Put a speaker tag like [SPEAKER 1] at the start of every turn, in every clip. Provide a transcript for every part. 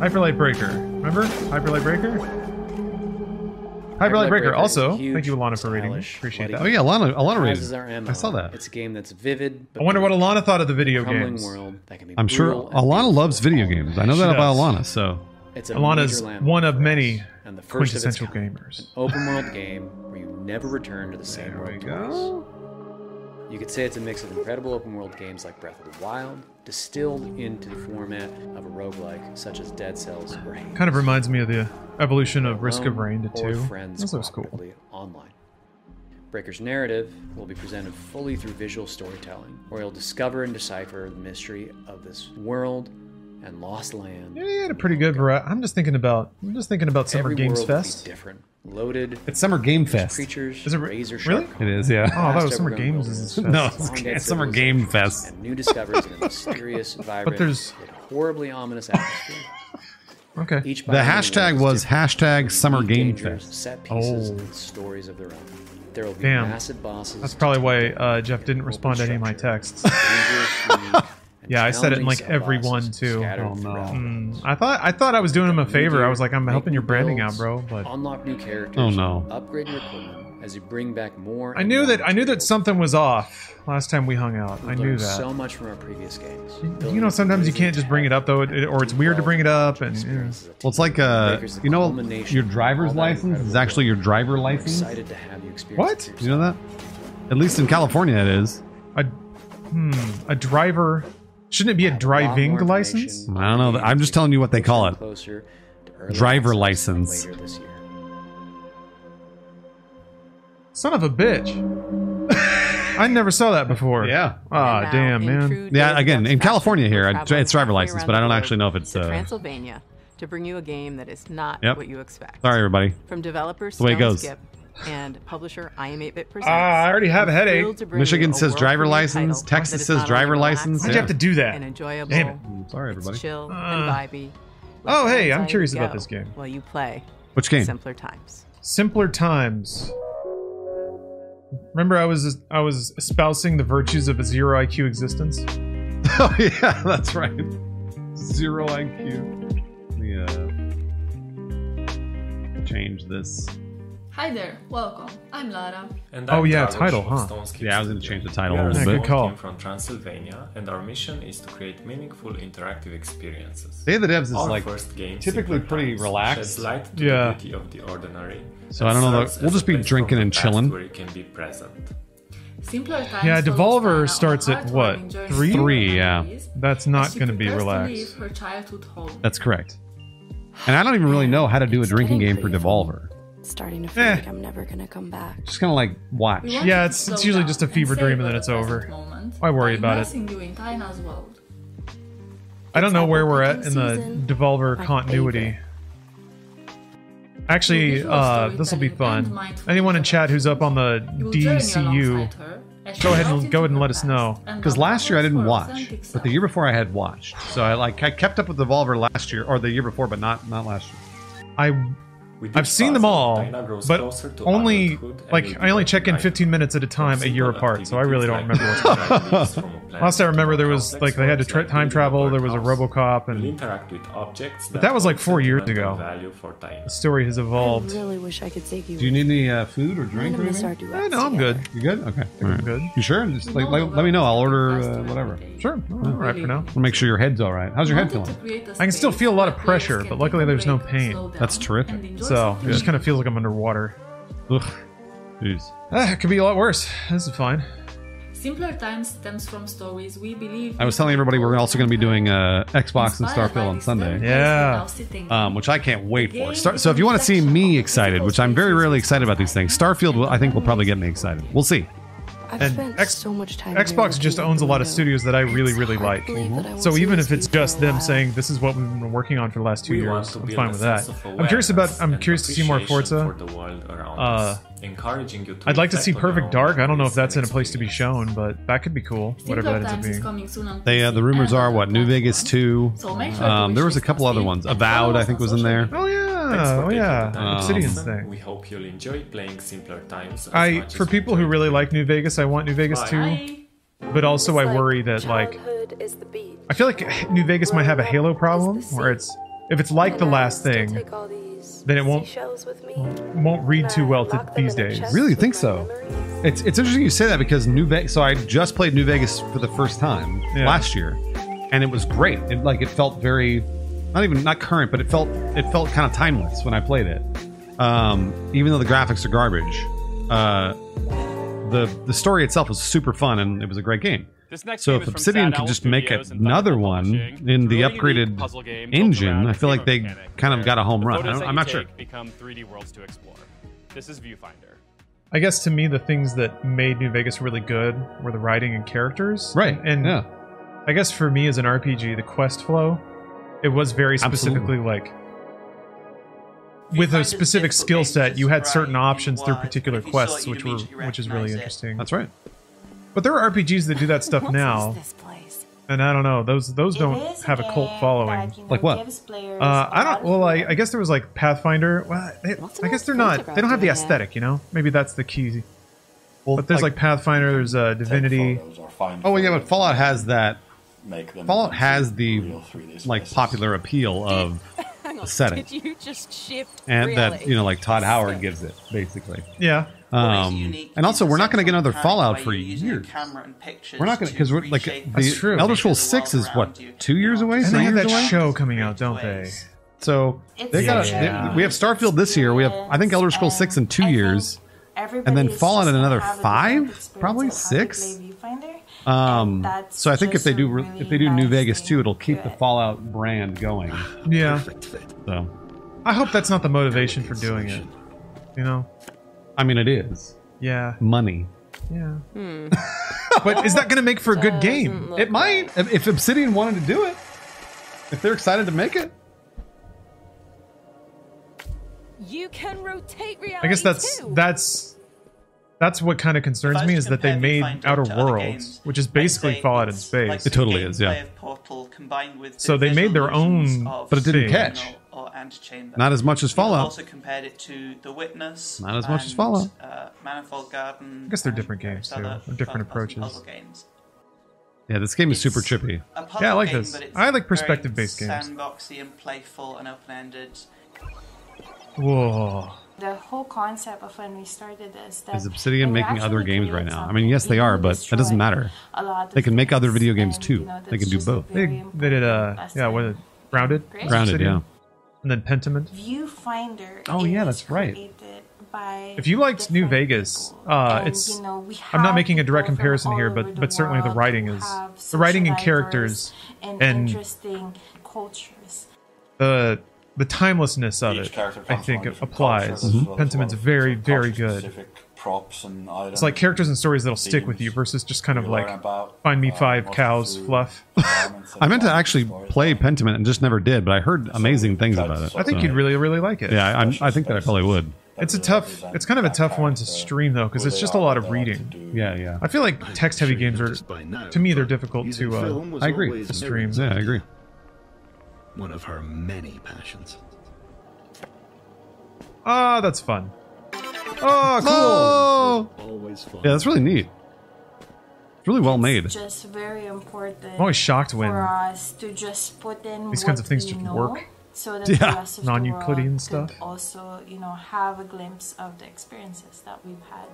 [SPEAKER 1] Hyperlight Breaker. Remember? Hyperlight Breaker? Hyperlight Breaker.
[SPEAKER 2] Hyperlight Breaker
[SPEAKER 1] Also,
[SPEAKER 2] is huge,
[SPEAKER 1] thank you, Alana, for reading.
[SPEAKER 2] stylish,
[SPEAKER 1] Appreciate
[SPEAKER 2] bloody
[SPEAKER 1] that.
[SPEAKER 2] good.
[SPEAKER 1] Oh, yeah, Alana, Alana read
[SPEAKER 2] Prizes
[SPEAKER 1] it.
[SPEAKER 2] are MO.
[SPEAKER 1] I saw that.
[SPEAKER 2] uh, It's a game that's vivid. But
[SPEAKER 1] I wonder what Alana thought of the video
[SPEAKER 2] Crumbling
[SPEAKER 1] games.
[SPEAKER 2] world that can be
[SPEAKER 3] I'm sure
[SPEAKER 2] brutal and
[SPEAKER 3] Alana loves video
[SPEAKER 2] beautiful.
[SPEAKER 3] games. I know
[SPEAKER 1] She
[SPEAKER 3] that about
[SPEAKER 1] does.
[SPEAKER 3] Alana, so
[SPEAKER 2] It's a
[SPEAKER 1] Alana's
[SPEAKER 2] major landmark
[SPEAKER 1] one of
[SPEAKER 2] for us,
[SPEAKER 1] many
[SPEAKER 2] and the first of its
[SPEAKER 1] Quintessential
[SPEAKER 2] kind.
[SPEAKER 1] gamers.
[SPEAKER 2] Open world game where you never return to the same
[SPEAKER 1] There
[SPEAKER 2] world.
[SPEAKER 1] we
[SPEAKER 2] twice.
[SPEAKER 1] go.
[SPEAKER 2] You could say it's a mix of incredible open world games like Breath of the Wild, distilled into the format of a roguelike such as Dead Cells or Hades.
[SPEAKER 1] Kind of reminds me of the evolution of Risk of Rain to
[SPEAKER 2] or
[SPEAKER 1] 2.
[SPEAKER 2] friends
[SPEAKER 1] This looks cool.
[SPEAKER 2] cooperatively online. Breaker's narrative will be presented fully through visual storytelling, where you'll discover and decipher the mystery of this world and lost land.
[SPEAKER 1] Yeah, you had a pretty good variety. I'm just thinking about I'm just thinking about Summer
[SPEAKER 2] Every
[SPEAKER 1] Games
[SPEAKER 2] world will be
[SPEAKER 1] Fest.
[SPEAKER 2] different, loaded
[SPEAKER 3] it's Summer Game Fest. It
[SPEAKER 2] creatures,
[SPEAKER 1] Is it re-
[SPEAKER 2] razor
[SPEAKER 1] really?
[SPEAKER 2] sharp
[SPEAKER 3] is, yeah.
[SPEAKER 1] Oh, that
[SPEAKER 2] Last
[SPEAKER 1] was Summer
[SPEAKER 2] ever going
[SPEAKER 1] Games.
[SPEAKER 2] global.
[SPEAKER 1] Is
[SPEAKER 3] No,
[SPEAKER 1] fest.
[SPEAKER 3] it's
[SPEAKER 2] long-dead
[SPEAKER 3] ca- Summer
[SPEAKER 2] civilizations
[SPEAKER 3] Game Fest.
[SPEAKER 2] and new discoveries in a mysterious, vibrant, but
[SPEAKER 1] there's-
[SPEAKER 2] horribly ominous atmosphere.
[SPEAKER 1] Okay.
[SPEAKER 2] Each
[SPEAKER 3] The
[SPEAKER 2] biome
[SPEAKER 3] hashtag
[SPEAKER 2] is
[SPEAKER 3] was
[SPEAKER 2] different.
[SPEAKER 3] hashtag
[SPEAKER 2] Unique
[SPEAKER 3] Summer Game
[SPEAKER 2] dangers,
[SPEAKER 3] Fest.
[SPEAKER 2] Set pieces
[SPEAKER 1] Oh.
[SPEAKER 2] and stories of their own. There will be
[SPEAKER 1] Damn.
[SPEAKER 2] massive bosses.
[SPEAKER 1] That's probably why uh, Jeff didn't respond to any of my texts. Yeah, I said it in, like, every one, too.
[SPEAKER 3] Oh, no.
[SPEAKER 1] Mm, I thought I thought I was doing him a favor. I was like, I'm helping your branding out, bro. But
[SPEAKER 2] unlock new characters.
[SPEAKER 3] Oh, no.
[SPEAKER 2] Upgrade your equipment as you bring back more.
[SPEAKER 1] I
[SPEAKER 2] and
[SPEAKER 1] knew
[SPEAKER 2] more
[SPEAKER 1] that I knew that
[SPEAKER 2] materials.
[SPEAKER 1] something was off last time we hung out. I
[SPEAKER 2] We've
[SPEAKER 1] knew
[SPEAKER 2] learned So
[SPEAKER 1] that.
[SPEAKER 2] much from our previous games.
[SPEAKER 1] You know, sometimes you can't just bring it up though, it- or it's weird to bring it up, and yeah.
[SPEAKER 3] Well, it's like uh, you know, your driver's license is actually your driver license.
[SPEAKER 2] Excited to have you experience.
[SPEAKER 1] What?
[SPEAKER 2] it for
[SPEAKER 3] You know that? At least in California, it is.
[SPEAKER 1] a hmm, a driver. Shouldn't it be a driving license?
[SPEAKER 3] I don't know. I'm just telling you what they call it.
[SPEAKER 2] Closer to early
[SPEAKER 3] Driver
[SPEAKER 2] access
[SPEAKER 3] license.
[SPEAKER 2] Later this year.
[SPEAKER 1] Son of a bitch! I never saw that before.
[SPEAKER 3] Yeah.
[SPEAKER 1] Ah, damn, man.
[SPEAKER 3] Yeah, again, in California here, I-
[SPEAKER 4] travel
[SPEAKER 3] it's driver
[SPEAKER 4] halfway
[SPEAKER 3] license,
[SPEAKER 4] around
[SPEAKER 3] but I
[SPEAKER 4] the
[SPEAKER 3] don't
[SPEAKER 4] globe
[SPEAKER 3] actually know if it's,
[SPEAKER 4] to
[SPEAKER 3] uh,
[SPEAKER 4] Transylvania to bring you a game that is not
[SPEAKER 3] Yep.
[SPEAKER 4] what you expect.
[SPEAKER 3] Sorry, everybody.
[SPEAKER 4] From developers
[SPEAKER 3] the way it
[SPEAKER 4] Stone
[SPEAKER 3] goes.
[SPEAKER 4] Skip and publisher I Am 8-Bit Presents.
[SPEAKER 1] Ah, I already have a
[SPEAKER 4] I'm
[SPEAKER 1] headache.
[SPEAKER 4] thrilled to bring you
[SPEAKER 3] Michigan
[SPEAKER 4] a
[SPEAKER 3] says driver
[SPEAKER 4] world-premiere
[SPEAKER 3] license.
[SPEAKER 4] title
[SPEAKER 3] Texas
[SPEAKER 4] that is
[SPEAKER 3] says
[SPEAKER 4] not only
[SPEAKER 3] driver
[SPEAKER 4] relaxing
[SPEAKER 3] license.
[SPEAKER 1] Why'd you have to do
[SPEAKER 4] And
[SPEAKER 1] that?
[SPEAKER 4] enjoyable.
[SPEAKER 1] Damn it.
[SPEAKER 3] I'm sorry, everybody.
[SPEAKER 4] It's chill
[SPEAKER 1] Uh,
[SPEAKER 4] and vibey.
[SPEAKER 1] oh, hey, I'm
[SPEAKER 4] Let the
[SPEAKER 1] curious
[SPEAKER 4] anxiety
[SPEAKER 1] about this
[SPEAKER 4] go
[SPEAKER 1] game.
[SPEAKER 4] While you play
[SPEAKER 3] Which game?
[SPEAKER 4] simpler times.
[SPEAKER 1] Simpler times. Remember, I was I was espousing the virtues of a zero IQ existence.
[SPEAKER 3] Oh yeah, that's right. Zero IQ. Let me uh, change this.
[SPEAKER 5] Hi there, welcome. I'm Lara.
[SPEAKER 6] And
[SPEAKER 1] Oh,
[SPEAKER 6] I'm
[SPEAKER 1] yeah,
[SPEAKER 6] Dragoș
[SPEAKER 1] title,
[SPEAKER 6] with
[SPEAKER 1] huh?
[SPEAKER 6] Stoneskips
[SPEAKER 3] Yeah, I was gonna
[SPEAKER 6] Studio.
[SPEAKER 3] change the title a
[SPEAKER 6] We are
[SPEAKER 3] little
[SPEAKER 6] small
[SPEAKER 1] bit. Good call.
[SPEAKER 6] team from Transylvania, and our mission is to create meaningful interactive experiences.
[SPEAKER 3] Day of the Devs is
[SPEAKER 6] Our
[SPEAKER 3] like
[SPEAKER 6] first game,
[SPEAKER 3] typically
[SPEAKER 6] Secret
[SPEAKER 3] pretty
[SPEAKER 6] Times,
[SPEAKER 3] relaxed.
[SPEAKER 6] sheds light to
[SPEAKER 1] Yeah.
[SPEAKER 6] the beauty of the ordinary.
[SPEAKER 3] So I
[SPEAKER 6] and
[SPEAKER 3] don't know,
[SPEAKER 6] serves
[SPEAKER 3] we'll
[SPEAKER 6] as
[SPEAKER 3] just
[SPEAKER 6] a
[SPEAKER 3] be
[SPEAKER 6] place
[SPEAKER 3] drinking
[SPEAKER 6] from the
[SPEAKER 3] and
[SPEAKER 6] past
[SPEAKER 3] chilling.
[SPEAKER 6] Where you can be present.
[SPEAKER 5] Simpler times
[SPEAKER 1] Yeah,
[SPEAKER 5] follows
[SPEAKER 1] Devolver
[SPEAKER 5] Lara on a
[SPEAKER 1] starts at
[SPEAKER 5] heartwarming
[SPEAKER 1] what,
[SPEAKER 5] journey
[SPEAKER 1] three?
[SPEAKER 5] through
[SPEAKER 3] Three,
[SPEAKER 5] her
[SPEAKER 3] yeah.
[SPEAKER 5] memories
[SPEAKER 1] That's
[SPEAKER 5] as
[SPEAKER 1] not
[SPEAKER 5] she
[SPEAKER 1] going to be
[SPEAKER 5] prepares
[SPEAKER 1] relaxed.
[SPEAKER 5] leave her childhood home.
[SPEAKER 3] That's correct. And I don't even really know how to do a drinking game for Devolver.
[SPEAKER 7] starting to feel
[SPEAKER 1] Eh.
[SPEAKER 7] like I'm never gonna come back.
[SPEAKER 3] Just kind of like watch.
[SPEAKER 5] We
[SPEAKER 1] Yeah,
[SPEAKER 5] want you to
[SPEAKER 1] it's- it's
[SPEAKER 5] slow
[SPEAKER 1] usually
[SPEAKER 5] down
[SPEAKER 1] just a
[SPEAKER 5] and
[SPEAKER 1] fever dream
[SPEAKER 5] savor
[SPEAKER 1] and then
[SPEAKER 5] the
[SPEAKER 1] it's over.
[SPEAKER 5] present moment
[SPEAKER 1] Why worry
[SPEAKER 5] by
[SPEAKER 1] about it?
[SPEAKER 5] immersing you in Taina's world.
[SPEAKER 1] I don't know where we're at in the
[SPEAKER 7] Season,
[SPEAKER 1] Devolver
[SPEAKER 7] my
[SPEAKER 1] continuity.
[SPEAKER 7] favorite.
[SPEAKER 1] Actually,
[SPEAKER 5] Your visual
[SPEAKER 1] uh, this will be
[SPEAKER 5] storytelling and
[SPEAKER 1] fun.
[SPEAKER 5] mindful
[SPEAKER 1] Anyone in chat
[SPEAKER 5] development.
[SPEAKER 1] who's up on the
[SPEAKER 5] You will journey
[SPEAKER 1] DCU,
[SPEAKER 5] alongside her as she
[SPEAKER 1] go ahead
[SPEAKER 5] delves
[SPEAKER 1] and
[SPEAKER 5] into
[SPEAKER 1] go ahead and
[SPEAKER 5] her
[SPEAKER 1] let us
[SPEAKER 5] past
[SPEAKER 1] know.
[SPEAKER 5] and
[SPEAKER 3] Because last year I didn't
[SPEAKER 5] unfolds her
[SPEAKER 3] watch,
[SPEAKER 5] authentic
[SPEAKER 3] but the
[SPEAKER 5] self.
[SPEAKER 3] year before I had watched. So I like I kept up with Devolver last year or the year before, but not not last year.
[SPEAKER 1] I
[SPEAKER 6] With each
[SPEAKER 1] I've seen them
[SPEAKER 6] puzzle,
[SPEAKER 1] all,
[SPEAKER 6] Taina grows
[SPEAKER 1] but
[SPEAKER 6] closer to
[SPEAKER 1] only
[SPEAKER 6] adulthood and will
[SPEAKER 1] like I only
[SPEAKER 6] develop
[SPEAKER 1] check in
[SPEAKER 6] life.
[SPEAKER 1] 15 minutes at a time a
[SPEAKER 6] Simple
[SPEAKER 1] year apart, so I really don't remember
[SPEAKER 6] activities
[SPEAKER 1] what's going on.
[SPEAKER 6] like leaves from a planet
[SPEAKER 1] Last I
[SPEAKER 6] to
[SPEAKER 1] remember,
[SPEAKER 6] a
[SPEAKER 1] there was
[SPEAKER 6] complex
[SPEAKER 1] like they had to
[SPEAKER 6] works
[SPEAKER 1] tra-
[SPEAKER 6] like
[SPEAKER 1] time
[SPEAKER 6] building
[SPEAKER 1] travel. There was a
[SPEAKER 6] birdhouse.
[SPEAKER 1] RoboCop,
[SPEAKER 6] Will
[SPEAKER 1] and
[SPEAKER 6] interact with objects
[SPEAKER 1] Hmm. But that was, like,
[SPEAKER 6] hold
[SPEAKER 1] four years
[SPEAKER 6] sentimental
[SPEAKER 1] ago.
[SPEAKER 6] Value for time.
[SPEAKER 1] the story has evolved.
[SPEAKER 7] I really wish I could take you.
[SPEAKER 3] Do you need any uh, food or drink?
[SPEAKER 7] I'm
[SPEAKER 3] Or
[SPEAKER 7] gonna miss
[SPEAKER 3] anything?
[SPEAKER 7] our duets
[SPEAKER 1] no, I'm
[SPEAKER 7] together.
[SPEAKER 1] good.
[SPEAKER 3] You good? Okay.
[SPEAKER 1] I'm good.
[SPEAKER 3] You sure? Just like, let, let me know. I'll order uh, whatever. I
[SPEAKER 1] Sure, I'm all right for now.
[SPEAKER 3] want to make sure your head's all right. How's your head feeling?
[SPEAKER 1] I can still feel a lot of pressure, but luckily there's no pain.
[SPEAKER 3] That's terrific.
[SPEAKER 1] So it just kind of feels like I'm underwater.
[SPEAKER 3] Ugh. Jeez.
[SPEAKER 1] Ah, it could be a lot worse. This is fine.
[SPEAKER 5] Simpler times stems from stories we believe.
[SPEAKER 3] I was telling everybody we're also going to be doing uh, Xbox and
[SPEAKER 5] Inspired by
[SPEAKER 3] Starfield on
[SPEAKER 5] these
[SPEAKER 3] Sunday,
[SPEAKER 5] stories
[SPEAKER 1] Yeah.
[SPEAKER 5] we're now sitting in.
[SPEAKER 3] um, which I can't wait for. Star- so if you want to see me excited, which I'm very rarely excited about these things, Starfield will, I think will probably get me excited. We'll see.
[SPEAKER 7] I've
[SPEAKER 1] And
[SPEAKER 7] spent
[SPEAKER 1] X-
[SPEAKER 7] so much time.
[SPEAKER 1] Xbox just owns a lot of studios that I really, really like.
[SPEAKER 6] Mm-hmm.
[SPEAKER 1] So even if it's just them saying this is what we've been working on for the last two
[SPEAKER 6] We want
[SPEAKER 1] years,
[SPEAKER 6] to
[SPEAKER 1] I'm
[SPEAKER 6] build
[SPEAKER 1] fine
[SPEAKER 6] a
[SPEAKER 1] with that.
[SPEAKER 6] sense of
[SPEAKER 1] I'm curious about.
[SPEAKER 6] awareness
[SPEAKER 1] I'm
[SPEAKER 6] and
[SPEAKER 1] curious to see more
[SPEAKER 6] appreciation
[SPEAKER 1] Forza.
[SPEAKER 6] for the world around
[SPEAKER 1] Uh,
[SPEAKER 6] us, encouraging you to
[SPEAKER 1] I'd like to
[SPEAKER 6] reflect
[SPEAKER 1] see
[SPEAKER 6] on your
[SPEAKER 1] Perfect
[SPEAKER 6] own
[SPEAKER 1] Dark. I don't know if
[SPEAKER 6] memories
[SPEAKER 1] that's in
[SPEAKER 6] and
[SPEAKER 1] a place to be
[SPEAKER 6] experiences.
[SPEAKER 1] shown, but that could be cool. Whatever
[SPEAKER 5] Simpler
[SPEAKER 1] that ends up
[SPEAKER 5] Times is
[SPEAKER 1] being.
[SPEAKER 5] coming soon on
[SPEAKER 3] They uh,
[SPEAKER 5] PC
[SPEAKER 3] the rumors
[SPEAKER 5] and
[SPEAKER 3] are
[SPEAKER 5] other
[SPEAKER 3] what New Vegas
[SPEAKER 5] platforms.
[SPEAKER 3] two.
[SPEAKER 5] So make sure to
[SPEAKER 3] Um, there
[SPEAKER 5] wish
[SPEAKER 3] was a
[SPEAKER 5] this
[SPEAKER 3] couple
[SPEAKER 5] on
[SPEAKER 3] other
[SPEAKER 5] Steam
[SPEAKER 3] ones.
[SPEAKER 5] and
[SPEAKER 3] Avowed
[SPEAKER 5] follow
[SPEAKER 3] I
[SPEAKER 5] us
[SPEAKER 3] think
[SPEAKER 5] on
[SPEAKER 3] was in
[SPEAKER 5] social
[SPEAKER 3] there.
[SPEAKER 5] media.
[SPEAKER 1] Oh
[SPEAKER 6] Thanks
[SPEAKER 1] yeah, oh
[SPEAKER 6] for taking
[SPEAKER 1] yeah,
[SPEAKER 6] the time.
[SPEAKER 1] Obsidian's
[SPEAKER 3] Um,
[SPEAKER 1] thing.
[SPEAKER 6] We hope you'll enjoy playing simpler times. as
[SPEAKER 1] I
[SPEAKER 6] much
[SPEAKER 1] for
[SPEAKER 6] as we
[SPEAKER 1] people who
[SPEAKER 6] enjoyed
[SPEAKER 1] really like New Vegas, I want New Vegas
[SPEAKER 6] Bye.
[SPEAKER 1] too,
[SPEAKER 5] Bye.
[SPEAKER 1] but also I worry that like
[SPEAKER 7] Childhood is the beat.
[SPEAKER 1] I feel like New Vegas might have a Halo problem where it's If it's like the
[SPEAKER 7] And I
[SPEAKER 1] last
[SPEAKER 7] still
[SPEAKER 1] thing,
[SPEAKER 7] take all these
[SPEAKER 1] then it won't-
[SPEAKER 7] seashells with me,
[SPEAKER 1] won't read
[SPEAKER 7] and I
[SPEAKER 1] too well to
[SPEAKER 7] lock them
[SPEAKER 1] these
[SPEAKER 7] in a
[SPEAKER 1] days.
[SPEAKER 7] chest
[SPEAKER 3] Really
[SPEAKER 7] with
[SPEAKER 3] think
[SPEAKER 7] my
[SPEAKER 3] so.
[SPEAKER 7] memories.
[SPEAKER 3] It's it's interesting you say that because New Vegas. So I just played New Vegas for the first time
[SPEAKER 1] Yeah.
[SPEAKER 3] last year, and it was great. It like it felt very, not even not current, but it felt it felt kind of timeless when I played it. Um, even though the graphics are garbage, uh, the the story itself was super fun and it was a great game.
[SPEAKER 8] This next
[SPEAKER 3] So
[SPEAKER 8] game
[SPEAKER 3] if
[SPEAKER 8] is from
[SPEAKER 3] Obsidian
[SPEAKER 8] Sad
[SPEAKER 3] could
[SPEAKER 8] Owl
[SPEAKER 3] just make
[SPEAKER 8] Studios and
[SPEAKER 3] another
[SPEAKER 8] Thunderful
[SPEAKER 3] one
[SPEAKER 8] Publishing.
[SPEAKER 3] in the
[SPEAKER 8] It's a really
[SPEAKER 3] upgraded
[SPEAKER 8] unique puzzle game built
[SPEAKER 3] engine,
[SPEAKER 8] around
[SPEAKER 3] I feel
[SPEAKER 8] camera
[SPEAKER 3] like they
[SPEAKER 8] mechanic,
[SPEAKER 3] kind of
[SPEAKER 8] where
[SPEAKER 3] got a home
[SPEAKER 8] the
[SPEAKER 3] run.
[SPEAKER 8] photos
[SPEAKER 3] I don't-
[SPEAKER 8] that
[SPEAKER 3] I'm
[SPEAKER 8] you
[SPEAKER 3] not sure.
[SPEAKER 8] take Become 3D worlds to explore. This is Viewfinder.
[SPEAKER 1] I guess to me the things that made New Vegas really good were the writing and characters.
[SPEAKER 3] Right,
[SPEAKER 1] And
[SPEAKER 3] yeah.
[SPEAKER 1] I guess for me as an RPG, the quest flow, it was very specifically
[SPEAKER 3] Absolutely.
[SPEAKER 1] like with a specific skill set, you had certain options through particular quests, which were which is really interesting.
[SPEAKER 3] That's right.
[SPEAKER 1] But there are RPGs that do that stuff now,
[SPEAKER 9] this place?
[SPEAKER 1] and I don't know those those don't
[SPEAKER 9] It is
[SPEAKER 1] have a cult
[SPEAKER 9] game
[SPEAKER 1] following.
[SPEAKER 9] that, you know,
[SPEAKER 3] Like what?
[SPEAKER 9] gives players
[SPEAKER 1] Uh,
[SPEAKER 9] a
[SPEAKER 1] I
[SPEAKER 9] lot
[SPEAKER 1] don't.
[SPEAKER 9] of
[SPEAKER 1] Well, I,
[SPEAKER 9] freedom.
[SPEAKER 1] I guess there was like Pathfinder. Well, they-
[SPEAKER 7] Lots of
[SPEAKER 1] I guess
[SPEAKER 7] nice
[SPEAKER 1] they're not.
[SPEAKER 7] photographs
[SPEAKER 1] They don't have the
[SPEAKER 7] doing that.
[SPEAKER 1] aesthetic, you know. Maybe that's the key.
[SPEAKER 3] Well,
[SPEAKER 1] But there's like Pathfinder. There's uh, Divinity.
[SPEAKER 3] oh well, yeah, but Fallout has that
[SPEAKER 10] Make them
[SPEAKER 3] Fallout has the
[SPEAKER 10] real 3D
[SPEAKER 3] like
[SPEAKER 10] spaces.
[SPEAKER 3] popular appeal of the setting,
[SPEAKER 4] Did you just shift?
[SPEAKER 3] and that
[SPEAKER 4] really?
[SPEAKER 3] you know, like Todd Howard gives it basically.
[SPEAKER 1] Yeah.
[SPEAKER 3] Um, and also, we're not going to get another Fallout for years. We're not going to because we're like
[SPEAKER 1] That's
[SPEAKER 3] the
[SPEAKER 1] true.
[SPEAKER 3] Elder Scrolls Six is what two years away,
[SPEAKER 1] And
[SPEAKER 3] three
[SPEAKER 1] they have
[SPEAKER 3] years
[SPEAKER 1] that
[SPEAKER 3] away.
[SPEAKER 1] show coming out, don't they?
[SPEAKER 3] So they got
[SPEAKER 1] Yeah.
[SPEAKER 3] they- we have Starfield this year. We have I think Elder Scrolls Six in two
[SPEAKER 9] I think
[SPEAKER 3] years.
[SPEAKER 9] everybody
[SPEAKER 3] and then
[SPEAKER 9] is
[SPEAKER 3] Fallout
[SPEAKER 9] just
[SPEAKER 3] in
[SPEAKER 9] gonna
[SPEAKER 3] another
[SPEAKER 9] have a
[SPEAKER 3] five,
[SPEAKER 9] different experience
[SPEAKER 3] probably
[SPEAKER 9] of how they
[SPEAKER 3] six.
[SPEAKER 9] play Viewfinder, and
[SPEAKER 3] Um,
[SPEAKER 9] that's
[SPEAKER 3] so I think if
[SPEAKER 9] just
[SPEAKER 3] they
[SPEAKER 9] a
[SPEAKER 3] do
[SPEAKER 9] really
[SPEAKER 3] if they do New
[SPEAKER 9] nice
[SPEAKER 3] Vegas
[SPEAKER 9] thing
[SPEAKER 3] too, it'll
[SPEAKER 9] to
[SPEAKER 3] keep the
[SPEAKER 9] it.
[SPEAKER 3] Fallout brand going.
[SPEAKER 1] Yeah.
[SPEAKER 3] So
[SPEAKER 1] I hope that's not the motivation for doing it. You know?
[SPEAKER 3] I mean, it is
[SPEAKER 1] Yeah.
[SPEAKER 3] money.
[SPEAKER 1] Yeah. but is that going to make for a good game?
[SPEAKER 3] It might if if Obsidian wanted to do it. If they're excited to make it,
[SPEAKER 9] You can rotate reality.
[SPEAKER 1] I guess that's that's that's what kind of concerns me is that they made Outer Worlds, which is basically Fallout in space.
[SPEAKER 3] It totally is, yeah.
[SPEAKER 11] Portal combined with
[SPEAKER 1] So they made their own,
[SPEAKER 3] but it didn't
[SPEAKER 1] thing.
[SPEAKER 3] catch.
[SPEAKER 11] or and chamber.
[SPEAKER 3] Not as much as Fallout.
[SPEAKER 11] Also compared it to The Witness.
[SPEAKER 3] Not as much as
[SPEAKER 11] and,
[SPEAKER 3] Fallout.
[SPEAKER 11] Uh, Manifold Garden.
[SPEAKER 1] I guess they're
[SPEAKER 11] and
[SPEAKER 1] different
[SPEAKER 11] various
[SPEAKER 1] games, too,
[SPEAKER 11] other
[SPEAKER 1] or different
[SPEAKER 11] first-person
[SPEAKER 1] approaches.
[SPEAKER 11] puzzle games.
[SPEAKER 3] Yeah, this game is super
[SPEAKER 11] It's
[SPEAKER 3] trippy.
[SPEAKER 11] a puzzle
[SPEAKER 1] Yeah, I like
[SPEAKER 11] game,
[SPEAKER 1] this.
[SPEAKER 11] but it's
[SPEAKER 1] I like
[SPEAKER 11] very
[SPEAKER 1] perspective-based games.
[SPEAKER 11] Sandboxy and playful and open-ended.
[SPEAKER 1] Whoa.
[SPEAKER 9] the whole concept of when we started this. That
[SPEAKER 3] Is
[SPEAKER 9] when
[SPEAKER 3] Obsidian
[SPEAKER 9] you
[SPEAKER 3] making other
[SPEAKER 9] actually
[SPEAKER 3] games
[SPEAKER 9] create
[SPEAKER 3] right now? I
[SPEAKER 9] something,
[SPEAKER 3] mean, yes,
[SPEAKER 9] you
[SPEAKER 3] they
[SPEAKER 9] can
[SPEAKER 3] are, but that doesn't
[SPEAKER 9] destroy
[SPEAKER 3] matter.
[SPEAKER 9] a lot of
[SPEAKER 3] They can make other
[SPEAKER 9] things,
[SPEAKER 3] video games
[SPEAKER 9] and,
[SPEAKER 3] too.
[SPEAKER 9] you know,
[SPEAKER 3] They
[SPEAKER 9] that's
[SPEAKER 3] can do
[SPEAKER 9] just a
[SPEAKER 3] both.
[SPEAKER 9] very
[SPEAKER 1] They, they
[SPEAKER 9] important
[SPEAKER 1] did uh yeah,
[SPEAKER 9] aspect.
[SPEAKER 1] what is it? Grounded?
[SPEAKER 9] Great.
[SPEAKER 3] Grounded,
[SPEAKER 1] Obsidian?
[SPEAKER 3] yeah.
[SPEAKER 1] And then Pentiment.
[SPEAKER 9] Viewfinder.
[SPEAKER 3] Oh, yeah,
[SPEAKER 9] is
[SPEAKER 3] that's right.
[SPEAKER 9] created by
[SPEAKER 1] If you liked New
[SPEAKER 9] different
[SPEAKER 1] Vegas,
[SPEAKER 9] people.
[SPEAKER 1] uh,
[SPEAKER 9] And,
[SPEAKER 1] it's
[SPEAKER 9] you know, we
[SPEAKER 1] I'm
[SPEAKER 9] have
[SPEAKER 1] not making a direct
[SPEAKER 9] people from
[SPEAKER 1] comparison
[SPEAKER 9] all
[SPEAKER 1] here,
[SPEAKER 9] over
[SPEAKER 1] but but certainly the
[SPEAKER 9] world
[SPEAKER 1] writing
[SPEAKER 9] who
[SPEAKER 1] is
[SPEAKER 9] have
[SPEAKER 1] the writing and
[SPEAKER 9] such diverse
[SPEAKER 1] characters
[SPEAKER 9] and,
[SPEAKER 1] and
[SPEAKER 9] interesting cultures.
[SPEAKER 1] the the timelessness of it. I think it applies.
[SPEAKER 3] Mm-hmm.
[SPEAKER 1] Pentiment's very very good.
[SPEAKER 10] Props and items.
[SPEAKER 1] It's like characters and stories that'll stick with you versus just kind of like find me five cows fluff.
[SPEAKER 3] I meant to actually play Pentiment and just never did, but I heard amazing things about it.
[SPEAKER 1] I think
[SPEAKER 3] so-
[SPEAKER 1] you'd really really like it.
[SPEAKER 3] Yeah, I, I'm- I think that I probably would.
[SPEAKER 1] It's a tough it's kind of a tough one to stream though because it's just a lot of reading.
[SPEAKER 3] Yeah, yeah.
[SPEAKER 1] I feel like text heavy games are to me they're difficult to uh,
[SPEAKER 3] I agree.
[SPEAKER 1] to stream.
[SPEAKER 3] Yeah, I agree.
[SPEAKER 10] One of her many passions.
[SPEAKER 1] Ah, that's fun. Oh, cool.
[SPEAKER 3] Oh,
[SPEAKER 10] Always fun.
[SPEAKER 3] yeah, that's really neat. It's really well made.
[SPEAKER 9] It's just very important.
[SPEAKER 1] I'm always shocked when
[SPEAKER 9] for us to just put in
[SPEAKER 1] These
[SPEAKER 9] what
[SPEAKER 1] kinds of things
[SPEAKER 9] we
[SPEAKER 1] just
[SPEAKER 9] know,
[SPEAKER 1] work.
[SPEAKER 9] So that
[SPEAKER 3] Yeah.
[SPEAKER 9] the rest of
[SPEAKER 1] Non-Euclidean
[SPEAKER 9] the world
[SPEAKER 1] stuff.
[SPEAKER 9] Could also, you know, have a glimpse of the experiences that we've had.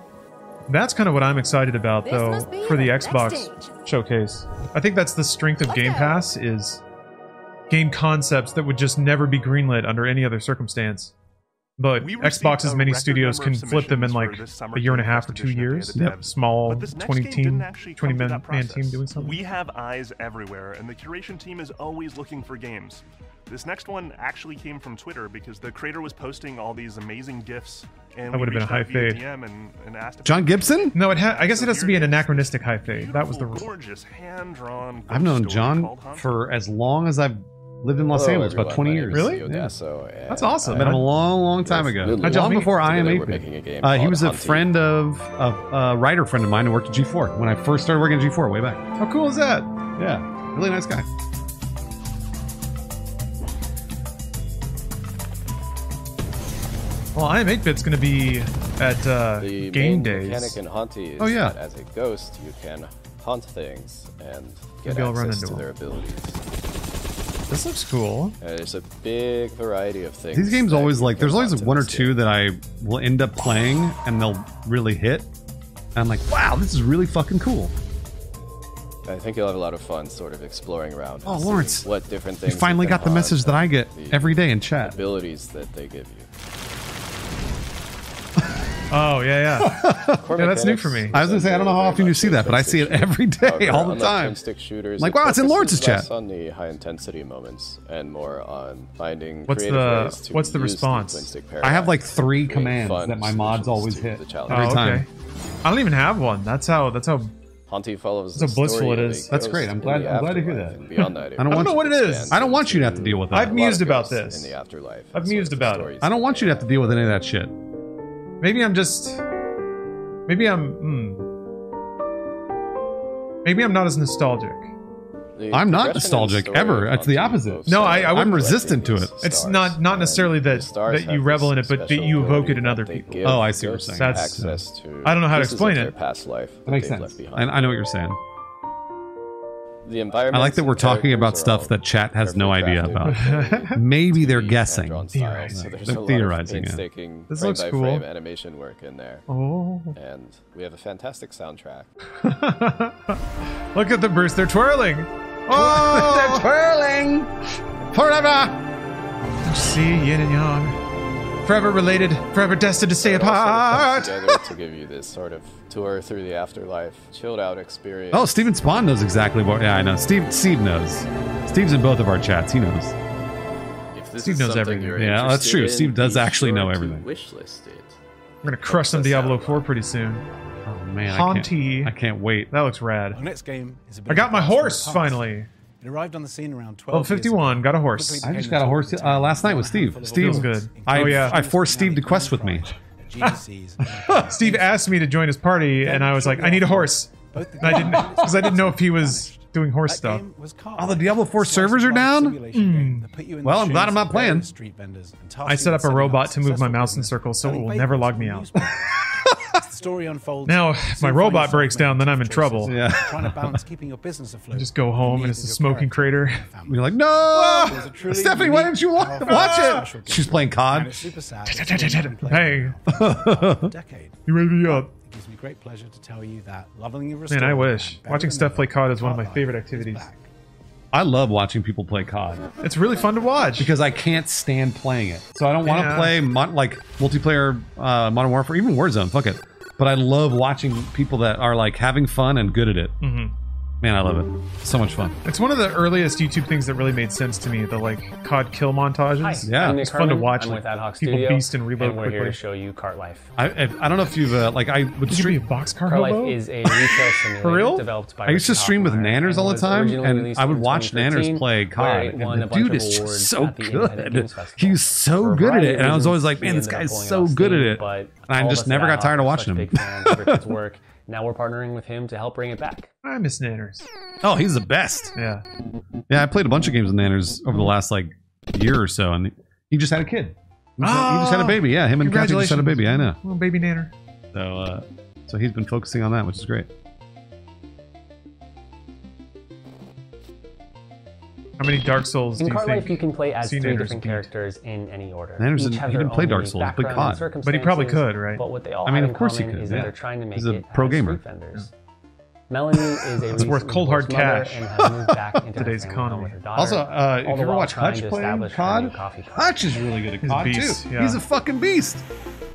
[SPEAKER 1] That's kind of what I'm excited about,
[SPEAKER 9] This
[SPEAKER 1] though,
[SPEAKER 9] must be
[SPEAKER 1] for the
[SPEAKER 9] the next
[SPEAKER 1] Xbox
[SPEAKER 9] stage.
[SPEAKER 1] showcase. I think that's the strength of Game Pass is game concepts that would just never be greenlit under any other circumstance. But
[SPEAKER 12] We received
[SPEAKER 1] Xbox's
[SPEAKER 12] a
[SPEAKER 1] many
[SPEAKER 12] record
[SPEAKER 1] studios
[SPEAKER 12] number
[SPEAKER 1] can
[SPEAKER 12] of
[SPEAKER 1] flip them in
[SPEAKER 12] submissions
[SPEAKER 1] like
[SPEAKER 12] for this summer
[SPEAKER 1] a year and a
[SPEAKER 12] Game
[SPEAKER 1] half
[SPEAKER 12] Fest
[SPEAKER 1] or two
[SPEAKER 12] edition of
[SPEAKER 1] years.
[SPEAKER 12] the
[SPEAKER 3] Yep.
[SPEAKER 12] Devs.
[SPEAKER 1] Small
[SPEAKER 12] But this next
[SPEAKER 1] 20
[SPEAKER 12] game
[SPEAKER 1] team,
[SPEAKER 12] didn't actually
[SPEAKER 1] 20
[SPEAKER 12] come to
[SPEAKER 1] man,
[SPEAKER 12] that
[SPEAKER 1] man team
[SPEAKER 12] process.
[SPEAKER 1] doing something.
[SPEAKER 12] We have eyes everywhere, and the curation team is always looking for games. This next one actually came from Twitter because the creator was posting all these amazing gifs. And
[SPEAKER 1] That
[SPEAKER 12] we
[SPEAKER 1] would've been a
[SPEAKER 12] reached
[SPEAKER 1] high
[SPEAKER 12] out via
[SPEAKER 1] fade.
[SPEAKER 12] DM and, and asked if
[SPEAKER 3] John Gibson?
[SPEAKER 1] no, it ha- I guess
[SPEAKER 12] So
[SPEAKER 1] it has to
[SPEAKER 12] here
[SPEAKER 1] be
[SPEAKER 12] it
[SPEAKER 1] an
[SPEAKER 12] is.
[SPEAKER 1] anachronistic high fade. That was the
[SPEAKER 12] Beautiful,
[SPEAKER 1] rule.
[SPEAKER 12] gorgeous hand-drawn.
[SPEAKER 3] I've known
[SPEAKER 12] story
[SPEAKER 3] John
[SPEAKER 12] called Hunt.
[SPEAKER 3] for as long as I've lived in Los
[SPEAKER 13] Hello,
[SPEAKER 3] Angeles, about
[SPEAKER 13] everyone.
[SPEAKER 3] 20
[SPEAKER 13] My
[SPEAKER 3] years.
[SPEAKER 13] name is
[SPEAKER 1] Really?
[SPEAKER 13] Leo
[SPEAKER 3] Yeah.
[SPEAKER 13] Dasso, and
[SPEAKER 1] That's awesome.
[SPEAKER 3] I met him a
[SPEAKER 1] man.
[SPEAKER 3] long, long time
[SPEAKER 13] Uh-huh. Yes,
[SPEAKER 3] ago.
[SPEAKER 13] literally.
[SPEAKER 1] How'd y'all
[SPEAKER 3] long
[SPEAKER 1] meet?
[SPEAKER 3] before I am
[SPEAKER 13] Together
[SPEAKER 3] 8
[SPEAKER 13] we're making a game
[SPEAKER 3] uh, He
[SPEAKER 13] called
[SPEAKER 3] was a
[SPEAKER 13] Hunting.
[SPEAKER 3] friend of a, a writer friend of mine who worked at G4 when I first started working at G4 way back.
[SPEAKER 1] How cool is that?
[SPEAKER 3] Yeah, really nice guy.
[SPEAKER 1] Well, I am 8-Bit's going to be at uh,
[SPEAKER 13] the
[SPEAKER 1] game
[SPEAKER 13] main mechanic
[SPEAKER 1] days.
[SPEAKER 13] in Hunty is
[SPEAKER 3] Oh, yeah.
[SPEAKER 13] that as a ghost you can hunt things and get
[SPEAKER 1] Maybe I'll run
[SPEAKER 13] access
[SPEAKER 1] into
[SPEAKER 13] to
[SPEAKER 1] him.
[SPEAKER 13] their abilities.
[SPEAKER 1] This looks cool.
[SPEAKER 13] uh, there's a big variety of things.
[SPEAKER 3] These games
[SPEAKER 13] that
[SPEAKER 3] always
[SPEAKER 13] you
[SPEAKER 3] like
[SPEAKER 13] can
[SPEAKER 3] there's always
[SPEAKER 13] find in
[SPEAKER 3] one or
[SPEAKER 13] this
[SPEAKER 3] two that I will end up playing and they'll really hit. And I'm like, wow, this is really fucking cool.
[SPEAKER 13] game. I think you'll have a lot of fun sort of exploring around.
[SPEAKER 3] Oh,
[SPEAKER 13] and seeing
[SPEAKER 3] Lawrence,
[SPEAKER 13] What different
[SPEAKER 3] You
[SPEAKER 13] things.
[SPEAKER 3] finally
[SPEAKER 13] can
[SPEAKER 3] got the
[SPEAKER 13] hunt
[SPEAKER 3] message that I
[SPEAKER 13] and
[SPEAKER 3] get
[SPEAKER 13] the
[SPEAKER 3] every day in chat.
[SPEAKER 13] Abilities that they give you.
[SPEAKER 1] Oh yeah, yeah. yeah, that's new for me.
[SPEAKER 3] I was gonna say I don't know how often you see that, but I see it every day, all the time.
[SPEAKER 13] Stick shooters.
[SPEAKER 3] Like,
[SPEAKER 13] it
[SPEAKER 3] wow, it's in
[SPEAKER 13] focuses
[SPEAKER 3] Lawrence's chat.
[SPEAKER 13] less On the high intensity moments and more on finding
[SPEAKER 1] What's
[SPEAKER 13] creative
[SPEAKER 1] the-
[SPEAKER 13] ways to
[SPEAKER 1] what's the
[SPEAKER 13] use
[SPEAKER 1] response?
[SPEAKER 13] dualistic
[SPEAKER 3] I have like
[SPEAKER 13] paradigms
[SPEAKER 3] three
[SPEAKER 13] to create
[SPEAKER 3] commands
[SPEAKER 13] fun
[SPEAKER 3] that my mods always hit every
[SPEAKER 13] challenge.
[SPEAKER 1] Oh,
[SPEAKER 3] time.
[SPEAKER 1] okay. I don't even have one. That's how. That's how.
[SPEAKER 13] Hunty follows.
[SPEAKER 1] That's how
[SPEAKER 13] the
[SPEAKER 1] blissful
[SPEAKER 13] story
[SPEAKER 1] it
[SPEAKER 13] of
[SPEAKER 1] is.
[SPEAKER 13] a
[SPEAKER 1] That's
[SPEAKER 13] ghost
[SPEAKER 1] great. I'm
[SPEAKER 13] in
[SPEAKER 1] glad-
[SPEAKER 13] the
[SPEAKER 1] I'm glad to hear
[SPEAKER 13] afterlife
[SPEAKER 1] that.
[SPEAKER 13] and Beyond that,
[SPEAKER 3] I don't want
[SPEAKER 1] know what it is.
[SPEAKER 13] expands
[SPEAKER 3] I don't want you to have to deal with that.
[SPEAKER 1] I've mused about
[SPEAKER 13] ghosts
[SPEAKER 1] this
[SPEAKER 13] in the afterlife.
[SPEAKER 1] I've mused about it.
[SPEAKER 3] I don't want you to have to deal with any of that shit.
[SPEAKER 1] Maybe I'm just. Maybe I'm. Hmm. Maybe I'm not as nostalgic.
[SPEAKER 13] The
[SPEAKER 3] I'm not
[SPEAKER 13] progression and
[SPEAKER 3] nostalgic
[SPEAKER 13] story
[SPEAKER 3] ever.
[SPEAKER 13] of
[SPEAKER 3] It's the
[SPEAKER 13] Hunty
[SPEAKER 3] opposite.
[SPEAKER 13] both
[SPEAKER 1] No,
[SPEAKER 13] start
[SPEAKER 1] I, I
[SPEAKER 13] out
[SPEAKER 1] wouldn't-
[SPEAKER 3] I'm resistant to it.
[SPEAKER 1] It's not not necessarily that
[SPEAKER 13] stars
[SPEAKER 1] that you
[SPEAKER 13] have
[SPEAKER 1] revel
[SPEAKER 13] this
[SPEAKER 1] in it, but that
[SPEAKER 13] special
[SPEAKER 1] you evoke it
[SPEAKER 13] ability
[SPEAKER 1] in
[SPEAKER 13] that
[SPEAKER 1] other
[SPEAKER 13] they
[SPEAKER 1] people.
[SPEAKER 13] give
[SPEAKER 3] Oh, I see what you're
[SPEAKER 13] ghosts
[SPEAKER 3] saying.
[SPEAKER 1] That's-
[SPEAKER 13] access to
[SPEAKER 1] I don't know how to
[SPEAKER 13] pieces of
[SPEAKER 1] explain
[SPEAKER 13] their
[SPEAKER 1] it.
[SPEAKER 13] Past life
[SPEAKER 3] That makes
[SPEAKER 13] they've
[SPEAKER 3] sense.
[SPEAKER 13] left behind.
[SPEAKER 3] I, I know what you're saying.
[SPEAKER 13] The environment.
[SPEAKER 3] I like that we're talking about stuff that chat has no idea about. Maybe they're guessing.
[SPEAKER 13] So there's
[SPEAKER 3] They're
[SPEAKER 13] a lot
[SPEAKER 3] theorizing.
[SPEAKER 13] Of
[SPEAKER 3] yeah.
[SPEAKER 13] painstaking
[SPEAKER 1] This
[SPEAKER 13] frame
[SPEAKER 1] looks
[SPEAKER 13] by
[SPEAKER 1] cool.
[SPEAKER 13] frame animation work in there.
[SPEAKER 1] Oh.
[SPEAKER 13] And we have a fantastic soundtrack.
[SPEAKER 1] Look at them, Bruce. They're twirling.
[SPEAKER 3] Oh, twirling forever.
[SPEAKER 1] Don't you see yin and yang, forever related, forever destined to stay
[SPEAKER 13] It also
[SPEAKER 1] apart.
[SPEAKER 13] comes together to give you this sort of tour through the afterlife, chilled out experience.
[SPEAKER 3] Oh, Steven Spawn knows exactly what. Yeah, I know. Steve Steve knows. Steve's in both of our chats. He knows.
[SPEAKER 13] If this
[SPEAKER 1] Steve
[SPEAKER 13] is
[SPEAKER 1] knows
[SPEAKER 13] something
[SPEAKER 1] everything.
[SPEAKER 13] you're
[SPEAKER 3] Yeah, that's
[SPEAKER 13] interested
[SPEAKER 3] true.
[SPEAKER 13] in,
[SPEAKER 3] Steve does
[SPEAKER 13] be
[SPEAKER 3] actually
[SPEAKER 13] sure
[SPEAKER 3] know
[SPEAKER 13] to
[SPEAKER 3] everything.
[SPEAKER 13] Wishlist it.
[SPEAKER 1] We're gonna crush some Diablo 4 pretty soon.
[SPEAKER 3] Oh man,
[SPEAKER 1] Haunty.
[SPEAKER 3] I can't, I can't wait.
[SPEAKER 1] That looks rad.
[SPEAKER 14] Our next game is a bit
[SPEAKER 1] I
[SPEAKER 14] of
[SPEAKER 1] got
[SPEAKER 14] a
[SPEAKER 1] my
[SPEAKER 14] blast from the
[SPEAKER 1] horse
[SPEAKER 14] past.
[SPEAKER 1] finally.
[SPEAKER 14] It arrived on the scene around 12
[SPEAKER 1] Level
[SPEAKER 14] years ago.
[SPEAKER 1] 51. Got a horse.
[SPEAKER 3] I just got a horse uh, last night with Steve. Steve,
[SPEAKER 1] Feels good.
[SPEAKER 3] I,
[SPEAKER 1] Oh, yeah.
[SPEAKER 3] I forced Steve to quest with me.
[SPEAKER 1] Steve asked me to join his party, and I was like, I need a horse. And I didn't because I didn't know if he was doing horse stuff.
[SPEAKER 3] Oh, the Diablo 4 servers are down? Well, I'm glad I'm not playing.
[SPEAKER 14] Street vendors and
[SPEAKER 1] I set up a robot to move my mouse in circles, so it will never log me out.
[SPEAKER 14] the story unfolds.
[SPEAKER 1] Now,
[SPEAKER 14] soon
[SPEAKER 1] if my
[SPEAKER 14] find
[SPEAKER 1] robot
[SPEAKER 14] yourself
[SPEAKER 1] breaks
[SPEAKER 14] making
[SPEAKER 1] down, then I'm in
[SPEAKER 14] choices,
[SPEAKER 1] trouble.
[SPEAKER 14] Trying to balance keeping your business afloat.
[SPEAKER 1] Just go home, and it's a smoking crater.
[SPEAKER 3] You're like, no!
[SPEAKER 14] There's a truly
[SPEAKER 3] Stephanie, why
[SPEAKER 14] unique,
[SPEAKER 3] didn't you wa-
[SPEAKER 14] powerful
[SPEAKER 3] watch
[SPEAKER 14] social
[SPEAKER 3] it? She's playing
[SPEAKER 14] And
[SPEAKER 3] COD.
[SPEAKER 14] it's super sad.
[SPEAKER 1] Hey,
[SPEAKER 14] Decade.
[SPEAKER 1] you made me up.
[SPEAKER 14] It gives me great pleasure to tell you that lovingly restored.
[SPEAKER 1] Man, I wish.
[SPEAKER 14] and
[SPEAKER 1] Watching
[SPEAKER 14] better
[SPEAKER 1] stuff
[SPEAKER 14] than
[SPEAKER 1] play
[SPEAKER 14] ever,
[SPEAKER 1] COD is one of my
[SPEAKER 14] Twilight
[SPEAKER 1] favorite
[SPEAKER 14] is
[SPEAKER 1] activities.
[SPEAKER 14] back.
[SPEAKER 3] I love watching people play COD
[SPEAKER 1] It's really fun to watch.
[SPEAKER 3] because I can't stand playing it. So I don't want to
[SPEAKER 1] Yeah.
[SPEAKER 3] play mon- like multiplayer uh, Modern Warfare, even Warzone. Fuck it. But I love watching people that are like having fun and good at it.
[SPEAKER 14] Mm-hmm.
[SPEAKER 1] Mhm.
[SPEAKER 3] Man, I love it. So much fun.
[SPEAKER 1] It's one of the earliest YouTube things that really made sense to me. The like COD kill montages.
[SPEAKER 3] Yeah. I'm Nick
[SPEAKER 1] it's fun to
[SPEAKER 15] Herman.
[SPEAKER 1] watch.
[SPEAKER 15] I'm
[SPEAKER 1] like,
[SPEAKER 15] with Ad Hoc
[SPEAKER 1] people
[SPEAKER 15] Studio,
[SPEAKER 1] beast and reload
[SPEAKER 15] and we're
[SPEAKER 1] quickly.
[SPEAKER 15] here to show you Cart Life.
[SPEAKER 3] I, I, I don't know if you've uh, like I would
[SPEAKER 1] Could you be a boxcar
[SPEAKER 15] Cart
[SPEAKER 1] hobo?
[SPEAKER 15] Life is a retail
[SPEAKER 1] For
[SPEAKER 15] simulator
[SPEAKER 1] real?
[SPEAKER 15] developed by.
[SPEAKER 3] I used to
[SPEAKER 15] Richard
[SPEAKER 3] stream with
[SPEAKER 15] Hoffmeyer
[SPEAKER 3] Nanners all the
[SPEAKER 15] was
[SPEAKER 3] time,
[SPEAKER 15] originally
[SPEAKER 3] and
[SPEAKER 15] released
[SPEAKER 3] I
[SPEAKER 15] in
[SPEAKER 3] would watch
[SPEAKER 15] 2013,
[SPEAKER 3] Nanners play
[SPEAKER 15] where
[SPEAKER 3] COD,
[SPEAKER 15] it
[SPEAKER 3] and
[SPEAKER 15] won a
[SPEAKER 3] the
[SPEAKER 15] bunch
[SPEAKER 3] dude
[SPEAKER 15] of
[SPEAKER 3] is
[SPEAKER 15] awards
[SPEAKER 3] just so
[SPEAKER 15] at the Independent
[SPEAKER 3] good.
[SPEAKER 15] Games Festival.
[SPEAKER 3] He was so
[SPEAKER 15] For a
[SPEAKER 3] good at
[SPEAKER 15] variety
[SPEAKER 3] it,
[SPEAKER 15] of
[SPEAKER 3] and I was
[SPEAKER 15] reasons,
[SPEAKER 3] always like,
[SPEAKER 15] he
[SPEAKER 3] man, this
[SPEAKER 15] ended up
[SPEAKER 3] guy's
[SPEAKER 15] pulling
[SPEAKER 3] so
[SPEAKER 15] off
[SPEAKER 3] good at
[SPEAKER 15] Steam,
[SPEAKER 3] it.
[SPEAKER 15] But
[SPEAKER 3] And I
[SPEAKER 15] all
[SPEAKER 3] just
[SPEAKER 15] of us
[SPEAKER 3] never
[SPEAKER 15] at
[SPEAKER 3] got
[SPEAKER 15] Ad
[SPEAKER 3] tired of
[SPEAKER 15] Hoc are
[SPEAKER 3] watching
[SPEAKER 15] such
[SPEAKER 3] him.
[SPEAKER 15] Big fans of Richard's work. Now we're partnering with him to help bring it back.
[SPEAKER 1] I miss Nanners.
[SPEAKER 3] Oh, he's the best.
[SPEAKER 1] Yeah.
[SPEAKER 3] Yeah, I played a bunch of games with Nanners over the last like year or so, and he just had a kid. He just, he just had a
[SPEAKER 1] Ah,
[SPEAKER 3] baby. Yeah, him and Kathy just had
[SPEAKER 1] congratulations.
[SPEAKER 3] a baby. I know.
[SPEAKER 1] Little baby Nanner.
[SPEAKER 3] So, uh, so he's been focusing on that, which is great.
[SPEAKER 1] How many Dark Souls do
[SPEAKER 15] In
[SPEAKER 1] you
[SPEAKER 15] Cart
[SPEAKER 1] think?
[SPEAKER 15] Life, you can play as
[SPEAKER 1] seen
[SPEAKER 15] three
[SPEAKER 1] Nanners
[SPEAKER 15] different
[SPEAKER 1] beat?
[SPEAKER 15] characters in any order.
[SPEAKER 3] Nanners
[SPEAKER 15] Each
[SPEAKER 3] didn't-
[SPEAKER 15] have
[SPEAKER 3] he
[SPEAKER 15] their
[SPEAKER 3] didn't play
[SPEAKER 15] own
[SPEAKER 3] Dark
[SPEAKER 15] unique
[SPEAKER 3] Souls, he played
[SPEAKER 15] background and
[SPEAKER 3] COD.
[SPEAKER 1] But he probably
[SPEAKER 15] circumstances,
[SPEAKER 1] could, right?
[SPEAKER 15] But what they all
[SPEAKER 3] I mean,
[SPEAKER 15] have
[SPEAKER 3] of
[SPEAKER 15] in
[SPEAKER 3] course he
[SPEAKER 15] common
[SPEAKER 3] could,
[SPEAKER 15] is
[SPEAKER 3] yeah.
[SPEAKER 15] that they're trying to make
[SPEAKER 3] He's a
[SPEAKER 15] it
[SPEAKER 3] pro
[SPEAKER 15] as
[SPEAKER 3] gamer.
[SPEAKER 15] street vendors. Melanie is a
[SPEAKER 1] It's worth
[SPEAKER 15] recently
[SPEAKER 1] cold hard
[SPEAKER 15] divorced mother
[SPEAKER 1] cash.
[SPEAKER 15] and has moved back into her
[SPEAKER 1] Today's
[SPEAKER 15] family home
[SPEAKER 1] economy.
[SPEAKER 15] with her daughter,
[SPEAKER 3] Also,
[SPEAKER 15] all
[SPEAKER 3] uh,
[SPEAKER 15] the
[SPEAKER 3] if you ever
[SPEAKER 15] while
[SPEAKER 3] watch
[SPEAKER 15] trying
[SPEAKER 3] Hutch
[SPEAKER 15] to
[SPEAKER 3] playing
[SPEAKER 15] establish her new
[SPEAKER 3] COD,
[SPEAKER 15] coffee company.
[SPEAKER 3] Hutch is really good at
[SPEAKER 1] He's a
[SPEAKER 3] COD
[SPEAKER 1] beast,
[SPEAKER 3] too.
[SPEAKER 1] yeah.
[SPEAKER 3] He's a fucking beast.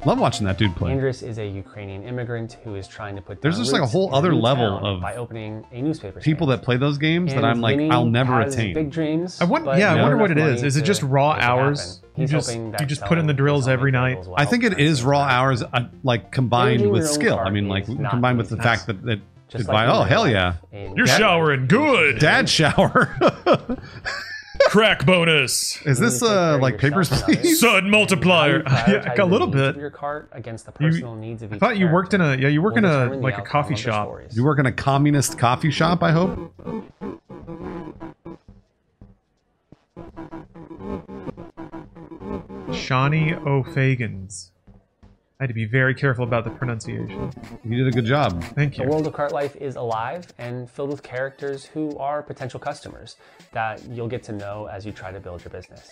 [SPEAKER 3] Love watching that dude play.
[SPEAKER 15] Andrus is a Ukrainian immigrant who is trying to put.
[SPEAKER 3] There's
[SPEAKER 15] down
[SPEAKER 3] just, like, a
[SPEAKER 15] roots
[SPEAKER 3] whole
[SPEAKER 15] in
[SPEAKER 3] other
[SPEAKER 15] new
[SPEAKER 3] level
[SPEAKER 15] town
[SPEAKER 3] of
[SPEAKER 15] by opening a newspaper.
[SPEAKER 3] People that play those games that I'm like, I'll never attain.
[SPEAKER 15] Big dreams.
[SPEAKER 1] I wonder,
[SPEAKER 15] but
[SPEAKER 1] yeah, I
[SPEAKER 15] not
[SPEAKER 1] wonder what it
[SPEAKER 15] enough
[SPEAKER 1] is.
[SPEAKER 15] money
[SPEAKER 1] Is it
[SPEAKER 15] to
[SPEAKER 1] just raw
[SPEAKER 15] make happen.
[SPEAKER 1] hours? You
[SPEAKER 15] He's
[SPEAKER 1] just
[SPEAKER 15] hoping that
[SPEAKER 1] you just put in the
[SPEAKER 15] selling
[SPEAKER 1] drills every night.
[SPEAKER 3] I think it is raw hours, uh, like combined
[SPEAKER 15] Managing
[SPEAKER 3] with
[SPEAKER 15] your own
[SPEAKER 3] skill. I
[SPEAKER 15] card
[SPEAKER 3] mean, like
[SPEAKER 15] is not
[SPEAKER 3] combined with the
[SPEAKER 15] easy.
[SPEAKER 3] fact that that.
[SPEAKER 15] Just
[SPEAKER 3] that by-
[SPEAKER 15] like
[SPEAKER 3] oh
[SPEAKER 15] in real
[SPEAKER 3] hell
[SPEAKER 15] life,
[SPEAKER 3] yeah!
[SPEAKER 15] in
[SPEAKER 1] You're
[SPEAKER 15] Dad-
[SPEAKER 1] showering good.
[SPEAKER 3] Dad shower.
[SPEAKER 1] Crack bonus.
[SPEAKER 3] Is this uh, like Papers Please?
[SPEAKER 1] Sun multiplier. yeah, a little bit.
[SPEAKER 15] Your cart against the personal needs of
[SPEAKER 1] I
[SPEAKER 15] each
[SPEAKER 1] thought you worked in a yeah, you work
[SPEAKER 15] will
[SPEAKER 1] in a
[SPEAKER 15] determine the
[SPEAKER 1] like a
[SPEAKER 15] outcome
[SPEAKER 1] coffee
[SPEAKER 15] of the
[SPEAKER 1] shop.
[SPEAKER 15] stories.
[SPEAKER 3] You work in a communist coffee shop, I hope.
[SPEAKER 1] Shawnee O'Fagans. I had to be very careful about the pronunciation.
[SPEAKER 3] You did a good job.
[SPEAKER 1] Thank
[SPEAKER 15] The
[SPEAKER 1] you.
[SPEAKER 15] world of cart life is alive and filled with characters who are potential customers that you'll get to know as you try to build your business.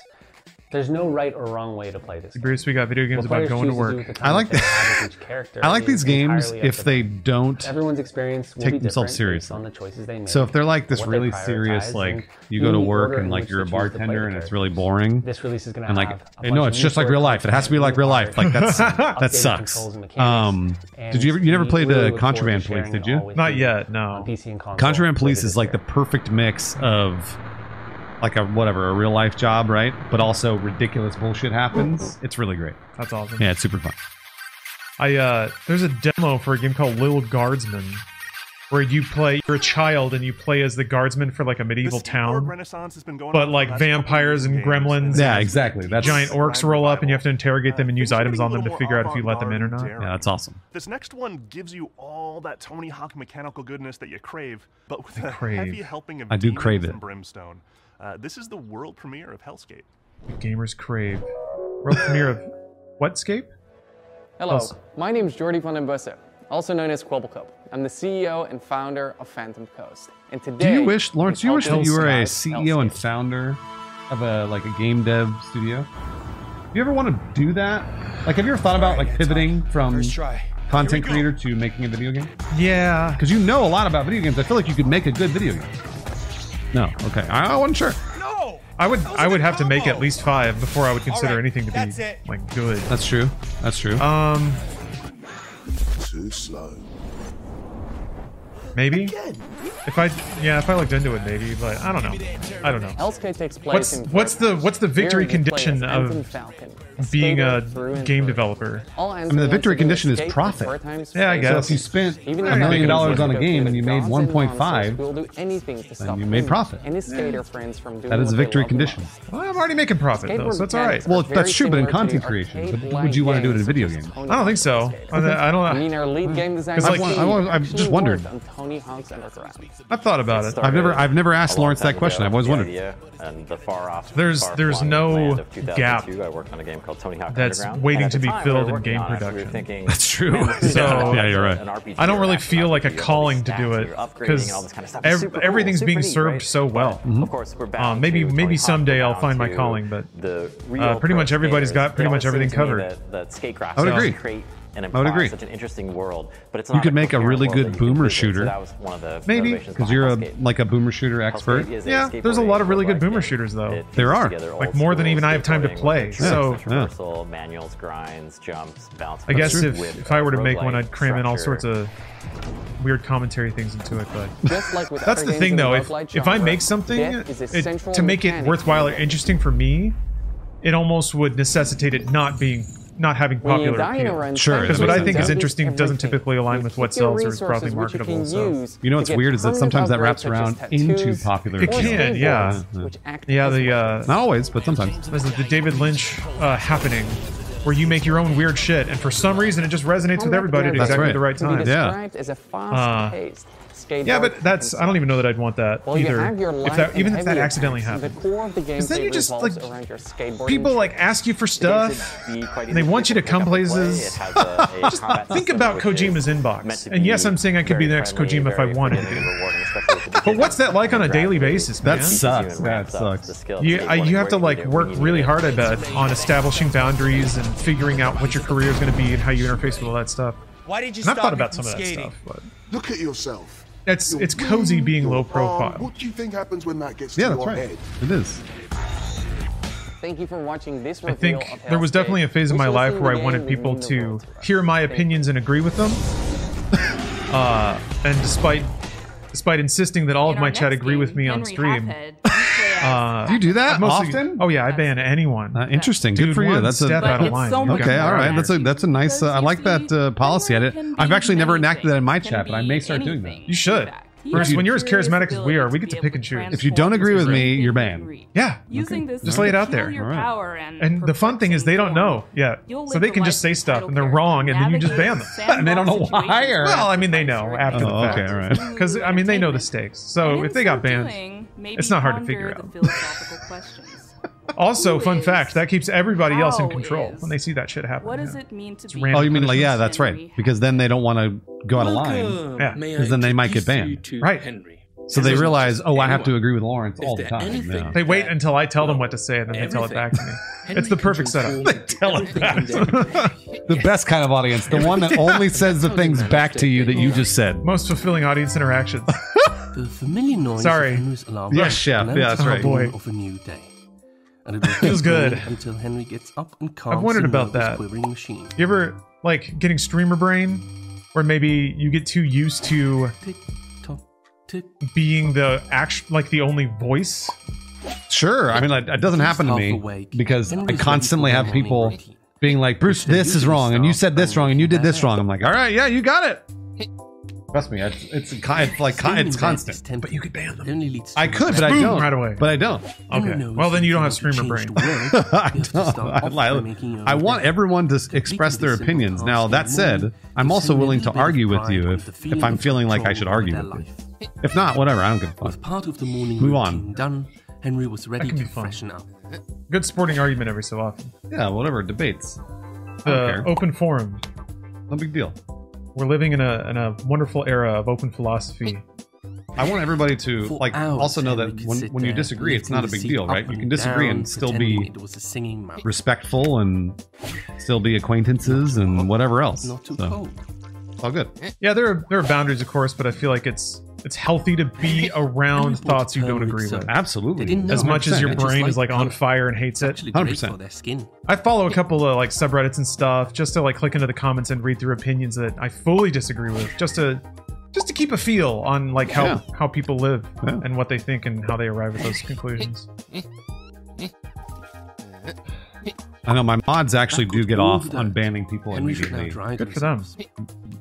[SPEAKER 15] There's no right or wrong way to play this.
[SPEAKER 1] Bruce, we got video games about
[SPEAKER 15] players
[SPEAKER 1] going to
[SPEAKER 15] choose to do with the
[SPEAKER 1] work.
[SPEAKER 15] time I like that they have with each character
[SPEAKER 3] I like
[SPEAKER 15] is
[SPEAKER 3] these games
[SPEAKER 15] entirely up
[SPEAKER 3] if
[SPEAKER 15] to
[SPEAKER 3] they
[SPEAKER 15] them.
[SPEAKER 3] don't
[SPEAKER 15] Everyone's experience will
[SPEAKER 3] take
[SPEAKER 15] be
[SPEAKER 3] themselves
[SPEAKER 15] different based
[SPEAKER 3] seriously.
[SPEAKER 15] on the choices they make,
[SPEAKER 3] so if they're like this
[SPEAKER 15] what they
[SPEAKER 3] really serious,
[SPEAKER 15] prioritize,
[SPEAKER 3] like
[SPEAKER 15] and
[SPEAKER 3] you go to
[SPEAKER 15] the
[SPEAKER 3] work
[SPEAKER 15] order in
[SPEAKER 3] and like
[SPEAKER 15] which
[SPEAKER 3] you're a
[SPEAKER 15] they choose to play the
[SPEAKER 3] bartender and it's
[SPEAKER 15] character.
[SPEAKER 3] really boring.
[SPEAKER 15] This release is going
[SPEAKER 3] and
[SPEAKER 15] to
[SPEAKER 3] like
[SPEAKER 15] have a
[SPEAKER 3] no,
[SPEAKER 15] bunch
[SPEAKER 3] it's
[SPEAKER 15] of
[SPEAKER 3] just
[SPEAKER 15] new
[SPEAKER 3] like real
[SPEAKER 15] story
[SPEAKER 3] life. It has to be like real life. Like that's that
[SPEAKER 15] updated
[SPEAKER 3] sucks.
[SPEAKER 15] controls and mechanics,
[SPEAKER 3] Um, did
[SPEAKER 15] and
[SPEAKER 3] you ever you never
[SPEAKER 15] we
[SPEAKER 3] played
[SPEAKER 15] really look
[SPEAKER 3] uh,
[SPEAKER 15] forward to
[SPEAKER 3] Contraband
[SPEAKER 15] sharing
[SPEAKER 3] Police? Did
[SPEAKER 15] it all
[SPEAKER 3] you?
[SPEAKER 15] with
[SPEAKER 1] Not
[SPEAKER 15] you
[SPEAKER 1] yet, no.
[SPEAKER 15] PC and console.
[SPEAKER 3] Contraband Police
[SPEAKER 15] later
[SPEAKER 3] is
[SPEAKER 15] this
[SPEAKER 3] like
[SPEAKER 15] year.
[SPEAKER 3] the perfect mix of like a whatever a real life job, right? But also ridiculous bullshit happens. It's really great.
[SPEAKER 1] That's awesome.
[SPEAKER 3] Yeah, it's super fun.
[SPEAKER 1] I uh there's a demo for a game called Little Guardsman where you play you're a child and you play as the guardsman for like a medieval
[SPEAKER 12] This keyboard
[SPEAKER 1] town.
[SPEAKER 12] renaissance has been going on
[SPEAKER 1] But
[SPEAKER 12] for the
[SPEAKER 1] like
[SPEAKER 12] last couple
[SPEAKER 1] vampires and
[SPEAKER 12] years in games,
[SPEAKER 1] gremlins.
[SPEAKER 3] Yeah,
[SPEAKER 1] and
[SPEAKER 3] exactly. That's
[SPEAKER 1] giant orcs roll up and you have to interrogate them and use items on them to figure out if you let them in or not.
[SPEAKER 3] Yeah, that's awesome.
[SPEAKER 12] This next one gives you all that Tony Hawk mechanical goodness that you crave, but with
[SPEAKER 1] I
[SPEAKER 12] a
[SPEAKER 1] crave.
[SPEAKER 12] heavy helping of
[SPEAKER 3] I do
[SPEAKER 12] demons
[SPEAKER 3] crave it.
[SPEAKER 12] and brimstone. Uh, this is the world premiere of Hellscape.
[SPEAKER 1] The gamers crave. World premiere of Whatscape?
[SPEAKER 16] Hello,
[SPEAKER 1] Awesome.
[SPEAKER 16] my name is Jordi van den Bussen, also known as Quibble Cup. I'm the CEO and founder of Phantom Coast. And today,
[SPEAKER 3] Do you wish, Lawrence? Do you wish that you were a
[SPEAKER 16] Hellscape.
[SPEAKER 3] CEO and founder of a like a game dev studio? Do you ever want to do that? Like, have you ever thought about like pivoting from content creator to making a video game?
[SPEAKER 1] Yeah,
[SPEAKER 3] because you know a lot about video games. I feel like you could make a good video game. No, okay, I, I wasn't sure.
[SPEAKER 1] I would I would have to make at least five before I would consider anything to
[SPEAKER 3] that's
[SPEAKER 1] be like good.
[SPEAKER 3] That's true. That's true.
[SPEAKER 1] Um
[SPEAKER 17] Too slow.
[SPEAKER 1] maybe? If I yeah, if I looked into it maybe, but I don't know. I don't know.
[SPEAKER 16] Hellscape takes place
[SPEAKER 1] What's
[SPEAKER 16] in
[SPEAKER 1] what's the what's the victory
[SPEAKER 16] Here you play as
[SPEAKER 1] condition
[SPEAKER 16] Phantom
[SPEAKER 1] of
[SPEAKER 16] Falcon,
[SPEAKER 1] being
[SPEAKER 16] skater
[SPEAKER 1] a
[SPEAKER 16] through and
[SPEAKER 1] game
[SPEAKER 16] through.
[SPEAKER 1] developer?
[SPEAKER 16] All
[SPEAKER 3] I mean, the victory condition is profit.
[SPEAKER 1] Yeah, I guess.
[SPEAKER 3] So if you spent
[SPEAKER 16] Even
[SPEAKER 3] a
[SPEAKER 16] if
[SPEAKER 3] million
[SPEAKER 16] you
[SPEAKER 3] dollars on a
[SPEAKER 16] go through
[SPEAKER 3] game
[SPEAKER 16] the
[SPEAKER 3] and you made
[SPEAKER 16] gods
[SPEAKER 3] 1.5,
[SPEAKER 16] monsters who will do anything to stop
[SPEAKER 3] you made
[SPEAKER 16] him
[SPEAKER 3] profit.
[SPEAKER 16] And his skater friends from doing
[SPEAKER 3] that is
[SPEAKER 16] what
[SPEAKER 3] a
[SPEAKER 16] they
[SPEAKER 3] victory
[SPEAKER 16] love
[SPEAKER 3] condition.
[SPEAKER 1] Well, I'm already making profit though, so that's all right.
[SPEAKER 3] Well, that's true, but in content creation, but would you want to do it in a video game?
[SPEAKER 1] I don't think so. I don't. I
[SPEAKER 16] I mean,
[SPEAKER 1] don't
[SPEAKER 16] our lead game designer.
[SPEAKER 1] Hmm. like-
[SPEAKER 16] team
[SPEAKER 1] I wa- I've
[SPEAKER 16] actually
[SPEAKER 3] just wondered.
[SPEAKER 16] worked On Tony Hawk's Underground.
[SPEAKER 1] I've thought about it.
[SPEAKER 3] I've never, I've never asked Lawrence that question. I've always wondered.
[SPEAKER 18] And the far off.
[SPEAKER 1] There's-
[SPEAKER 18] far
[SPEAKER 1] there's
[SPEAKER 18] flung
[SPEAKER 1] no
[SPEAKER 18] land of 2002,
[SPEAKER 1] gap
[SPEAKER 18] I worked on a game called Tony Hawk
[SPEAKER 1] that's
[SPEAKER 18] Underground,
[SPEAKER 1] waiting
[SPEAKER 18] and at
[SPEAKER 1] to
[SPEAKER 18] the
[SPEAKER 1] be
[SPEAKER 18] time we
[SPEAKER 1] filled
[SPEAKER 18] were
[SPEAKER 1] in
[SPEAKER 18] working
[SPEAKER 1] game
[SPEAKER 18] on it, we were
[SPEAKER 1] production.
[SPEAKER 18] thinking,
[SPEAKER 3] That's true.
[SPEAKER 18] man, this is
[SPEAKER 1] So-
[SPEAKER 18] an
[SPEAKER 1] Yeah, you're
[SPEAKER 18] RPG,
[SPEAKER 1] right.
[SPEAKER 18] an RPG
[SPEAKER 1] I don't really
[SPEAKER 18] or action
[SPEAKER 1] feel like a
[SPEAKER 18] RPG, all these
[SPEAKER 1] calling to
[SPEAKER 18] stats
[SPEAKER 1] do
[SPEAKER 18] that
[SPEAKER 1] it,
[SPEAKER 18] you're upgrading
[SPEAKER 1] 'cause
[SPEAKER 18] and all this kind of stuff. It's
[SPEAKER 1] ev-
[SPEAKER 18] super cool,
[SPEAKER 1] everything's
[SPEAKER 18] super
[SPEAKER 1] being
[SPEAKER 18] neat,
[SPEAKER 1] served
[SPEAKER 18] right?
[SPEAKER 1] so well.
[SPEAKER 18] But, Of course, we're bound
[SPEAKER 1] Um, maybe
[SPEAKER 18] to with
[SPEAKER 1] maybe
[SPEAKER 18] Tony Hawk,
[SPEAKER 1] someday
[SPEAKER 18] we're
[SPEAKER 1] I'll
[SPEAKER 18] bound
[SPEAKER 1] find my
[SPEAKER 18] to
[SPEAKER 1] calling, but
[SPEAKER 18] the real
[SPEAKER 1] uh, pretty much
[SPEAKER 18] pro
[SPEAKER 1] everybody's
[SPEAKER 18] skaters.
[SPEAKER 1] got pretty
[SPEAKER 18] It
[SPEAKER 1] much
[SPEAKER 18] always
[SPEAKER 1] everything
[SPEAKER 18] seems to me
[SPEAKER 1] covered.
[SPEAKER 18] That, that skate graphics
[SPEAKER 1] would agree.
[SPEAKER 18] create and
[SPEAKER 1] I would
[SPEAKER 18] imply
[SPEAKER 1] agree.
[SPEAKER 18] such an interesting world, but it's not
[SPEAKER 3] You could
[SPEAKER 18] a
[SPEAKER 3] make a
[SPEAKER 18] coherent
[SPEAKER 3] really
[SPEAKER 18] world that
[SPEAKER 3] good
[SPEAKER 18] you can
[SPEAKER 3] boomer
[SPEAKER 18] visit, so
[SPEAKER 3] shooter.
[SPEAKER 18] that was one of the
[SPEAKER 3] Maybe
[SPEAKER 18] motivations
[SPEAKER 3] because you're a
[SPEAKER 18] behind Hellscape.
[SPEAKER 3] like a boomer shooter expert.
[SPEAKER 18] Hellscape is a
[SPEAKER 1] yeah, there's a lot of really good boomer shooters though.
[SPEAKER 3] There are.
[SPEAKER 1] like more than even I have time to play. So
[SPEAKER 18] traversal, manuals, grinds, jumps, bounce.
[SPEAKER 1] I guess
[SPEAKER 18] moves
[SPEAKER 1] if,
[SPEAKER 18] with,
[SPEAKER 1] if I
[SPEAKER 18] uh,
[SPEAKER 1] were to make one,
[SPEAKER 18] roguelike
[SPEAKER 1] I'd cram in all
[SPEAKER 18] structure.
[SPEAKER 1] sorts of weird commentary things into it. But
[SPEAKER 16] Just like with
[SPEAKER 1] that's
[SPEAKER 16] other
[SPEAKER 1] the
[SPEAKER 16] games
[SPEAKER 1] thing,
[SPEAKER 16] in the
[SPEAKER 1] though. If,
[SPEAKER 16] roguelite
[SPEAKER 1] if I
[SPEAKER 16] genre,
[SPEAKER 1] make something
[SPEAKER 16] death is a
[SPEAKER 1] it-
[SPEAKER 16] central
[SPEAKER 1] to make it
[SPEAKER 16] mechanic
[SPEAKER 1] worthwhile or interesting for me, it almost would necesseditate it not being not having
[SPEAKER 16] When you
[SPEAKER 1] popular
[SPEAKER 16] die in a run,
[SPEAKER 1] appeal.
[SPEAKER 16] Sure,
[SPEAKER 1] because
[SPEAKER 16] sometimes
[SPEAKER 1] what I
[SPEAKER 16] you
[SPEAKER 1] think is
[SPEAKER 16] don't
[SPEAKER 1] interesting
[SPEAKER 16] lose
[SPEAKER 1] doesn't typically align with what
[SPEAKER 16] keep your
[SPEAKER 1] sells or is broadly
[SPEAKER 16] resources, which you
[SPEAKER 1] marketable.
[SPEAKER 16] can
[SPEAKER 1] So
[SPEAKER 16] use
[SPEAKER 3] You know
[SPEAKER 16] to
[SPEAKER 3] what's
[SPEAKER 16] get
[SPEAKER 3] weird is that
[SPEAKER 16] permanent
[SPEAKER 3] sometimes that
[SPEAKER 16] upgrades
[SPEAKER 3] wraps
[SPEAKER 16] such as
[SPEAKER 3] around into
[SPEAKER 16] tattoos,
[SPEAKER 3] popular.
[SPEAKER 1] it
[SPEAKER 3] appeal.
[SPEAKER 1] can, yeah, yeah. The uh,
[SPEAKER 3] not always, but sometimes.
[SPEAKER 1] Was it the David Lynch uh, happening? Where you make your own weird shit, and for some reason it just
[SPEAKER 16] Oh
[SPEAKER 1] resonates with everybody at
[SPEAKER 3] That's
[SPEAKER 1] exactly
[SPEAKER 3] right.
[SPEAKER 1] the right
[SPEAKER 3] Can
[SPEAKER 1] time.
[SPEAKER 3] be
[SPEAKER 1] Yeah,
[SPEAKER 16] Described as a
[SPEAKER 19] Uh,
[SPEAKER 16] fast-paced skateboard
[SPEAKER 1] yeah, but that's I don't even know that I'd want that
[SPEAKER 16] Well,
[SPEAKER 1] either.
[SPEAKER 16] you have your
[SPEAKER 1] if
[SPEAKER 16] life
[SPEAKER 1] that,
[SPEAKER 16] and
[SPEAKER 1] even if that
[SPEAKER 16] heavy
[SPEAKER 1] accidentally
[SPEAKER 16] attacks.
[SPEAKER 1] happened.
[SPEAKER 16] The core of the game
[SPEAKER 1] then you just,
[SPEAKER 16] revolves
[SPEAKER 1] like,
[SPEAKER 16] around your skateboarding.
[SPEAKER 1] people like ask you for stuff and they want you to come places just think about kojima's inbox and yes i'm saying i could be the next kojima if i wanted to but what's that like on a daily basis
[SPEAKER 3] That
[SPEAKER 1] man?
[SPEAKER 3] sucks. That sucks.
[SPEAKER 1] you, I, you have to like work really hard i bet on establishing boundaries and figuring out what your career is going to be and how you interface with all that stuff
[SPEAKER 17] Why did you
[SPEAKER 1] and i've
[SPEAKER 17] stop
[SPEAKER 1] thought
[SPEAKER 17] me
[SPEAKER 1] about
[SPEAKER 17] from
[SPEAKER 1] some of that
[SPEAKER 17] skating?
[SPEAKER 1] stuff but
[SPEAKER 17] Look at yourself.
[SPEAKER 1] it's
[SPEAKER 17] Your
[SPEAKER 1] it's cozy
[SPEAKER 17] wing,
[SPEAKER 1] being low
[SPEAKER 17] your arm.
[SPEAKER 1] profile
[SPEAKER 17] What do you think happens when that gets
[SPEAKER 3] Yeah,
[SPEAKER 17] to
[SPEAKER 3] that's
[SPEAKER 17] your
[SPEAKER 3] right.
[SPEAKER 17] head?
[SPEAKER 3] It is.
[SPEAKER 16] Thank you for watching this
[SPEAKER 1] I
[SPEAKER 16] reveal
[SPEAKER 1] think
[SPEAKER 16] of
[SPEAKER 1] there was
[SPEAKER 16] Hellscape,
[SPEAKER 1] definitely a phase in
[SPEAKER 16] which
[SPEAKER 1] my
[SPEAKER 16] will
[SPEAKER 1] life
[SPEAKER 16] soon
[SPEAKER 1] where I
[SPEAKER 16] be
[SPEAKER 1] wanted
[SPEAKER 16] named
[SPEAKER 1] people
[SPEAKER 16] Windows
[SPEAKER 1] to hear my opinions and agree with them. Uh, and despite despite insisting that all of my chat agree with me on stream, uh,
[SPEAKER 3] Do you do that
[SPEAKER 1] I mostly-
[SPEAKER 3] often?
[SPEAKER 1] Oh yeah, I ban anyone.
[SPEAKER 3] Uh, interesting.
[SPEAKER 1] Dude,
[SPEAKER 3] Good for you.
[SPEAKER 1] one
[SPEAKER 3] That's a
[SPEAKER 1] step But out of it's line. so much
[SPEAKER 3] okay, all
[SPEAKER 1] more
[SPEAKER 3] right.
[SPEAKER 1] than
[SPEAKER 3] That's a that's a nice. Uh, I like that uh, policy. I did. I've actually never enacted that in my chat, but I may start doing that.
[SPEAKER 1] You should. Bruce, when you're as charismatic as we are, we get to pick and choose.
[SPEAKER 3] If you don't agree with me, you're banned.
[SPEAKER 1] yeah,
[SPEAKER 20] Using this
[SPEAKER 1] just lay it out there.
[SPEAKER 20] peculiar
[SPEAKER 1] All right.
[SPEAKER 20] power and
[SPEAKER 1] And the oh, fun thing is they don't know. Yeah,
[SPEAKER 20] You'll
[SPEAKER 1] so
[SPEAKER 20] live
[SPEAKER 1] they
[SPEAKER 20] the
[SPEAKER 1] can just
[SPEAKER 20] life
[SPEAKER 1] say
[SPEAKER 20] of a
[SPEAKER 1] stuff
[SPEAKER 20] title
[SPEAKER 1] and they're
[SPEAKER 20] character,
[SPEAKER 1] wrong, and then you just ban
[SPEAKER 20] navigate
[SPEAKER 1] them.
[SPEAKER 20] And they don't know sandbox why, situations or-
[SPEAKER 1] Well, I mean they know after
[SPEAKER 3] Oh,
[SPEAKER 1] the fact.
[SPEAKER 3] okay, all right.
[SPEAKER 1] Because I mean they know the stakes. So if they got banned,
[SPEAKER 20] doing, maybe
[SPEAKER 1] it's not hard to
[SPEAKER 20] ponder
[SPEAKER 1] figure
[SPEAKER 20] the
[SPEAKER 1] out.
[SPEAKER 20] philosophical questions.
[SPEAKER 1] Also, fun fact that keeps everybody else in
[SPEAKER 20] How
[SPEAKER 1] control
[SPEAKER 20] is-
[SPEAKER 1] when they see that shit happen.
[SPEAKER 20] What does it mean to
[SPEAKER 1] It's
[SPEAKER 20] be?
[SPEAKER 1] random.
[SPEAKER 3] oh, you mean like yeah, that's right. Because then they don't want to go out of line.
[SPEAKER 19] Welcome.
[SPEAKER 1] Yeah.
[SPEAKER 19] May
[SPEAKER 3] Because
[SPEAKER 19] I
[SPEAKER 3] then they might get
[SPEAKER 19] introduce you
[SPEAKER 3] banned.
[SPEAKER 19] to
[SPEAKER 1] Right.
[SPEAKER 19] Henry.
[SPEAKER 3] So
[SPEAKER 19] This
[SPEAKER 3] they
[SPEAKER 19] is
[SPEAKER 3] realize,
[SPEAKER 19] just
[SPEAKER 3] oh, I have to
[SPEAKER 19] anyone.
[SPEAKER 3] agree with Lawrence
[SPEAKER 19] Is
[SPEAKER 3] all the
[SPEAKER 19] there
[SPEAKER 3] time.
[SPEAKER 19] anything
[SPEAKER 3] No.
[SPEAKER 1] They wait until I tell them what to say, and then they tell it
[SPEAKER 19] everything.
[SPEAKER 1] back to me.
[SPEAKER 19] Henry
[SPEAKER 1] it's the perfect
[SPEAKER 19] controls
[SPEAKER 1] setup. They tell it
[SPEAKER 19] everything
[SPEAKER 1] back.
[SPEAKER 19] and everything.
[SPEAKER 3] The best kind of audience, the one that only says the things back to you that you just said.
[SPEAKER 1] Most fulfilling audience interactions.
[SPEAKER 19] the familiar noise
[SPEAKER 1] Sorry.
[SPEAKER 19] of Henry's alarm
[SPEAKER 3] Yes,
[SPEAKER 19] bell
[SPEAKER 3] chef.
[SPEAKER 19] announced
[SPEAKER 3] Yeah, that's
[SPEAKER 19] the
[SPEAKER 3] right.
[SPEAKER 19] dawn
[SPEAKER 1] Oh, Boy.
[SPEAKER 19] of a new day. And it will
[SPEAKER 1] Feels
[SPEAKER 19] keep going
[SPEAKER 1] good.
[SPEAKER 19] until Henry gets up and calms
[SPEAKER 1] I've wondered
[SPEAKER 19] the
[SPEAKER 1] about
[SPEAKER 19] nervous
[SPEAKER 1] that.
[SPEAKER 19] quivering machine.
[SPEAKER 1] You ever like getting streamer brain, or maybe you get too used to being the act like the only voice.
[SPEAKER 3] Sure. I mean, like, it doesn't happen to me because I constantly have people being like, Bruce, this is wrong. And you said this wrong. And you did this wrong. I'm like, all right, yeah, you got it. Trust me, it's, it's, con- it's like con- it's constant. But you could ban them. I could, but I
[SPEAKER 1] Boom,
[SPEAKER 3] don't.
[SPEAKER 1] right away.
[SPEAKER 3] But I don't.
[SPEAKER 1] Okay. Well, then you don't have streamer brain.
[SPEAKER 3] I, don't. I, I- I want everyone to s- express their opinions. Now, that said, I'm also willing to argue with you if, if I'm feeling like I should argue with you. If not, whatever. I don't give a fuck.
[SPEAKER 19] Part of the morning
[SPEAKER 3] Move on.
[SPEAKER 19] routine done, Henry was ready
[SPEAKER 1] can
[SPEAKER 19] to
[SPEAKER 1] be fun.
[SPEAKER 19] freshen up.
[SPEAKER 1] Good sporting argument every so often.
[SPEAKER 3] Yeah, whatever. Debates. I don't
[SPEAKER 1] The
[SPEAKER 3] care.
[SPEAKER 1] open forum.
[SPEAKER 3] No big deal.
[SPEAKER 1] We're living in a in a wonderful era of open philosophy.
[SPEAKER 3] I want everybody to
[SPEAKER 19] For
[SPEAKER 3] like
[SPEAKER 19] hours,
[SPEAKER 3] also know
[SPEAKER 19] Henry
[SPEAKER 3] that
[SPEAKER 19] could
[SPEAKER 3] when,
[SPEAKER 19] sit
[SPEAKER 3] when you
[SPEAKER 19] there,
[SPEAKER 3] disagree, it's
[SPEAKER 19] lifting
[SPEAKER 3] not a
[SPEAKER 19] the
[SPEAKER 3] big
[SPEAKER 19] seat
[SPEAKER 3] deal,
[SPEAKER 19] up
[SPEAKER 3] right? You can
[SPEAKER 19] and
[SPEAKER 3] disagree
[SPEAKER 19] down,
[SPEAKER 3] and still
[SPEAKER 19] pretending
[SPEAKER 3] be
[SPEAKER 19] it was a singing mouse.
[SPEAKER 3] respectful and still be acquaintances and whatever else.
[SPEAKER 19] Not too
[SPEAKER 3] So,
[SPEAKER 19] cold. Eh.
[SPEAKER 3] it's all good.
[SPEAKER 1] Yeah, there are there are boundaries, of course, but I feel like it's it's healthy to be around thoughts you don't agree with.
[SPEAKER 3] Absolutely.
[SPEAKER 1] As much as your
[SPEAKER 3] 100%.
[SPEAKER 1] brain is like on fire and hates it.
[SPEAKER 19] Actually, great for their skin.
[SPEAKER 1] I follow a couple of like subreddits and stuff just to like click into the comments and read through opinions that I fully disagree with, just to just to keep a feel on like how
[SPEAKER 3] Yeah.
[SPEAKER 1] how people live and what they think and how they arrive at those conclusions.
[SPEAKER 3] I know my mods actually do get off on banning people
[SPEAKER 19] Henry should now
[SPEAKER 3] immediately.
[SPEAKER 19] dry
[SPEAKER 1] Good for them.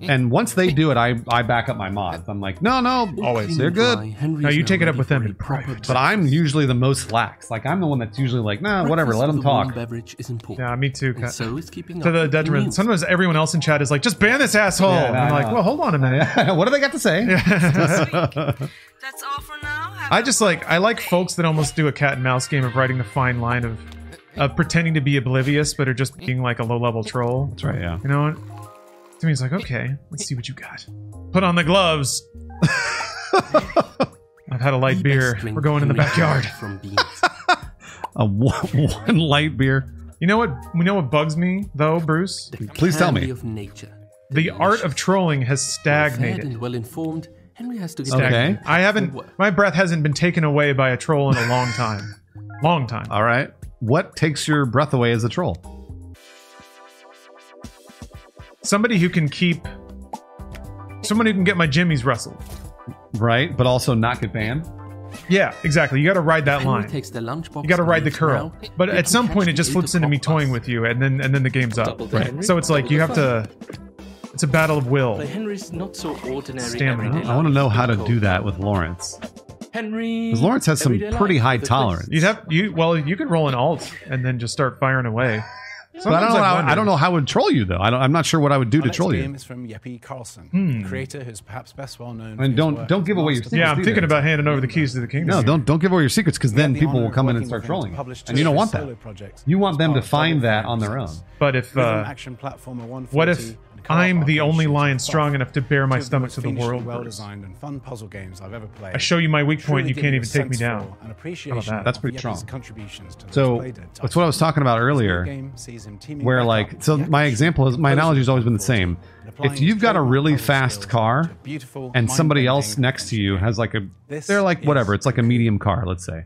[SPEAKER 3] And once they do it, I, I back up my mods. I'm like, no, no, always. They're good.
[SPEAKER 1] Now you take it up with them in private.
[SPEAKER 3] But I'm usually the most lax. Like, I'm the one that's usually like, nah, whatever, let them
[SPEAKER 19] Breakfast with a warm
[SPEAKER 3] talk.
[SPEAKER 19] Beverage is important.
[SPEAKER 1] Yeah, me too. Kat.
[SPEAKER 19] So is keeping
[SPEAKER 1] to
[SPEAKER 19] up
[SPEAKER 1] the
[SPEAKER 19] with the
[SPEAKER 1] detriment.
[SPEAKER 19] news.
[SPEAKER 1] Sometimes everyone else in chat is like, just ban this asshole.
[SPEAKER 3] Yeah, no,
[SPEAKER 1] and I'm
[SPEAKER 3] I
[SPEAKER 1] like,
[SPEAKER 3] know.
[SPEAKER 1] well, hold on a minute.
[SPEAKER 3] what do they got to say?
[SPEAKER 1] That's all for now. I just like I like folks that almost do a cat and mouse game of writing the fine line of of pretending to be oblivious but are just being like a low level troll. That's
[SPEAKER 3] right, yeah.
[SPEAKER 1] You know what? To me, it's like, okay, let's see what you got. Put on the gloves. I've had a light beer.
[SPEAKER 19] drink
[SPEAKER 1] We're going in the
[SPEAKER 19] Henry
[SPEAKER 1] backyard.
[SPEAKER 19] got From being
[SPEAKER 3] A one, one light beer.
[SPEAKER 1] You know what? You know what bugs me though, Bruce?
[SPEAKER 3] Please tell
[SPEAKER 19] candy
[SPEAKER 3] me.
[SPEAKER 19] Of nature.
[SPEAKER 1] The art of trolling has
[SPEAKER 19] Fed
[SPEAKER 1] stagnated.
[SPEAKER 19] and well informed, Henry has to get
[SPEAKER 1] Stagnant.
[SPEAKER 3] Okay.
[SPEAKER 1] I haven't. My breath hasn't been taken away by a troll in a long time. Long time.
[SPEAKER 3] All right. What takes your breath away as a troll?
[SPEAKER 1] Somebody who can keep. Someone who can get my jimmies rustled.
[SPEAKER 3] Right? But also not get banned?
[SPEAKER 1] Yeah, exactly. You got to ride that
[SPEAKER 19] Henry
[SPEAKER 1] line.
[SPEAKER 19] takes the lunchbox.
[SPEAKER 1] You got to ride the
[SPEAKER 19] leaves
[SPEAKER 1] curl.
[SPEAKER 19] now.
[SPEAKER 1] But
[SPEAKER 19] You
[SPEAKER 1] at
[SPEAKER 19] can
[SPEAKER 1] some point,
[SPEAKER 19] catch
[SPEAKER 1] it just
[SPEAKER 19] me
[SPEAKER 1] flips
[SPEAKER 19] the
[SPEAKER 1] into me
[SPEAKER 19] pop-ups.
[SPEAKER 1] toying with you, and then and then the game's up.
[SPEAKER 19] Double the Right. Henry,
[SPEAKER 1] So it's like
[SPEAKER 19] double
[SPEAKER 1] you
[SPEAKER 19] the
[SPEAKER 1] have to. It's a battle of will.
[SPEAKER 19] But Henry's not so ordinary.
[SPEAKER 1] Stamina.
[SPEAKER 19] everyday
[SPEAKER 3] I want to
[SPEAKER 19] life.
[SPEAKER 3] know how to do that with Lawrence.
[SPEAKER 19] Henry.
[SPEAKER 3] Because Lawrence has some
[SPEAKER 19] everyday
[SPEAKER 3] pretty
[SPEAKER 19] life
[SPEAKER 3] high
[SPEAKER 19] with a
[SPEAKER 3] tolerance.
[SPEAKER 1] You'd have you. Well, you could roll an alt and then just start firing away.
[SPEAKER 3] But I don't,
[SPEAKER 1] Sometimes
[SPEAKER 3] know, how-
[SPEAKER 1] wonder.
[SPEAKER 3] I don't know how I would troll you, though. I don't, I'm not sure what I would do
[SPEAKER 14] Our
[SPEAKER 3] to
[SPEAKER 14] next
[SPEAKER 3] troll
[SPEAKER 14] game
[SPEAKER 3] you.
[SPEAKER 14] is from Yeppy Carlson,
[SPEAKER 3] Hmm.
[SPEAKER 14] a creator who's perhaps best well known. for
[SPEAKER 3] And
[SPEAKER 14] his
[SPEAKER 3] don't
[SPEAKER 14] work
[SPEAKER 3] don't
[SPEAKER 14] as
[SPEAKER 3] give away your
[SPEAKER 14] master
[SPEAKER 3] secrets.
[SPEAKER 14] of
[SPEAKER 1] Yeah, I'm
[SPEAKER 3] either.
[SPEAKER 1] thinking about handing over the keys to the kingdom.
[SPEAKER 3] No,
[SPEAKER 1] here.
[SPEAKER 3] don't don't give away your secrets because then
[SPEAKER 14] the
[SPEAKER 3] people
[SPEAKER 14] honor
[SPEAKER 3] will
[SPEAKER 14] of
[SPEAKER 3] come in and
[SPEAKER 14] working
[SPEAKER 3] start
[SPEAKER 14] with him to
[SPEAKER 3] trolling, you.
[SPEAKER 14] publish
[SPEAKER 3] and you don't
[SPEAKER 14] two
[SPEAKER 3] want
[SPEAKER 14] solo
[SPEAKER 3] that.
[SPEAKER 14] projects
[SPEAKER 3] You want
[SPEAKER 14] as
[SPEAKER 3] them
[SPEAKER 14] part
[SPEAKER 3] to
[SPEAKER 14] of Double
[SPEAKER 3] find that
[SPEAKER 14] Fine
[SPEAKER 3] on their own.
[SPEAKER 14] Success.
[SPEAKER 1] But if
[SPEAKER 14] Rhythm
[SPEAKER 1] uh,
[SPEAKER 14] action platformer 140
[SPEAKER 1] what if
[SPEAKER 14] and co-op
[SPEAKER 1] I'm the
[SPEAKER 14] arcade
[SPEAKER 1] only
[SPEAKER 14] shooters
[SPEAKER 1] lion
[SPEAKER 14] and
[SPEAKER 1] strong
[SPEAKER 14] soft.
[SPEAKER 1] enough to bare my
[SPEAKER 14] Two of the
[SPEAKER 1] stomach
[SPEAKER 14] most
[SPEAKER 1] to the
[SPEAKER 14] fiendishly
[SPEAKER 1] world?
[SPEAKER 14] Well
[SPEAKER 1] first?
[SPEAKER 14] designed and fun puzzle games I've ever played.
[SPEAKER 1] I show you my weak point,
[SPEAKER 14] Truly
[SPEAKER 1] you
[SPEAKER 14] give
[SPEAKER 1] can't
[SPEAKER 14] you
[SPEAKER 1] even
[SPEAKER 14] a
[SPEAKER 1] take me
[SPEAKER 14] sense
[SPEAKER 1] down.
[SPEAKER 14] for
[SPEAKER 1] How
[SPEAKER 14] An
[SPEAKER 1] about
[SPEAKER 14] appreciation
[SPEAKER 1] that?
[SPEAKER 3] That's pretty
[SPEAKER 14] of
[SPEAKER 3] strong.
[SPEAKER 14] Yepy's contributions to the
[SPEAKER 3] So
[SPEAKER 14] Blade at
[SPEAKER 3] that's what I was talking about
[SPEAKER 14] This
[SPEAKER 3] earlier,
[SPEAKER 14] game sees him teaming
[SPEAKER 3] where
[SPEAKER 14] back
[SPEAKER 3] like
[SPEAKER 14] up
[SPEAKER 3] so
[SPEAKER 14] with
[SPEAKER 3] my
[SPEAKER 14] Yepy's
[SPEAKER 3] example is my analogy has always been the same. If you've got a really fast car
[SPEAKER 14] beautiful,
[SPEAKER 3] and somebody else next to you has like a, they're like whatever, it's like a medium car, let's say,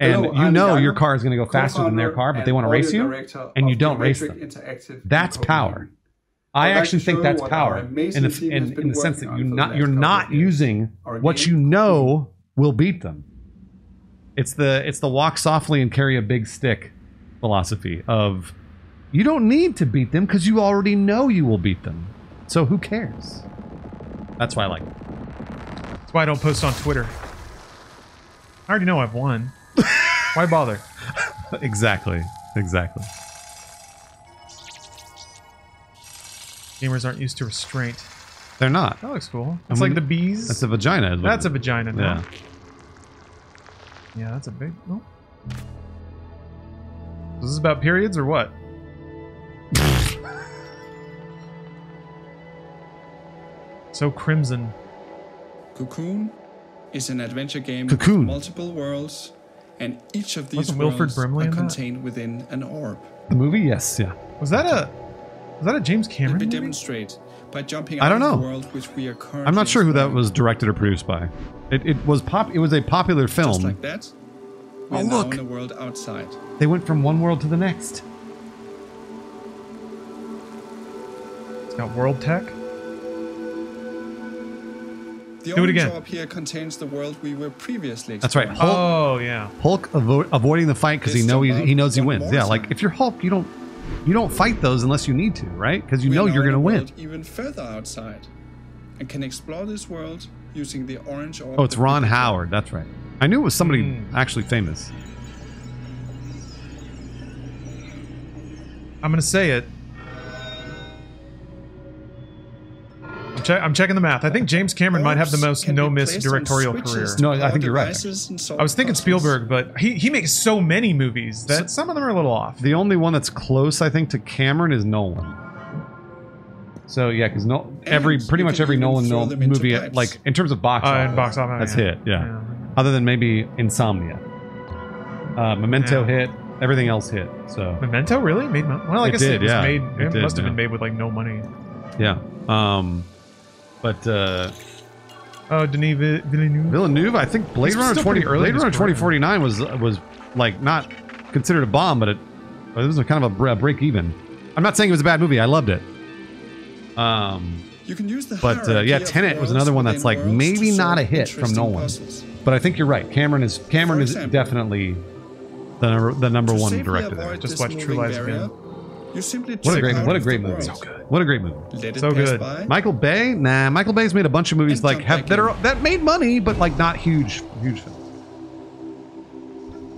[SPEAKER 3] and
[SPEAKER 21] Hello,
[SPEAKER 3] you
[SPEAKER 21] I'm
[SPEAKER 3] know
[SPEAKER 21] Jan,
[SPEAKER 3] your car is going to go faster than their
[SPEAKER 21] co-founder
[SPEAKER 3] car, but they
[SPEAKER 21] and
[SPEAKER 3] want to race
[SPEAKER 21] audio
[SPEAKER 3] you,
[SPEAKER 21] director
[SPEAKER 3] and
[SPEAKER 21] of
[SPEAKER 3] you don't
[SPEAKER 21] Geometric
[SPEAKER 3] race them.
[SPEAKER 21] Interactive in
[SPEAKER 3] That's
[SPEAKER 21] Copenhagen.
[SPEAKER 3] power. I
[SPEAKER 21] I'd like
[SPEAKER 3] actually
[SPEAKER 21] to
[SPEAKER 3] think
[SPEAKER 21] show
[SPEAKER 3] that's
[SPEAKER 21] what
[SPEAKER 3] power
[SPEAKER 21] our
[SPEAKER 3] in
[SPEAKER 21] amazing
[SPEAKER 3] the,
[SPEAKER 21] team
[SPEAKER 3] in,
[SPEAKER 21] has been
[SPEAKER 3] in the sense
[SPEAKER 21] working
[SPEAKER 3] that
[SPEAKER 21] on
[SPEAKER 3] you're
[SPEAKER 21] for the
[SPEAKER 3] not
[SPEAKER 21] last
[SPEAKER 3] you're
[SPEAKER 21] couple
[SPEAKER 3] not using
[SPEAKER 21] Our
[SPEAKER 3] what
[SPEAKER 21] game,
[SPEAKER 3] you know will beat them. It's the it's the walk softly and carry a big stick philosophy of you don't need to beat them because you already know you will beat them. So who cares? That's why I like it.
[SPEAKER 1] That's why I don't post on Twitter. I already know I've won. why bother?
[SPEAKER 3] Exactly. Exactly.
[SPEAKER 1] Gamers aren't used to restraint.
[SPEAKER 3] They're not.
[SPEAKER 1] That looks cool.
[SPEAKER 3] I
[SPEAKER 1] It's
[SPEAKER 3] mean,
[SPEAKER 1] like the bees.
[SPEAKER 3] Oh. That's a vagina. it
[SPEAKER 1] That's
[SPEAKER 3] looks-
[SPEAKER 1] a vagina.
[SPEAKER 3] Yeah.
[SPEAKER 1] Now. Yeah, that's a big. Oh. Is this about periods or what? so crimson.
[SPEAKER 20] Cocoon is an adventure game
[SPEAKER 3] Cocoon.
[SPEAKER 20] with multiple worlds, and each of these
[SPEAKER 1] Wasn't Wilford
[SPEAKER 20] worlds
[SPEAKER 1] Brimley
[SPEAKER 20] are
[SPEAKER 1] in that?
[SPEAKER 20] contained within an orb.
[SPEAKER 3] The movie? Yes, yeah.
[SPEAKER 1] Was that a was that a James Cameron?
[SPEAKER 20] We
[SPEAKER 1] movie?
[SPEAKER 20] demonstrate by jumping
[SPEAKER 3] I
[SPEAKER 20] out
[SPEAKER 3] don't
[SPEAKER 20] of
[SPEAKER 3] know.
[SPEAKER 20] the world which we are currently
[SPEAKER 3] I'm not sure who that
[SPEAKER 20] exploring.
[SPEAKER 3] was directed or produced by. It, it was pop. It was a popular
[SPEAKER 20] Just
[SPEAKER 3] film.
[SPEAKER 20] like that, we
[SPEAKER 3] Oh,
[SPEAKER 20] are now
[SPEAKER 3] look.
[SPEAKER 20] in a world outside.
[SPEAKER 3] They went from one world to the next.
[SPEAKER 1] It's got world tech.
[SPEAKER 20] The
[SPEAKER 1] Do it
[SPEAKER 20] orange
[SPEAKER 1] again.
[SPEAKER 20] orb here contains the world we were previously
[SPEAKER 3] That's right.
[SPEAKER 20] exploring.
[SPEAKER 1] Oh yeah.
[SPEAKER 3] Hulk avo- avoiding the fight because he know he, he knows he wins. Yeah, like if you're Hulk, you don't you don't fight those unless you need to, right? Because you
[SPEAKER 20] We
[SPEAKER 3] know
[SPEAKER 20] are now
[SPEAKER 3] you're
[SPEAKER 20] in
[SPEAKER 3] gonna
[SPEAKER 20] a
[SPEAKER 3] win.
[SPEAKER 20] world Even further outside, and can explore this world using the orange orb.
[SPEAKER 3] Oh, it's
[SPEAKER 20] that we
[SPEAKER 3] Ron
[SPEAKER 20] control.
[SPEAKER 3] Howard. That's right. I knew it was somebody actually famous.
[SPEAKER 1] I'm gonna say it. I'm, che- I'm checking the math. I think James Cameron might have the most no miss
[SPEAKER 20] placed on
[SPEAKER 1] directorial
[SPEAKER 20] switches
[SPEAKER 1] career.
[SPEAKER 20] to No, I- I think power you're right, devices actually. and solve
[SPEAKER 1] I was thinking Spielberg, but he, he makes so many movies that some of them are a little off.
[SPEAKER 3] The only one that's close, I think, to Cameron is Nolan. So yeah, because no, every pretty much every Nolan Nolan movie, like in terms of box
[SPEAKER 1] Uh, in
[SPEAKER 3] office,
[SPEAKER 1] box office,
[SPEAKER 3] that's
[SPEAKER 1] yeah.
[SPEAKER 3] hit. Yeah. other than maybe Insomnia, uh, Memento hit, everything else hit. So
[SPEAKER 1] Memento really made mo- well. I
[SPEAKER 3] It
[SPEAKER 1] guess
[SPEAKER 3] did,
[SPEAKER 1] it was
[SPEAKER 3] yeah.
[SPEAKER 1] made.
[SPEAKER 3] It
[SPEAKER 1] It,
[SPEAKER 3] did,
[SPEAKER 1] must have
[SPEAKER 3] yeah.
[SPEAKER 1] been made with like no money.
[SPEAKER 3] yeah, um, but uh,
[SPEAKER 1] Oh, Denis Vi- Villeneuve.
[SPEAKER 3] Villeneuve, I think Blade
[SPEAKER 1] He's
[SPEAKER 3] Runner
[SPEAKER 1] still
[SPEAKER 3] twenty
[SPEAKER 1] pretty early
[SPEAKER 3] Blade
[SPEAKER 1] in his
[SPEAKER 3] Runner
[SPEAKER 1] career.
[SPEAKER 3] twenty forty nine was was like not considered a bomb, but it, it was a kind of a br- break even. I'm not saying it was a bad movie. I loved it. Um,
[SPEAKER 20] You can use the
[SPEAKER 3] but uh,
[SPEAKER 20] hierarchy
[SPEAKER 3] yeah,
[SPEAKER 20] of
[SPEAKER 3] Tenet was
[SPEAKER 20] worlds
[SPEAKER 3] another one
[SPEAKER 20] within
[SPEAKER 3] that's like
[SPEAKER 20] worlds to
[SPEAKER 3] maybe not a
[SPEAKER 20] solve
[SPEAKER 3] hit from
[SPEAKER 20] interesting
[SPEAKER 3] Nolan.
[SPEAKER 20] puzzles.
[SPEAKER 3] But I think you're right. Cameron is Cameron
[SPEAKER 20] For
[SPEAKER 3] is
[SPEAKER 20] example,
[SPEAKER 3] definitely the number the number
[SPEAKER 20] To
[SPEAKER 3] one
[SPEAKER 20] safely
[SPEAKER 3] director there.
[SPEAKER 20] avoid this moving barrier, You simply
[SPEAKER 3] What a
[SPEAKER 20] check
[SPEAKER 3] great
[SPEAKER 20] out
[SPEAKER 3] what a
[SPEAKER 20] of
[SPEAKER 3] great
[SPEAKER 20] the
[SPEAKER 3] movie.
[SPEAKER 20] world.
[SPEAKER 3] What a great movie.
[SPEAKER 20] Let it So pass good. by.
[SPEAKER 3] Michael Bay? Nah, Michael Bay's made a bunch of movies like have, that are that made money but like not huge huge films.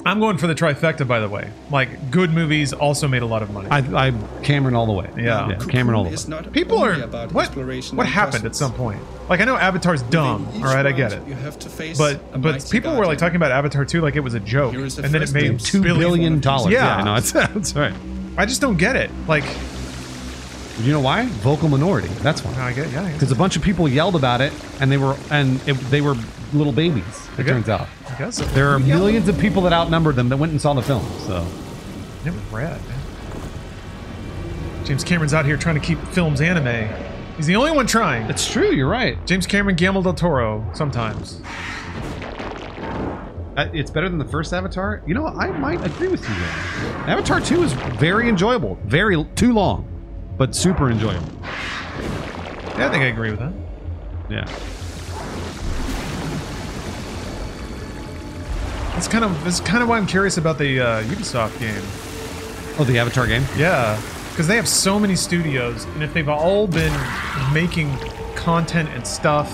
[SPEAKER 1] I'm going for the trifecta, by the way. Like good movies also made a lot of money.
[SPEAKER 3] I, I Cameron all the way.
[SPEAKER 1] Yeah.
[SPEAKER 3] Cameron all the way.
[SPEAKER 20] It's not
[SPEAKER 1] People
[SPEAKER 20] only
[SPEAKER 1] are-
[SPEAKER 20] about
[SPEAKER 1] what-
[SPEAKER 20] exploration
[SPEAKER 1] What
[SPEAKER 20] and
[SPEAKER 1] happened at some point? Like I know Avatar's dumb, all
[SPEAKER 20] each
[SPEAKER 1] right, I get
[SPEAKER 20] round,
[SPEAKER 1] it.
[SPEAKER 20] you have to face a
[SPEAKER 1] but but
[SPEAKER 20] mighty
[SPEAKER 1] people were like talking about Avatar 2 like it was a joke,
[SPEAKER 20] Here is the
[SPEAKER 1] and then it
[SPEAKER 20] first
[SPEAKER 1] made
[SPEAKER 20] glimpse. Two
[SPEAKER 3] billion dollars.
[SPEAKER 1] Yeah,
[SPEAKER 3] Yeah, no, it's- that's right.
[SPEAKER 1] I just don't get it. Like
[SPEAKER 3] You know why? Vocal minority. That's why.
[SPEAKER 1] I get yeah. I
[SPEAKER 3] Because a bunch of people yelled about it and they were and it, they were little babies, it
[SPEAKER 1] Okay.
[SPEAKER 3] turns out.
[SPEAKER 1] I guess
[SPEAKER 3] There are millions of people that outnumbered them that went and saw the film. So
[SPEAKER 1] Never read. James Cameron's out here trying to keep films anime. He's the only one trying.
[SPEAKER 3] It's true. You're right.
[SPEAKER 1] James Cameron, Guillermo del Toro. Sometimes.
[SPEAKER 3] Uh, it's better than the first Avatar. You know, I might agree with you. There. Avatar Two is very enjoyable. Very too long, but super enjoyable.
[SPEAKER 1] Yeah, I think I agree with that.
[SPEAKER 3] Yeah.
[SPEAKER 1] That's kind of that's kind of why I'm curious about the uh, Ubisoft game.
[SPEAKER 3] Oh, the Avatar game.
[SPEAKER 1] Yeah, because they have so many studios, and if they've all been making content and stuff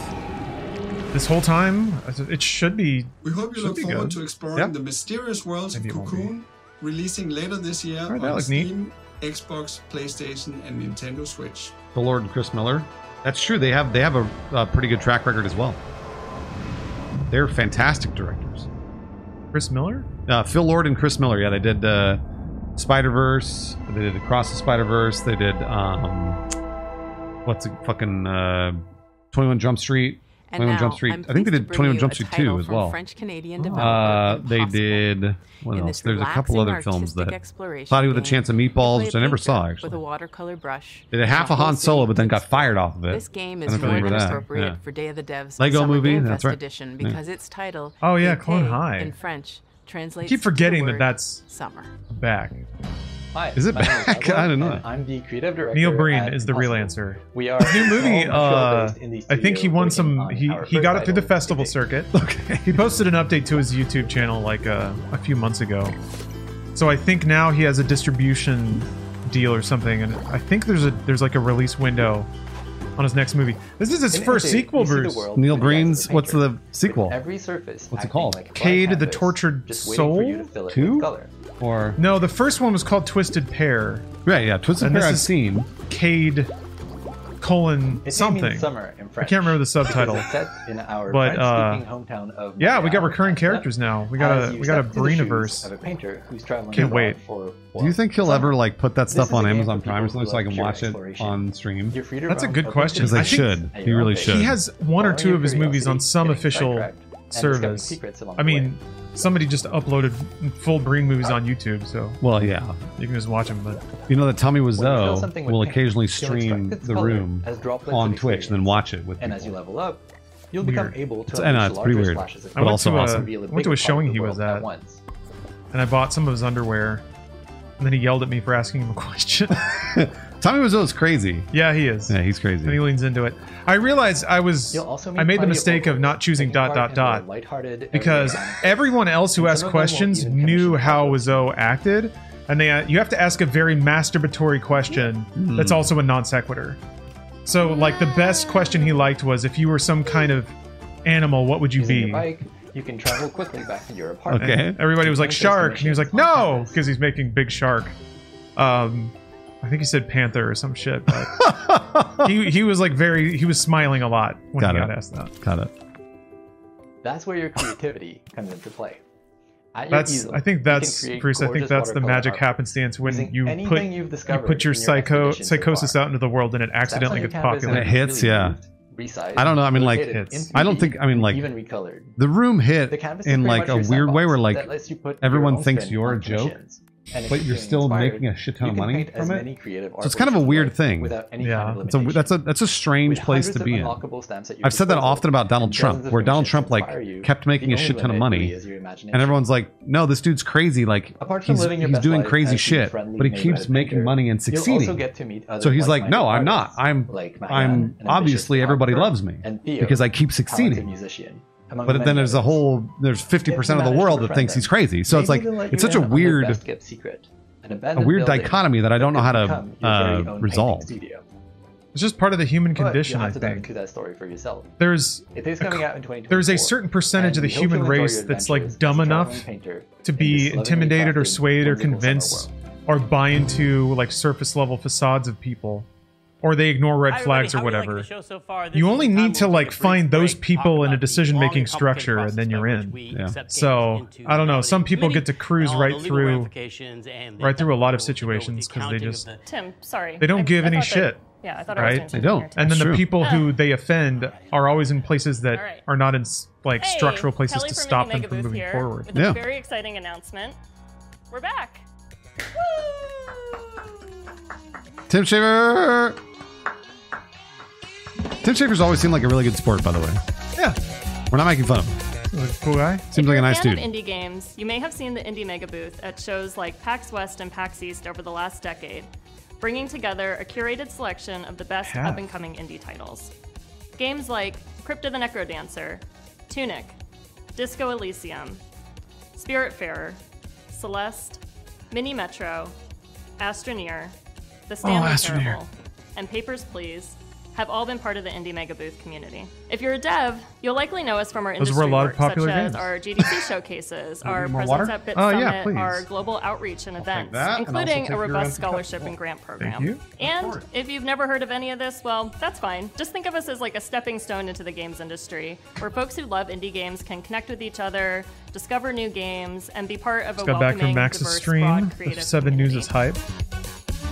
[SPEAKER 1] this whole time, it should be.
[SPEAKER 20] We hope you
[SPEAKER 1] should
[SPEAKER 20] look
[SPEAKER 1] be
[SPEAKER 20] forward
[SPEAKER 1] good.
[SPEAKER 20] to exploring
[SPEAKER 1] Yeah.
[SPEAKER 20] the mysterious worlds
[SPEAKER 1] Maybe it
[SPEAKER 20] of
[SPEAKER 1] won't be.
[SPEAKER 20] Cocoon, releasing later this year
[SPEAKER 1] Alright, that
[SPEAKER 20] on
[SPEAKER 1] looks neat.
[SPEAKER 20] Steam, Xbox, PlayStation, and Nintendo Switch.
[SPEAKER 3] The Lord and Chris Miller. That's true. They have they have a, a pretty good track record as well. They're fantastic directors.
[SPEAKER 1] Chris Miller.
[SPEAKER 3] Uh, Phil Lord and Chris Miller. Yeah, they did uh, Spider Verse. They did Across the Spider Verse. They did um, what's it fucking uh, Twenty One Jump Street.
[SPEAKER 4] And
[SPEAKER 3] Twenty One
[SPEAKER 4] now
[SPEAKER 3] Jump Street.
[SPEAKER 4] I'm
[SPEAKER 3] I think they
[SPEAKER 4] pleased to
[SPEAKER 3] did
[SPEAKER 4] bring
[SPEAKER 3] Twenty One
[SPEAKER 4] you
[SPEAKER 3] Jump
[SPEAKER 4] a
[SPEAKER 3] Street
[SPEAKER 4] title
[SPEAKER 3] too as
[SPEAKER 4] from
[SPEAKER 3] well.
[SPEAKER 4] French-Canadian
[SPEAKER 3] Uh,
[SPEAKER 4] developer
[SPEAKER 3] they did what
[SPEAKER 4] In
[SPEAKER 3] else?
[SPEAKER 4] this
[SPEAKER 3] There's a couple other
[SPEAKER 4] relaxing
[SPEAKER 3] films that
[SPEAKER 4] artistic exploration
[SPEAKER 3] Cloudy with a
[SPEAKER 4] game,
[SPEAKER 3] Chance of
[SPEAKER 4] you
[SPEAKER 3] Meatballs,
[SPEAKER 4] play
[SPEAKER 3] which
[SPEAKER 4] a
[SPEAKER 3] I never
[SPEAKER 4] picture
[SPEAKER 3] saw actually.
[SPEAKER 4] With a watercolor brush.
[SPEAKER 3] Did a half a Han Solo, but then got fired off of it.
[SPEAKER 4] This game
[SPEAKER 3] I
[SPEAKER 4] is
[SPEAKER 3] don't
[SPEAKER 4] more
[SPEAKER 3] remember
[SPEAKER 4] than
[SPEAKER 3] that.
[SPEAKER 4] appropriate
[SPEAKER 3] Yeah.
[SPEAKER 4] for Day of the Devs
[SPEAKER 3] Lego
[SPEAKER 4] Summer
[SPEAKER 3] movie,
[SPEAKER 4] Game
[SPEAKER 3] that's
[SPEAKER 4] Fest
[SPEAKER 3] right.
[SPEAKER 4] Edition
[SPEAKER 3] Yeah.
[SPEAKER 4] because its title
[SPEAKER 1] Oh, yeah,
[SPEAKER 4] Bouquet
[SPEAKER 1] Clone High.
[SPEAKER 4] in French translates
[SPEAKER 1] keep
[SPEAKER 4] to the
[SPEAKER 1] forgetting that
[SPEAKER 4] word
[SPEAKER 1] that's-
[SPEAKER 4] summer.
[SPEAKER 1] Back.
[SPEAKER 19] Hi,
[SPEAKER 1] Is it
[SPEAKER 19] my name
[SPEAKER 1] back?
[SPEAKER 19] Pablo,
[SPEAKER 1] I don't know.
[SPEAKER 19] and I'm the creative director.
[SPEAKER 1] Neil Breen
[SPEAKER 19] at
[SPEAKER 1] is the real
[SPEAKER 19] Cosmo.
[SPEAKER 1] answer.
[SPEAKER 19] We are
[SPEAKER 1] His new movie.
[SPEAKER 19] all
[SPEAKER 1] Uh,
[SPEAKER 19] showcased in the
[SPEAKER 1] I think he
[SPEAKER 19] studio
[SPEAKER 1] won
[SPEAKER 19] working
[SPEAKER 1] some.
[SPEAKER 19] on
[SPEAKER 1] He
[SPEAKER 19] our
[SPEAKER 1] he
[SPEAKER 19] third
[SPEAKER 1] got it through the
[SPEAKER 19] title.
[SPEAKER 1] festival circuit. Okay. He posted an update to his YouTube channel like uh, a few months ago. So I think now he has a distribution deal or something, and I think there's a there's like a release window on his next movie. This is his
[SPEAKER 19] In
[SPEAKER 1] first
[SPEAKER 19] essence, we
[SPEAKER 1] sequel,
[SPEAKER 19] see the
[SPEAKER 1] Bruce.
[SPEAKER 19] world
[SPEAKER 3] Neil Green's what's the sequel?
[SPEAKER 19] Every surface.
[SPEAKER 3] What's it
[SPEAKER 19] acting
[SPEAKER 3] called?
[SPEAKER 19] Like a
[SPEAKER 1] Cade
[SPEAKER 19] blank
[SPEAKER 1] the
[SPEAKER 19] canvas,
[SPEAKER 1] Tortured
[SPEAKER 19] just waiting for you to
[SPEAKER 1] Soul
[SPEAKER 19] fill it
[SPEAKER 3] Two?
[SPEAKER 19] With color.
[SPEAKER 3] Or
[SPEAKER 1] No, the first one was called Twisted Pair.
[SPEAKER 3] yeah, yeah, Twisted
[SPEAKER 1] And
[SPEAKER 3] Pair
[SPEAKER 1] this
[SPEAKER 3] I've
[SPEAKER 1] is
[SPEAKER 3] seen.
[SPEAKER 1] Cade colon
[SPEAKER 19] It's
[SPEAKER 1] something.
[SPEAKER 19] Mean summer in
[SPEAKER 1] I
[SPEAKER 19] French.
[SPEAKER 1] can't remember the subtitle.
[SPEAKER 19] It's set in our
[SPEAKER 1] But uh,
[SPEAKER 19] French-speaking hometown of
[SPEAKER 1] yeah, we
[SPEAKER 19] Montreal.
[SPEAKER 1] got recurring characters now. We got
[SPEAKER 19] As
[SPEAKER 1] a
[SPEAKER 19] you
[SPEAKER 1] we got a
[SPEAKER 19] step into the shoes
[SPEAKER 1] Breenaverse.
[SPEAKER 19] Of a painter who's traveling
[SPEAKER 1] Can't
[SPEAKER 19] abroad
[SPEAKER 1] wait.
[SPEAKER 19] For
[SPEAKER 3] Do you think he'll ever like put that
[SPEAKER 19] This
[SPEAKER 3] stuff
[SPEAKER 19] is a
[SPEAKER 3] on
[SPEAKER 19] game
[SPEAKER 3] Amazon
[SPEAKER 19] for
[SPEAKER 3] Prime or
[SPEAKER 19] people
[SPEAKER 3] something
[SPEAKER 19] who
[SPEAKER 3] so I
[SPEAKER 19] love
[SPEAKER 3] can watch
[SPEAKER 19] pure
[SPEAKER 3] it
[SPEAKER 19] exploration?
[SPEAKER 3] on stream?
[SPEAKER 19] You're free to
[SPEAKER 1] That's a
[SPEAKER 19] roam
[SPEAKER 1] good
[SPEAKER 19] open
[SPEAKER 1] question.
[SPEAKER 3] Because they
[SPEAKER 1] I think
[SPEAKER 3] should. He really should.
[SPEAKER 1] He has one or
[SPEAKER 19] Following
[SPEAKER 1] two
[SPEAKER 19] your
[SPEAKER 1] of his movies
[SPEAKER 19] curiosity,
[SPEAKER 1] on some
[SPEAKER 19] getting
[SPEAKER 1] official
[SPEAKER 19] sidetracked, and discovering
[SPEAKER 1] service.
[SPEAKER 19] secrets along
[SPEAKER 1] I
[SPEAKER 19] the
[SPEAKER 1] mean, somebody just uploaded full Breen movies on YouTube, so
[SPEAKER 3] Well, yeah.
[SPEAKER 1] you can just watch them. But
[SPEAKER 3] You know that Tommy
[SPEAKER 19] When you fill
[SPEAKER 3] Wiseau
[SPEAKER 19] something with
[SPEAKER 3] will
[SPEAKER 19] paint,
[SPEAKER 3] occasionally
[SPEAKER 19] you'll expect
[SPEAKER 3] stream
[SPEAKER 19] its
[SPEAKER 3] the
[SPEAKER 19] color
[SPEAKER 3] room
[SPEAKER 19] as droplets
[SPEAKER 3] on
[SPEAKER 19] of
[SPEAKER 3] Twitch and then watch it with
[SPEAKER 19] And
[SPEAKER 3] people.
[SPEAKER 19] as you level up, you'll
[SPEAKER 3] Weird.
[SPEAKER 19] become able to
[SPEAKER 3] It's- I know,
[SPEAKER 19] unleash
[SPEAKER 3] it's pretty
[SPEAKER 19] larger
[SPEAKER 3] weird,
[SPEAKER 19] splashes of
[SPEAKER 3] but
[SPEAKER 1] I went
[SPEAKER 3] also
[SPEAKER 1] to a,
[SPEAKER 3] awesome.
[SPEAKER 1] I went to a showing he was at,
[SPEAKER 19] once.
[SPEAKER 1] and I bought some of his underwear, and then he yelled at me for asking him a question.
[SPEAKER 3] Tommy Wiseau is crazy.
[SPEAKER 1] Yeah, he is.
[SPEAKER 3] Yeah, he's
[SPEAKER 1] and he
[SPEAKER 3] crazy.
[SPEAKER 1] leans into it. I realized I was
[SPEAKER 19] You'll also
[SPEAKER 1] I
[SPEAKER 19] meet
[SPEAKER 1] made the
[SPEAKER 19] plenty of
[SPEAKER 1] mistake of not choosing dot
[SPEAKER 19] part
[SPEAKER 1] dot
[SPEAKER 19] in
[SPEAKER 1] dot
[SPEAKER 19] more lighthearted,
[SPEAKER 1] because
[SPEAKER 19] everyday
[SPEAKER 1] everyone else who
[SPEAKER 19] And
[SPEAKER 1] asked
[SPEAKER 19] some of them will
[SPEAKER 1] questions
[SPEAKER 19] even
[SPEAKER 1] knew how Wazo acted, and they uh, you have to ask a very masturbatory question
[SPEAKER 3] Hmm.
[SPEAKER 1] that's also a non sequitur. So like the best question he liked was if you were some kind of animal, what would you
[SPEAKER 19] Using
[SPEAKER 1] be?
[SPEAKER 19] your bike, you can travel quickly back to your
[SPEAKER 1] And
[SPEAKER 19] apartment.
[SPEAKER 1] everybody was like
[SPEAKER 19] Take
[SPEAKER 1] shark, and he was like no
[SPEAKER 19] cameras.
[SPEAKER 1] because he's making big shark. Um, I think he said panther or some shit, but he he was like very he was smiling a lot when
[SPEAKER 3] Got
[SPEAKER 1] he
[SPEAKER 3] it.
[SPEAKER 1] got asked that.
[SPEAKER 3] Got it.
[SPEAKER 19] That's where your creativity comes into play. At your
[SPEAKER 1] That's
[SPEAKER 19] easel,
[SPEAKER 1] I
[SPEAKER 19] you
[SPEAKER 1] think that's
[SPEAKER 19] can create
[SPEAKER 1] Bruce. I think
[SPEAKER 19] gorgeous
[SPEAKER 1] that's the
[SPEAKER 19] watercolor
[SPEAKER 1] magic
[SPEAKER 19] art.
[SPEAKER 1] happenstance when
[SPEAKER 19] Using
[SPEAKER 1] you
[SPEAKER 19] anything
[SPEAKER 1] put
[SPEAKER 19] you've
[SPEAKER 1] you
[SPEAKER 19] discovered
[SPEAKER 1] put your
[SPEAKER 19] in your
[SPEAKER 1] psycho
[SPEAKER 19] expedition so
[SPEAKER 1] psychosis out into the world and it accidentally
[SPEAKER 19] your
[SPEAKER 1] gets
[SPEAKER 19] canvas
[SPEAKER 1] popular.
[SPEAKER 3] It hits, yeah.
[SPEAKER 19] Resized,
[SPEAKER 3] I don't know. I mean, like,
[SPEAKER 19] rotated
[SPEAKER 3] hits.
[SPEAKER 19] in
[SPEAKER 3] I don't
[SPEAKER 19] 3D,
[SPEAKER 3] think- I mean, like,
[SPEAKER 19] even recolored.
[SPEAKER 3] The room hit
[SPEAKER 19] The canvas is
[SPEAKER 3] in
[SPEAKER 19] pretty
[SPEAKER 3] like
[SPEAKER 19] much
[SPEAKER 3] a weird
[SPEAKER 19] your
[SPEAKER 3] way
[SPEAKER 19] sandbox
[SPEAKER 3] where like
[SPEAKER 19] that lets you put your
[SPEAKER 3] everyone
[SPEAKER 19] own
[SPEAKER 3] thinks
[SPEAKER 19] spin
[SPEAKER 3] you're a
[SPEAKER 19] on
[SPEAKER 3] joke,
[SPEAKER 19] missions. And if
[SPEAKER 3] but
[SPEAKER 19] you
[SPEAKER 3] you're
[SPEAKER 19] feel
[SPEAKER 3] still
[SPEAKER 19] inspired,
[SPEAKER 3] making a shit ton
[SPEAKER 19] you
[SPEAKER 3] of
[SPEAKER 19] can
[SPEAKER 3] money
[SPEAKER 19] paint as
[SPEAKER 3] from it.
[SPEAKER 19] many creative
[SPEAKER 3] So it's kind of a
[SPEAKER 19] artworks
[SPEAKER 3] weird
[SPEAKER 19] as you like
[SPEAKER 3] thing.
[SPEAKER 19] without any
[SPEAKER 3] yeah,
[SPEAKER 19] kind
[SPEAKER 3] it's
[SPEAKER 19] of
[SPEAKER 3] a, that's a
[SPEAKER 19] limitation.
[SPEAKER 3] that's a strange
[SPEAKER 19] With
[SPEAKER 3] place
[SPEAKER 19] hundreds
[SPEAKER 3] to
[SPEAKER 19] of
[SPEAKER 3] be in.
[SPEAKER 19] unlockable stamps at your
[SPEAKER 3] I've said that
[SPEAKER 19] disposal
[SPEAKER 3] often about Donald
[SPEAKER 19] and
[SPEAKER 3] Trump,
[SPEAKER 19] dozens of
[SPEAKER 3] where Donald
[SPEAKER 19] missions
[SPEAKER 3] Trump
[SPEAKER 19] to
[SPEAKER 3] like
[SPEAKER 19] inspire you,
[SPEAKER 3] kept making
[SPEAKER 19] the
[SPEAKER 3] a
[SPEAKER 19] only
[SPEAKER 3] shit ton of
[SPEAKER 19] limit
[SPEAKER 3] money,
[SPEAKER 19] really is your
[SPEAKER 3] and
[SPEAKER 19] imagination.
[SPEAKER 3] everyone's like, "No, this dude's crazy. Like,
[SPEAKER 19] Apart from
[SPEAKER 3] he's,
[SPEAKER 19] living your
[SPEAKER 3] he's
[SPEAKER 19] best
[SPEAKER 3] doing
[SPEAKER 19] life
[SPEAKER 3] crazy
[SPEAKER 19] as the
[SPEAKER 3] shit,
[SPEAKER 19] friendly
[SPEAKER 3] but he
[SPEAKER 19] neighborhood
[SPEAKER 3] keeps making
[SPEAKER 19] painter,
[SPEAKER 3] money and
[SPEAKER 19] you'll also
[SPEAKER 3] succeeding."
[SPEAKER 19] get to meet other
[SPEAKER 3] so he's like, "No, I'm
[SPEAKER 19] like-minded
[SPEAKER 3] not.
[SPEAKER 19] artists
[SPEAKER 3] I'm
[SPEAKER 19] like Mahan and
[SPEAKER 3] I'm
[SPEAKER 19] ambitious
[SPEAKER 3] obviously everybody
[SPEAKER 19] Albert
[SPEAKER 3] loves me
[SPEAKER 19] and Theo,
[SPEAKER 3] because I keep
[SPEAKER 19] talented
[SPEAKER 3] succeeding."
[SPEAKER 19] musician. Among
[SPEAKER 3] But
[SPEAKER 19] many
[SPEAKER 3] then there's a
[SPEAKER 19] others.
[SPEAKER 3] whole there's 50 percent of
[SPEAKER 19] If
[SPEAKER 3] the
[SPEAKER 19] you manage
[SPEAKER 3] world
[SPEAKER 19] to
[SPEAKER 3] that
[SPEAKER 19] befriend
[SPEAKER 3] thinks
[SPEAKER 19] them,
[SPEAKER 3] he's crazy. So it's
[SPEAKER 19] maybe
[SPEAKER 3] like
[SPEAKER 19] they'll let
[SPEAKER 3] it's
[SPEAKER 19] you
[SPEAKER 3] such a
[SPEAKER 19] in on their
[SPEAKER 3] weird
[SPEAKER 19] best kept secret, an
[SPEAKER 3] a
[SPEAKER 19] abandoned
[SPEAKER 3] weird
[SPEAKER 19] building
[SPEAKER 3] dichotomy that I don't know how
[SPEAKER 19] become
[SPEAKER 3] to
[SPEAKER 19] your very own
[SPEAKER 3] uh,
[SPEAKER 19] painting
[SPEAKER 3] resolve.
[SPEAKER 19] studio.
[SPEAKER 1] It's just part of the human
[SPEAKER 19] But
[SPEAKER 1] condition,
[SPEAKER 19] you
[SPEAKER 1] I
[SPEAKER 19] have to dive
[SPEAKER 1] think.
[SPEAKER 19] into that story for yourself.
[SPEAKER 1] There's
[SPEAKER 19] It is
[SPEAKER 1] a
[SPEAKER 19] coming
[SPEAKER 1] cr-
[SPEAKER 19] out in 2024.
[SPEAKER 1] there's a certain percentage of
[SPEAKER 19] and
[SPEAKER 1] the
[SPEAKER 19] we hope
[SPEAKER 1] human
[SPEAKER 19] you'll enjoy
[SPEAKER 1] race
[SPEAKER 19] your
[SPEAKER 1] that's like
[SPEAKER 19] adventures
[SPEAKER 1] dumb
[SPEAKER 19] as a
[SPEAKER 1] enough
[SPEAKER 19] traveling painter
[SPEAKER 1] to
[SPEAKER 19] in
[SPEAKER 1] be
[SPEAKER 19] this lovingly
[SPEAKER 1] intimidated or
[SPEAKER 19] crafted,
[SPEAKER 1] swayed or
[SPEAKER 19] whimsical summer
[SPEAKER 1] convinced
[SPEAKER 19] world.
[SPEAKER 1] or buy into like surface level facades of people, or they ignore red flags or whatever. you only need to like find those people in a decision making structure, and then you're in. So I don't know. Some people get to cruise right through, right through a lot of situations because they just
[SPEAKER 9] Tim, sorry.
[SPEAKER 1] they don't
[SPEAKER 9] I-
[SPEAKER 1] give
[SPEAKER 9] I
[SPEAKER 1] any
[SPEAKER 9] thought that-
[SPEAKER 1] shit.
[SPEAKER 9] yeah, I thought I was
[SPEAKER 1] right?
[SPEAKER 9] doing something here, too.
[SPEAKER 1] And then
[SPEAKER 3] That's
[SPEAKER 1] the
[SPEAKER 3] true.
[SPEAKER 1] people who they offend are always in places that
[SPEAKER 9] All right.
[SPEAKER 1] are not in s- like
[SPEAKER 9] Hey,
[SPEAKER 1] structural places
[SPEAKER 9] Kelly
[SPEAKER 1] to
[SPEAKER 9] from
[SPEAKER 1] stop them
[SPEAKER 9] Making
[SPEAKER 1] from
[SPEAKER 9] Megabooth
[SPEAKER 1] moving
[SPEAKER 9] here
[SPEAKER 1] forward.
[SPEAKER 9] With a very exciting announcement. We're back.
[SPEAKER 3] Tim Shaver. Tim Shaver's always seemed like a really good sport, by the way.
[SPEAKER 1] Yeah.
[SPEAKER 3] We're not making fun of him.
[SPEAKER 1] Cool guy.
[SPEAKER 3] Seems like a nice
[SPEAKER 9] fan
[SPEAKER 3] dude.
[SPEAKER 9] of indie games, you may have seen the Indie Mega Booth at shows like PAX West and PAX East over the last decade, bringing together a curated selection of the best
[SPEAKER 21] Have.
[SPEAKER 9] up and coming indie titles. Games like Crypto the Necro Dancer, Tunic, Disco Elysium, Spiritfarer, Celeste, Mini Metro, Astroneer, The Stanley
[SPEAKER 21] Astroneer.
[SPEAKER 9] Parable, and Papers, Please have all been part of the Indie Mega Booth community. If you're a dev, you'll likely know us from our
[SPEAKER 1] Those
[SPEAKER 9] industry
[SPEAKER 1] were a lot of
[SPEAKER 9] work,
[SPEAKER 1] popular
[SPEAKER 9] such
[SPEAKER 1] games.
[SPEAKER 9] as our GDC showcases, our
[SPEAKER 1] more
[SPEAKER 9] presence
[SPEAKER 1] water?
[SPEAKER 9] at Bit
[SPEAKER 1] Oh, yeah,
[SPEAKER 9] Summit,
[SPEAKER 1] please.
[SPEAKER 9] our global outreach and events,
[SPEAKER 1] that, and also
[SPEAKER 9] including
[SPEAKER 1] take
[SPEAKER 9] a
[SPEAKER 1] your empty
[SPEAKER 9] robust
[SPEAKER 1] cup.
[SPEAKER 9] scholarship and grant program.
[SPEAKER 1] Thank you.
[SPEAKER 9] And if you've never heard of any of this, well, that's fine. Just think of us as like a stepping stone into the games industry, where folks who love indie games can connect with each other, discover new games, and be part of
[SPEAKER 1] Just
[SPEAKER 9] a
[SPEAKER 1] got back
[SPEAKER 9] welcoming,
[SPEAKER 1] from Max's
[SPEAKER 9] diverse,
[SPEAKER 1] stream.
[SPEAKER 9] broad,
[SPEAKER 1] of
[SPEAKER 9] creative
[SPEAKER 1] Seven News is hype.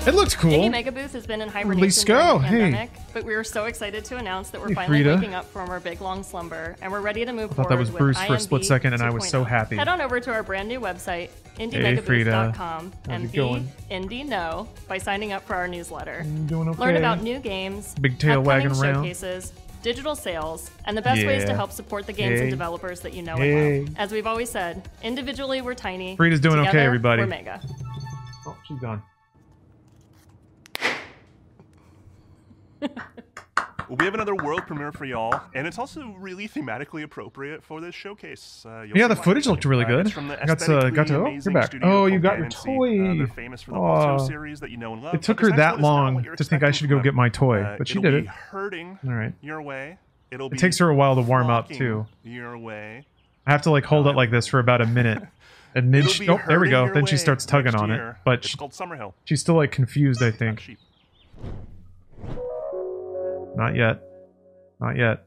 [SPEAKER 1] It looks
[SPEAKER 9] Indie
[SPEAKER 1] cool.
[SPEAKER 9] Mega Booth has been in hibernation
[SPEAKER 1] Let's go.
[SPEAKER 9] during the
[SPEAKER 1] Hey.
[SPEAKER 9] pandemic, but we are so excited to announce that we're
[SPEAKER 1] Hey,
[SPEAKER 9] finally
[SPEAKER 1] Frida.
[SPEAKER 9] waking up from our big long slumber, and we're ready to move
[SPEAKER 1] I
[SPEAKER 9] forward
[SPEAKER 1] thought that was
[SPEAKER 9] with
[SPEAKER 1] Bruce for a split
[SPEAKER 9] IMB
[SPEAKER 1] second, and I was
[SPEAKER 9] 2.0.
[SPEAKER 1] so happy.
[SPEAKER 9] Head on over to our brand new website,
[SPEAKER 1] Frida.
[SPEAKER 9] indiemegabooth.com,
[SPEAKER 1] How's
[SPEAKER 9] and
[SPEAKER 1] it
[SPEAKER 9] be
[SPEAKER 1] going?
[SPEAKER 9] indie know by signing up for our newsletter.
[SPEAKER 1] doing okay?
[SPEAKER 9] Learn about new games,
[SPEAKER 1] Big tail
[SPEAKER 9] upcoming
[SPEAKER 1] wagging around.
[SPEAKER 9] showcases, digital sales, and the best ways to
[SPEAKER 1] Yeah.
[SPEAKER 9] help support the games
[SPEAKER 1] Hey.
[SPEAKER 9] and developers that you know
[SPEAKER 1] Hey.
[SPEAKER 9] and love. As we've always said, individually we're tiny.
[SPEAKER 1] Frida's doing okay,
[SPEAKER 9] together,
[SPEAKER 1] everybody.
[SPEAKER 9] We're mega.
[SPEAKER 1] Oh, she's gone.
[SPEAKER 12] Well, we have another world premiere for y'all, and it's also really thematically appropriate for this showcase. Uh, you'll
[SPEAKER 1] Yeah, the
[SPEAKER 12] see why.
[SPEAKER 1] footage looked really
[SPEAKER 12] Uh,
[SPEAKER 1] good.
[SPEAKER 12] it's from the
[SPEAKER 1] Got to, got to.
[SPEAKER 12] aesthetically
[SPEAKER 1] Oh,
[SPEAKER 12] amazing
[SPEAKER 1] you're back.
[SPEAKER 12] studio
[SPEAKER 1] Oh, you
[SPEAKER 12] called
[SPEAKER 1] got your
[SPEAKER 12] Nancy.
[SPEAKER 1] toy.
[SPEAKER 12] Uh, they're famous for the
[SPEAKER 1] Aw.
[SPEAKER 12] Balto series that you know and love.
[SPEAKER 1] It
[SPEAKER 12] Um,
[SPEAKER 1] took
[SPEAKER 12] but
[SPEAKER 1] her
[SPEAKER 12] this next
[SPEAKER 1] that
[SPEAKER 12] one is not what
[SPEAKER 1] long
[SPEAKER 12] you're
[SPEAKER 1] to think I should go get my toy,
[SPEAKER 12] Uh,
[SPEAKER 1] but she
[SPEAKER 12] it'll
[SPEAKER 1] did
[SPEAKER 12] be
[SPEAKER 1] it.
[SPEAKER 12] Hurting
[SPEAKER 1] All right.
[SPEAKER 12] your way. It'll be
[SPEAKER 1] It takes her a while to warm up
[SPEAKER 12] walking
[SPEAKER 1] too.
[SPEAKER 12] Your way.
[SPEAKER 1] I have to like hold it like this for about a minute. And then
[SPEAKER 12] It'll
[SPEAKER 1] she,
[SPEAKER 12] be
[SPEAKER 1] oh, there we
[SPEAKER 12] hurting
[SPEAKER 1] go.
[SPEAKER 12] your
[SPEAKER 1] Then she
[SPEAKER 12] way
[SPEAKER 1] starts tugging
[SPEAKER 12] next
[SPEAKER 1] on it,
[SPEAKER 12] year.
[SPEAKER 1] but
[SPEAKER 12] It's
[SPEAKER 1] she-
[SPEAKER 12] called Summerhill.
[SPEAKER 1] she's still like confused. I think. Not yet. Not yet.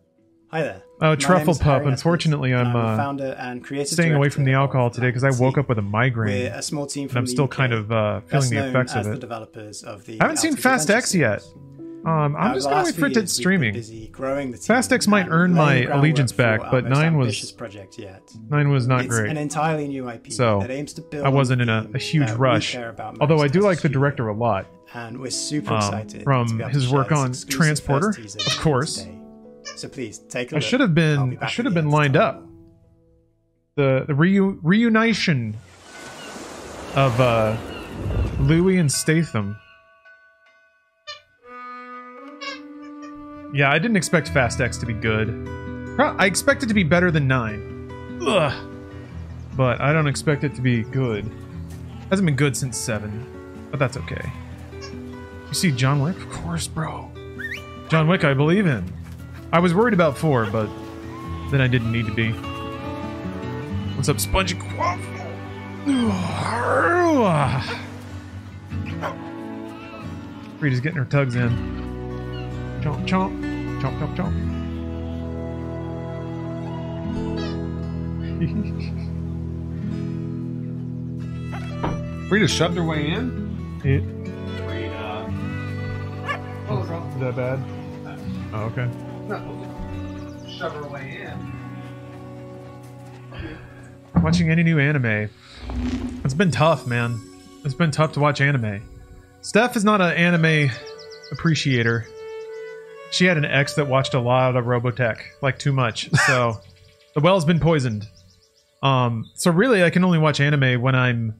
[SPEAKER 21] Hi there.
[SPEAKER 1] Oh,
[SPEAKER 21] My
[SPEAKER 1] Truffle
[SPEAKER 21] name's Harry
[SPEAKER 1] Pup.
[SPEAKER 21] Estes,
[SPEAKER 1] Unfortunately,
[SPEAKER 21] and
[SPEAKER 1] I'm,
[SPEAKER 21] I'm a
[SPEAKER 1] uh,
[SPEAKER 21] founder and creative
[SPEAKER 1] staying away
[SPEAKER 21] director
[SPEAKER 1] from the alcohol today because I woke up with a migraine.
[SPEAKER 21] We're a small team
[SPEAKER 1] and
[SPEAKER 21] from
[SPEAKER 1] I'm
[SPEAKER 21] the
[SPEAKER 1] still
[SPEAKER 21] UK,
[SPEAKER 1] kind of uh, feeling
[SPEAKER 21] best
[SPEAKER 1] the
[SPEAKER 21] known
[SPEAKER 1] effects
[SPEAKER 21] as
[SPEAKER 1] of
[SPEAKER 21] the
[SPEAKER 1] it.
[SPEAKER 21] developers of the
[SPEAKER 1] I haven't seen
[SPEAKER 21] Altitude
[SPEAKER 1] Fast
[SPEAKER 21] Adventure
[SPEAKER 1] X yet. Um, I'm just
[SPEAKER 21] Over
[SPEAKER 1] going
[SPEAKER 21] the
[SPEAKER 1] to
[SPEAKER 21] last
[SPEAKER 1] wait
[SPEAKER 21] few
[SPEAKER 1] for it to
[SPEAKER 21] years, we've been
[SPEAKER 1] streaming.
[SPEAKER 21] busy growing the team.
[SPEAKER 1] Fast X might earn my
[SPEAKER 21] laying groundwork
[SPEAKER 1] allegiance
[SPEAKER 21] for
[SPEAKER 1] back,
[SPEAKER 21] our
[SPEAKER 1] but
[SPEAKER 21] most
[SPEAKER 1] nine was
[SPEAKER 21] ambitious project yet.
[SPEAKER 1] nine was not
[SPEAKER 21] It's
[SPEAKER 1] great.
[SPEAKER 21] an entirely new IP
[SPEAKER 1] so
[SPEAKER 21] that aims to build
[SPEAKER 1] I wasn't
[SPEAKER 21] on
[SPEAKER 1] in
[SPEAKER 21] the
[SPEAKER 1] a,
[SPEAKER 21] theme
[SPEAKER 1] a huge
[SPEAKER 21] that we
[SPEAKER 1] rush.
[SPEAKER 21] care about
[SPEAKER 1] Although I do like the director a lot.
[SPEAKER 21] and we're super
[SPEAKER 1] um,
[SPEAKER 21] excited to
[SPEAKER 1] from
[SPEAKER 21] be able
[SPEAKER 1] his
[SPEAKER 21] to share
[SPEAKER 1] work
[SPEAKER 21] this
[SPEAKER 1] on
[SPEAKER 21] exclusive
[SPEAKER 1] Transporter,
[SPEAKER 21] first teaser
[SPEAKER 1] of course.
[SPEAKER 21] So please take a
[SPEAKER 1] I
[SPEAKER 21] look.
[SPEAKER 1] should have been. I should have been lined up. The the reu- reunition of uh, Louis and Statham. Yeah, I didn't expect Fast X to be good. Pro- I expect it to be better than nine. Ugh. But I don't expect it to be good. Hasn't been good since seven, but that's okay. You see John Wick? Of course, bro. John Wick, I believe in. I was worried about four, but then I didn't need to be. What's up, Spongy Quaffle? Rita's getting her tugs in. Chomp, chomp, chomp, chomp, chomp.
[SPEAKER 3] Frida shoved her way in.
[SPEAKER 1] it,
[SPEAKER 3] Frida.
[SPEAKER 1] is that bad? Oh, okay.
[SPEAKER 3] Shove her way in.
[SPEAKER 1] Watching any new anime. It's been tough, man. It's been tough to watch anime. Steph is not an anime appreciator. She had an ex that watched a lot of Robotech, like too much. So the well's been poisoned. Um, so really I can only watch anime when I'm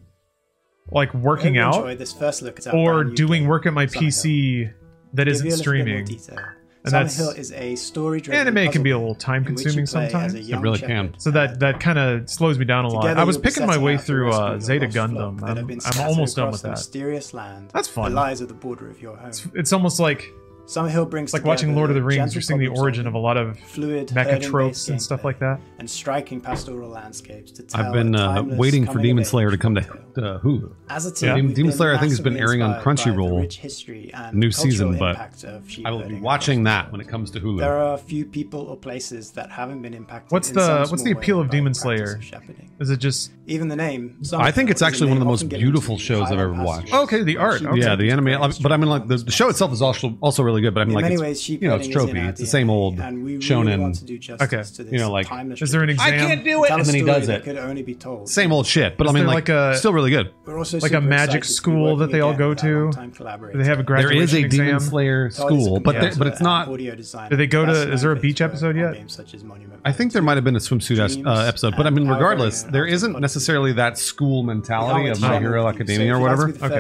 [SPEAKER 1] like working out
[SPEAKER 21] Enjoy this first look at our
[SPEAKER 1] or
[SPEAKER 21] brand new
[SPEAKER 1] doing
[SPEAKER 21] game,
[SPEAKER 1] work at my
[SPEAKER 21] Summer Hill.
[SPEAKER 1] PC that
[SPEAKER 21] Give
[SPEAKER 1] isn't
[SPEAKER 21] you a little bit more
[SPEAKER 1] streaming.
[SPEAKER 21] detail.
[SPEAKER 1] And
[SPEAKER 21] Summer
[SPEAKER 1] that's
[SPEAKER 21] Hill is a story-driven
[SPEAKER 1] anime can
[SPEAKER 21] puzzle
[SPEAKER 1] be a
[SPEAKER 21] game
[SPEAKER 1] little time
[SPEAKER 21] in which you
[SPEAKER 1] consuming
[SPEAKER 21] play as a
[SPEAKER 1] sometimes.
[SPEAKER 21] young It really can. shepherd.
[SPEAKER 1] So that that kind of slows me down a lot.
[SPEAKER 21] Together
[SPEAKER 1] I was
[SPEAKER 21] you'll be
[SPEAKER 1] picking my
[SPEAKER 21] setting
[SPEAKER 1] way
[SPEAKER 21] out to
[SPEAKER 1] through
[SPEAKER 21] rescue
[SPEAKER 1] uh,
[SPEAKER 21] your
[SPEAKER 1] Zeta
[SPEAKER 21] lost flock
[SPEAKER 1] Gundam.
[SPEAKER 21] that have
[SPEAKER 1] I'm,
[SPEAKER 21] been
[SPEAKER 1] I'm
[SPEAKER 21] scattered
[SPEAKER 1] almost done with
[SPEAKER 21] across the
[SPEAKER 1] that.
[SPEAKER 21] Mysterious land
[SPEAKER 1] That's fun.
[SPEAKER 21] That lies at the border of your home.
[SPEAKER 1] It's almost like
[SPEAKER 21] Summer Hill brings
[SPEAKER 1] it's like watching
[SPEAKER 21] together
[SPEAKER 1] Lord of the Rings.
[SPEAKER 21] gentle
[SPEAKER 1] You're seeing the
[SPEAKER 21] problem
[SPEAKER 1] origin of a lot of
[SPEAKER 21] Fluid,
[SPEAKER 1] mecha
[SPEAKER 21] herding-based
[SPEAKER 1] tropes and stuff like that.
[SPEAKER 21] and striking pastoral landscapes to tell
[SPEAKER 3] I've been
[SPEAKER 21] a
[SPEAKER 3] uh,
[SPEAKER 21] timeless
[SPEAKER 3] waiting for
[SPEAKER 21] coming of
[SPEAKER 3] Demon
[SPEAKER 21] age.
[SPEAKER 3] Slayer to come to uh, Hulu.
[SPEAKER 21] As a team,
[SPEAKER 3] Demon,
[SPEAKER 21] we've
[SPEAKER 3] Demon
[SPEAKER 21] been
[SPEAKER 3] Slayer, I think, has been
[SPEAKER 21] massively
[SPEAKER 3] airing on
[SPEAKER 21] inspired by the rich history
[SPEAKER 3] Crunchyroll
[SPEAKER 21] and
[SPEAKER 3] new
[SPEAKER 21] cultural
[SPEAKER 3] season, but
[SPEAKER 21] impact of sheep
[SPEAKER 3] I will be
[SPEAKER 21] herding
[SPEAKER 3] watching that when it comes to Hulu.
[SPEAKER 21] There are a few people or places that haven't been impacted.
[SPEAKER 1] What's
[SPEAKER 21] in some
[SPEAKER 1] the what's the
[SPEAKER 21] small way
[SPEAKER 1] appeal of
[SPEAKER 21] by
[SPEAKER 1] Demon
[SPEAKER 21] the practice
[SPEAKER 1] Slayer?
[SPEAKER 21] of shepherding.
[SPEAKER 1] Is it just
[SPEAKER 21] Even the name. Summer
[SPEAKER 3] I think
[SPEAKER 21] Hill
[SPEAKER 3] it's
[SPEAKER 21] is a
[SPEAKER 3] actually one of
[SPEAKER 21] name
[SPEAKER 3] the
[SPEAKER 21] often
[SPEAKER 3] most
[SPEAKER 21] given to
[SPEAKER 3] beautiful
[SPEAKER 21] the
[SPEAKER 3] shows I've
[SPEAKER 21] higher
[SPEAKER 3] ever
[SPEAKER 21] passages
[SPEAKER 3] watched.
[SPEAKER 1] oh, okay? The art. Okay.
[SPEAKER 3] Yeah, the anime, I- but I mean, like the, the show itself is also also really good. But I mean,
[SPEAKER 21] In
[SPEAKER 3] like
[SPEAKER 21] many
[SPEAKER 3] it's,
[SPEAKER 21] ways, sheep
[SPEAKER 3] you know, it's
[SPEAKER 21] herding is in
[SPEAKER 3] trophy.
[SPEAKER 21] our
[SPEAKER 3] It's the same
[SPEAKER 21] DNA,
[SPEAKER 3] old
[SPEAKER 21] and we really
[SPEAKER 3] shonen.
[SPEAKER 21] want to do justice
[SPEAKER 3] okay,
[SPEAKER 21] to this
[SPEAKER 3] you know, like
[SPEAKER 21] timeless
[SPEAKER 1] Is there an
[SPEAKER 3] I
[SPEAKER 1] exam?
[SPEAKER 3] can't do it,
[SPEAKER 21] Tell a
[SPEAKER 3] and then he
[SPEAKER 21] story
[SPEAKER 3] does
[SPEAKER 21] that
[SPEAKER 3] it.
[SPEAKER 21] could only be told.
[SPEAKER 3] Same old shit. But
[SPEAKER 1] Is
[SPEAKER 3] I mean,
[SPEAKER 1] there
[SPEAKER 3] like,
[SPEAKER 1] like a-
[SPEAKER 3] still really good.
[SPEAKER 21] We're also
[SPEAKER 1] like a
[SPEAKER 21] super
[SPEAKER 1] magic
[SPEAKER 21] excited to be
[SPEAKER 1] school that
[SPEAKER 21] working
[SPEAKER 1] they all
[SPEAKER 21] again
[SPEAKER 1] go
[SPEAKER 21] with our
[SPEAKER 1] to?
[SPEAKER 21] longtime
[SPEAKER 1] Do they have a
[SPEAKER 3] There
[SPEAKER 21] collaborator.
[SPEAKER 1] graduation
[SPEAKER 3] is a
[SPEAKER 1] exam?
[SPEAKER 3] Demon Slayer
[SPEAKER 21] Todd is a
[SPEAKER 3] school, but there,
[SPEAKER 1] composer
[SPEAKER 3] but it's
[SPEAKER 1] and
[SPEAKER 3] not.
[SPEAKER 21] Audio designer,
[SPEAKER 1] Do they go
[SPEAKER 21] best
[SPEAKER 1] to?
[SPEAKER 21] known
[SPEAKER 1] Is there a
[SPEAKER 21] for
[SPEAKER 1] beach
[SPEAKER 21] his work
[SPEAKER 1] episode
[SPEAKER 21] on
[SPEAKER 1] yet?
[SPEAKER 21] games such as Monument
[SPEAKER 3] I think there might have been a swimsuit es-
[SPEAKER 21] Dreams
[SPEAKER 3] uh, episode, but I mean,
[SPEAKER 21] and
[SPEAKER 3] regardless,
[SPEAKER 21] Alvin
[SPEAKER 3] there
[SPEAKER 21] and
[SPEAKER 3] isn't
[SPEAKER 21] Alvin.
[SPEAKER 3] necessarily that school mentality of My Hero Academia or whatever.
[SPEAKER 21] Okay.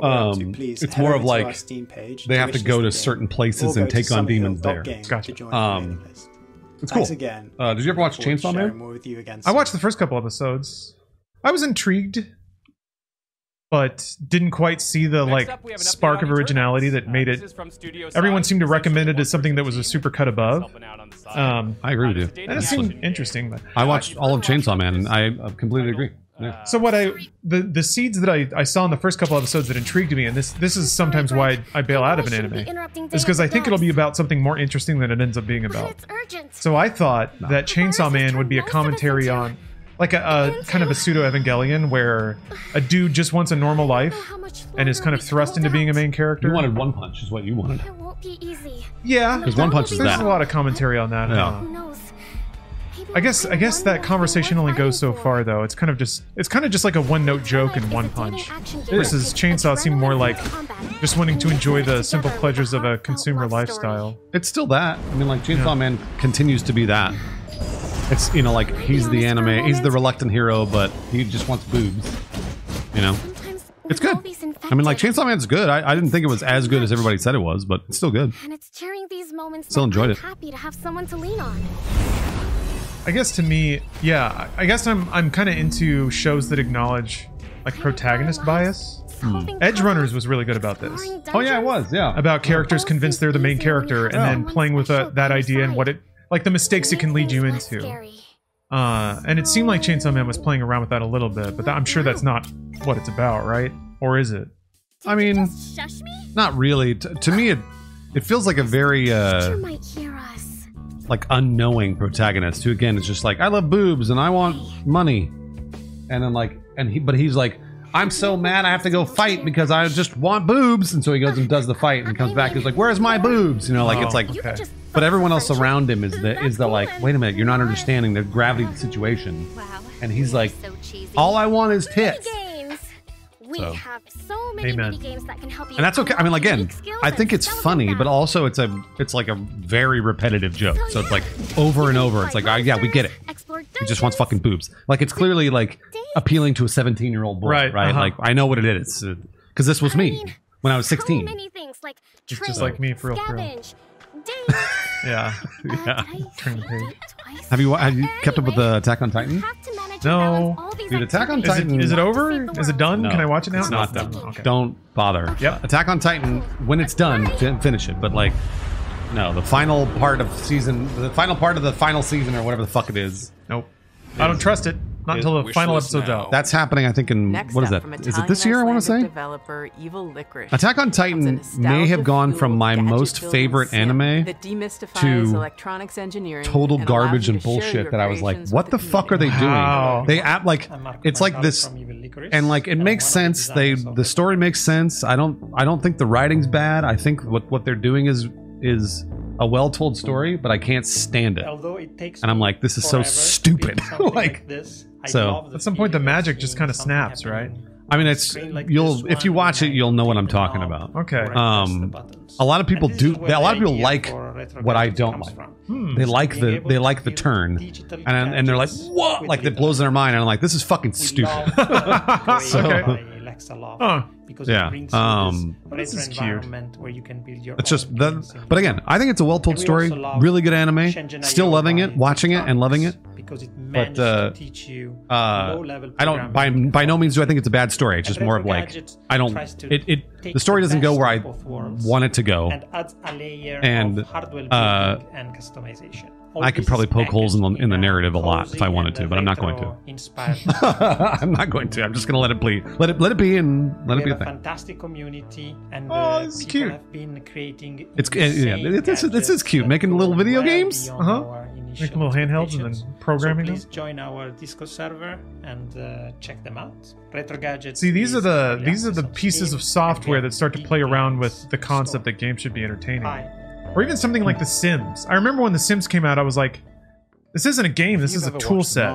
[SPEAKER 3] Um, it's more of like they have to go to certain places and take on demons there.
[SPEAKER 1] Gotcha.
[SPEAKER 3] Um, it's cool.
[SPEAKER 21] Thanks again.
[SPEAKER 3] Uh, did you ever watch
[SPEAKER 21] Look forward to
[SPEAKER 3] Chainsaw Man?
[SPEAKER 21] sharing more with you again
[SPEAKER 1] I
[SPEAKER 21] soon.
[SPEAKER 1] watched the first couple episodes. I was intrigued, but didn't quite see the
[SPEAKER 8] Next
[SPEAKER 1] like
[SPEAKER 8] up, we have an update
[SPEAKER 1] spark
[SPEAKER 8] on
[SPEAKER 1] of originality
[SPEAKER 8] Eternals.
[SPEAKER 1] that made
[SPEAKER 8] Uh, this is
[SPEAKER 1] it.
[SPEAKER 8] from Studio
[SPEAKER 1] Everyone
[SPEAKER 8] Side.
[SPEAKER 1] seemed to recommend it
[SPEAKER 8] Essentially
[SPEAKER 1] as something that was a supercut above.
[SPEAKER 8] helping out on the side.
[SPEAKER 1] Um,
[SPEAKER 3] I agree with you.
[SPEAKER 1] That seemed interesting, but
[SPEAKER 3] I watched all of Chainsaw Man, and I uh, completely agree.
[SPEAKER 8] Uh,
[SPEAKER 3] Yeah.
[SPEAKER 1] so what I the the seeds that I, I saw in the first couple episodes that intrigued me, and this this is sometimes why I, I bail out of an anime, is because I think it'll be about something more interesting than it ends up being about. So I thought that Chainsaw Man would be a commentary on, like a, a kind of a pseudo Evangelion, where a dude just wants a normal life and is kind of thrust into being a main character.
[SPEAKER 3] You wanted One Punch, is what you wanted.
[SPEAKER 22] It won't be easy.
[SPEAKER 1] yeah,
[SPEAKER 3] 'Cause One Punch is
[SPEAKER 1] There's
[SPEAKER 3] that.
[SPEAKER 1] a lot of commentary on that.
[SPEAKER 3] Yeah.
[SPEAKER 1] huh?
[SPEAKER 22] Who knows? Maybe
[SPEAKER 1] I guess I guess that conversation only goes so far though. It's kind of just it's kind of just like a one note joke in one punch. Versus Chainsaw seemed more like just wanting to enjoy the simple pleasures of a consumer lifestyle.
[SPEAKER 3] It's still that. I mean, like Chainsaw Man continues to be that. It's you know, like he's the anime, he's the reluctant hero, but he just wants boobs. You know, it's good. I mean, like Chainsaw Man's good. I, I didn't think it was as good as everybody said it was, but it's still good.
[SPEAKER 22] And it's during these moments
[SPEAKER 3] Still
[SPEAKER 22] that
[SPEAKER 3] enjoyed
[SPEAKER 22] I'm
[SPEAKER 3] it.
[SPEAKER 22] happy to have someone to lean on.
[SPEAKER 1] I guess to me, yeah, I I guess I'm I'm kind of into shows that acknowledge like protagonist bias.
[SPEAKER 3] Hmm.
[SPEAKER 1] Edge Runners was really good about this.
[SPEAKER 3] Oh yeah, it was. Yeah,
[SPEAKER 1] About characters convinced they're the main character and then playing with uh that idea and what it like the mistakes it can lead you into. Uh, and it seemed like Chainsaw Man was playing around with that a little bit, but that, I'm sure that's not what it's about, right? Or is it?
[SPEAKER 3] I mean,
[SPEAKER 22] Shush me?
[SPEAKER 3] not really. T- to me, it It feels like a very uh
[SPEAKER 22] Teacher might hear us.
[SPEAKER 3] like unknowing protagonist who again is just like I love boobs and I want money, and then like and he but he's like I'm so mad I have to go fight because I just want boobs, and so he goes and does the fight and comes back. He's like, "Where's my boobs?" Oh. You know, like it's like. But everyone else around him is the is the like, wait a minute, you're not understanding the gravity of the situation. And he's like, all I want is tits.
[SPEAKER 22] Games. We
[SPEAKER 3] So.
[SPEAKER 22] have so many
[SPEAKER 3] Amen.
[SPEAKER 22] mini games that can help you.
[SPEAKER 3] And that's okay. I mean, again,
[SPEAKER 22] skills
[SPEAKER 3] I
[SPEAKER 22] and
[SPEAKER 3] think it's
[SPEAKER 22] develop
[SPEAKER 3] funny,
[SPEAKER 22] them.
[SPEAKER 3] but also it's a it's like a very repetitive joke. So it's like over and over. It's like, oh, yeah, we get it. He just wants fucking boobs. Like it's clearly like appealing to a 17 year old boy, right?
[SPEAKER 1] Right, uh-huh.
[SPEAKER 3] Like I know what it is because this was me when I was 16.
[SPEAKER 22] many things like
[SPEAKER 1] It's
[SPEAKER 22] trade,
[SPEAKER 1] just like me, for real, for real.
[SPEAKER 22] scavenge, date.
[SPEAKER 1] Yeah.
[SPEAKER 3] yeah.
[SPEAKER 1] Turn the page.
[SPEAKER 3] Have you have you kept up with the Attack on Titan?
[SPEAKER 1] No.
[SPEAKER 3] Dude, Attack on
[SPEAKER 1] Is it-
[SPEAKER 3] Titan.
[SPEAKER 1] Is it over? Is it done?
[SPEAKER 3] No,
[SPEAKER 1] Can I watch it now?
[SPEAKER 3] It's not
[SPEAKER 1] done.
[SPEAKER 3] done.
[SPEAKER 1] Okay.
[SPEAKER 3] Don't bother. Yep. Attack on Titan. When it's done, fin- finish it. But like, no, the final part of season, the final part of the final season or whatever the fuck it is. Nope.
[SPEAKER 1] I don't trust it. Not until the
[SPEAKER 3] Wish
[SPEAKER 1] final
[SPEAKER 3] list
[SPEAKER 1] episode's
[SPEAKER 3] now.
[SPEAKER 1] out.
[SPEAKER 3] That's happening. I think in
[SPEAKER 4] Next
[SPEAKER 3] what is that?
[SPEAKER 4] up from
[SPEAKER 3] Is it this year? I want to
[SPEAKER 4] Icelandic
[SPEAKER 3] say.
[SPEAKER 4] Developer Evil Licorice.
[SPEAKER 3] Attack on Titan may have gone from my most favorite anime
[SPEAKER 4] that demystifies
[SPEAKER 3] to
[SPEAKER 4] electronics engineering.
[SPEAKER 3] total
[SPEAKER 4] and allows
[SPEAKER 3] garbage
[SPEAKER 4] you
[SPEAKER 3] and
[SPEAKER 4] to share your
[SPEAKER 3] bullshit that I was like,
[SPEAKER 4] creations
[SPEAKER 3] what the fuck are they doing?
[SPEAKER 1] Wow.
[SPEAKER 3] They act like it's like this, and like it makes sense. They the story makes sense. I don't I don't think the writing's bad. I think what what they're doing is is a well told story, but I can't stand it.
[SPEAKER 2] Although it takes
[SPEAKER 3] And I'm like, this is so stupid. like
[SPEAKER 2] this,
[SPEAKER 3] so
[SPEAKER 1] At some point, the magic just kind of snaps, right?
[SPEAKER 3] I mean, it's you'll if you watch it, you'll know what I'm talking about.
[SPEAKER 1] Okay.
[SPEAKER 3] Um, a lot of people do. A lot of people like what I don't like.
[SPEAKER 1] Hmm.
[SPEAKER 3] They like the they like the turn, and and they're like what? Like that blows in their mind. And I'm like, this is fucking stupid. so,
[SPEAKER 2] Huh.
[SPEAKER 1] Because
[SPEAKER 3] yeah. Um,
[SPEAKER 1] this is cute.
[SPEAKER 2] where you can build your
[SPEAKER 3] it's just the, but again, I think it's a well told story. Really good anime. Still loving it, watching it, and loving it.
[SPEAKER 2] because it
[SPEAKER 3] But
[SPEAKER 2] managed
[SPEAKER 3] uh,
[SPEAKER 2] to teach you
[SPEAKER 3] uh,
[SPEAKER 2] low-level
[SPEAKER 3] I don't by by no means do I think it's a bad story. It's just more of like
[SPEAKER 2] Gadget
[SPEAKER 3] I don't
[SPEAKER 2] tries to
[SPEAKER 3] it, it
[SPEAKER 2] take
[SPEAKER 3] the story
[SPEAKER 2] the
[SPEAKER 3] doesn't go
[SPEAKER 2] best
[SPEAKER 3] where I
[SPEAKER 2] of both worlds
[SPEAKER 3] want it to go.
[SPEAKER 2] and adds a layer
[SPEAKER 3] And,
[SPEAKER 2] of hardware
[SPEAKER 3] uh,
[SPEAKER 2] building and customization.
[SPEAKER 3] I could probably poke holes in the, in the narrative a lot if I wanted to, but I'm not going to.
[SPEAKER 2] Inspired.
[SPEAKER 3] I'm not going to. I'm just going to let it bleed. Let it let it be and let
[SPEAKER 2] we
[SPEAKER 3] it be a
[SPEAKER 2] have a
[SPEAKER 3] thing.
[SPEAKER 2] fantastic community, and
[SPEAKER 1] Oh,
[SPEAKER 2] uh,
[SPEAKER 1] this is
[SPEAKER 2] people
[SPEAKER 1] cute.
[SPEAKER 2] have been creating.
[SPEAKER 3] It's yeah,
[SPEAKER 2] insane
[SPEAKER 3] it- this, is- this is
[SPEAKER 2] gadgets
[SPEAKER 3] cute.
[SPEAKER 2] that
[SPEAKER 3] Making
[SPEAKER 2] go
[SPEAKER 3] little video
[SPEAKER 2] well
[SPEAKER 3] games.
[SPEAKER 2] beyond
[SPEAKER 3] Uh huh.
[SPEAKER 2] our initial
[SPEAKER 1] Make them little handhelds and
[SPEAKER 2] expectations.
[SPEAKER 1] then programming
[SPEAKER 2] So
[SPEAKER 1] them.
[SPEAKER 2] please join our Discord server and uh, check them out. Retro gadgets.
[SPEAKER 1] See, these are
[SPEAKER 2] is
[SPEAKER 1] the
[SPEAKER 2] early
[SPEAKER 1] these are the
[SPEAKER 2] access on
[SPEAKER 1] pieces
[SPEAKER 2] Steam.
[SPEAKER 1] of software that start to play around with the concept that games should be entertaining, or even something like The Sims. I remember when The Sims came out, I was like, "This isn't a game. This is a tool set."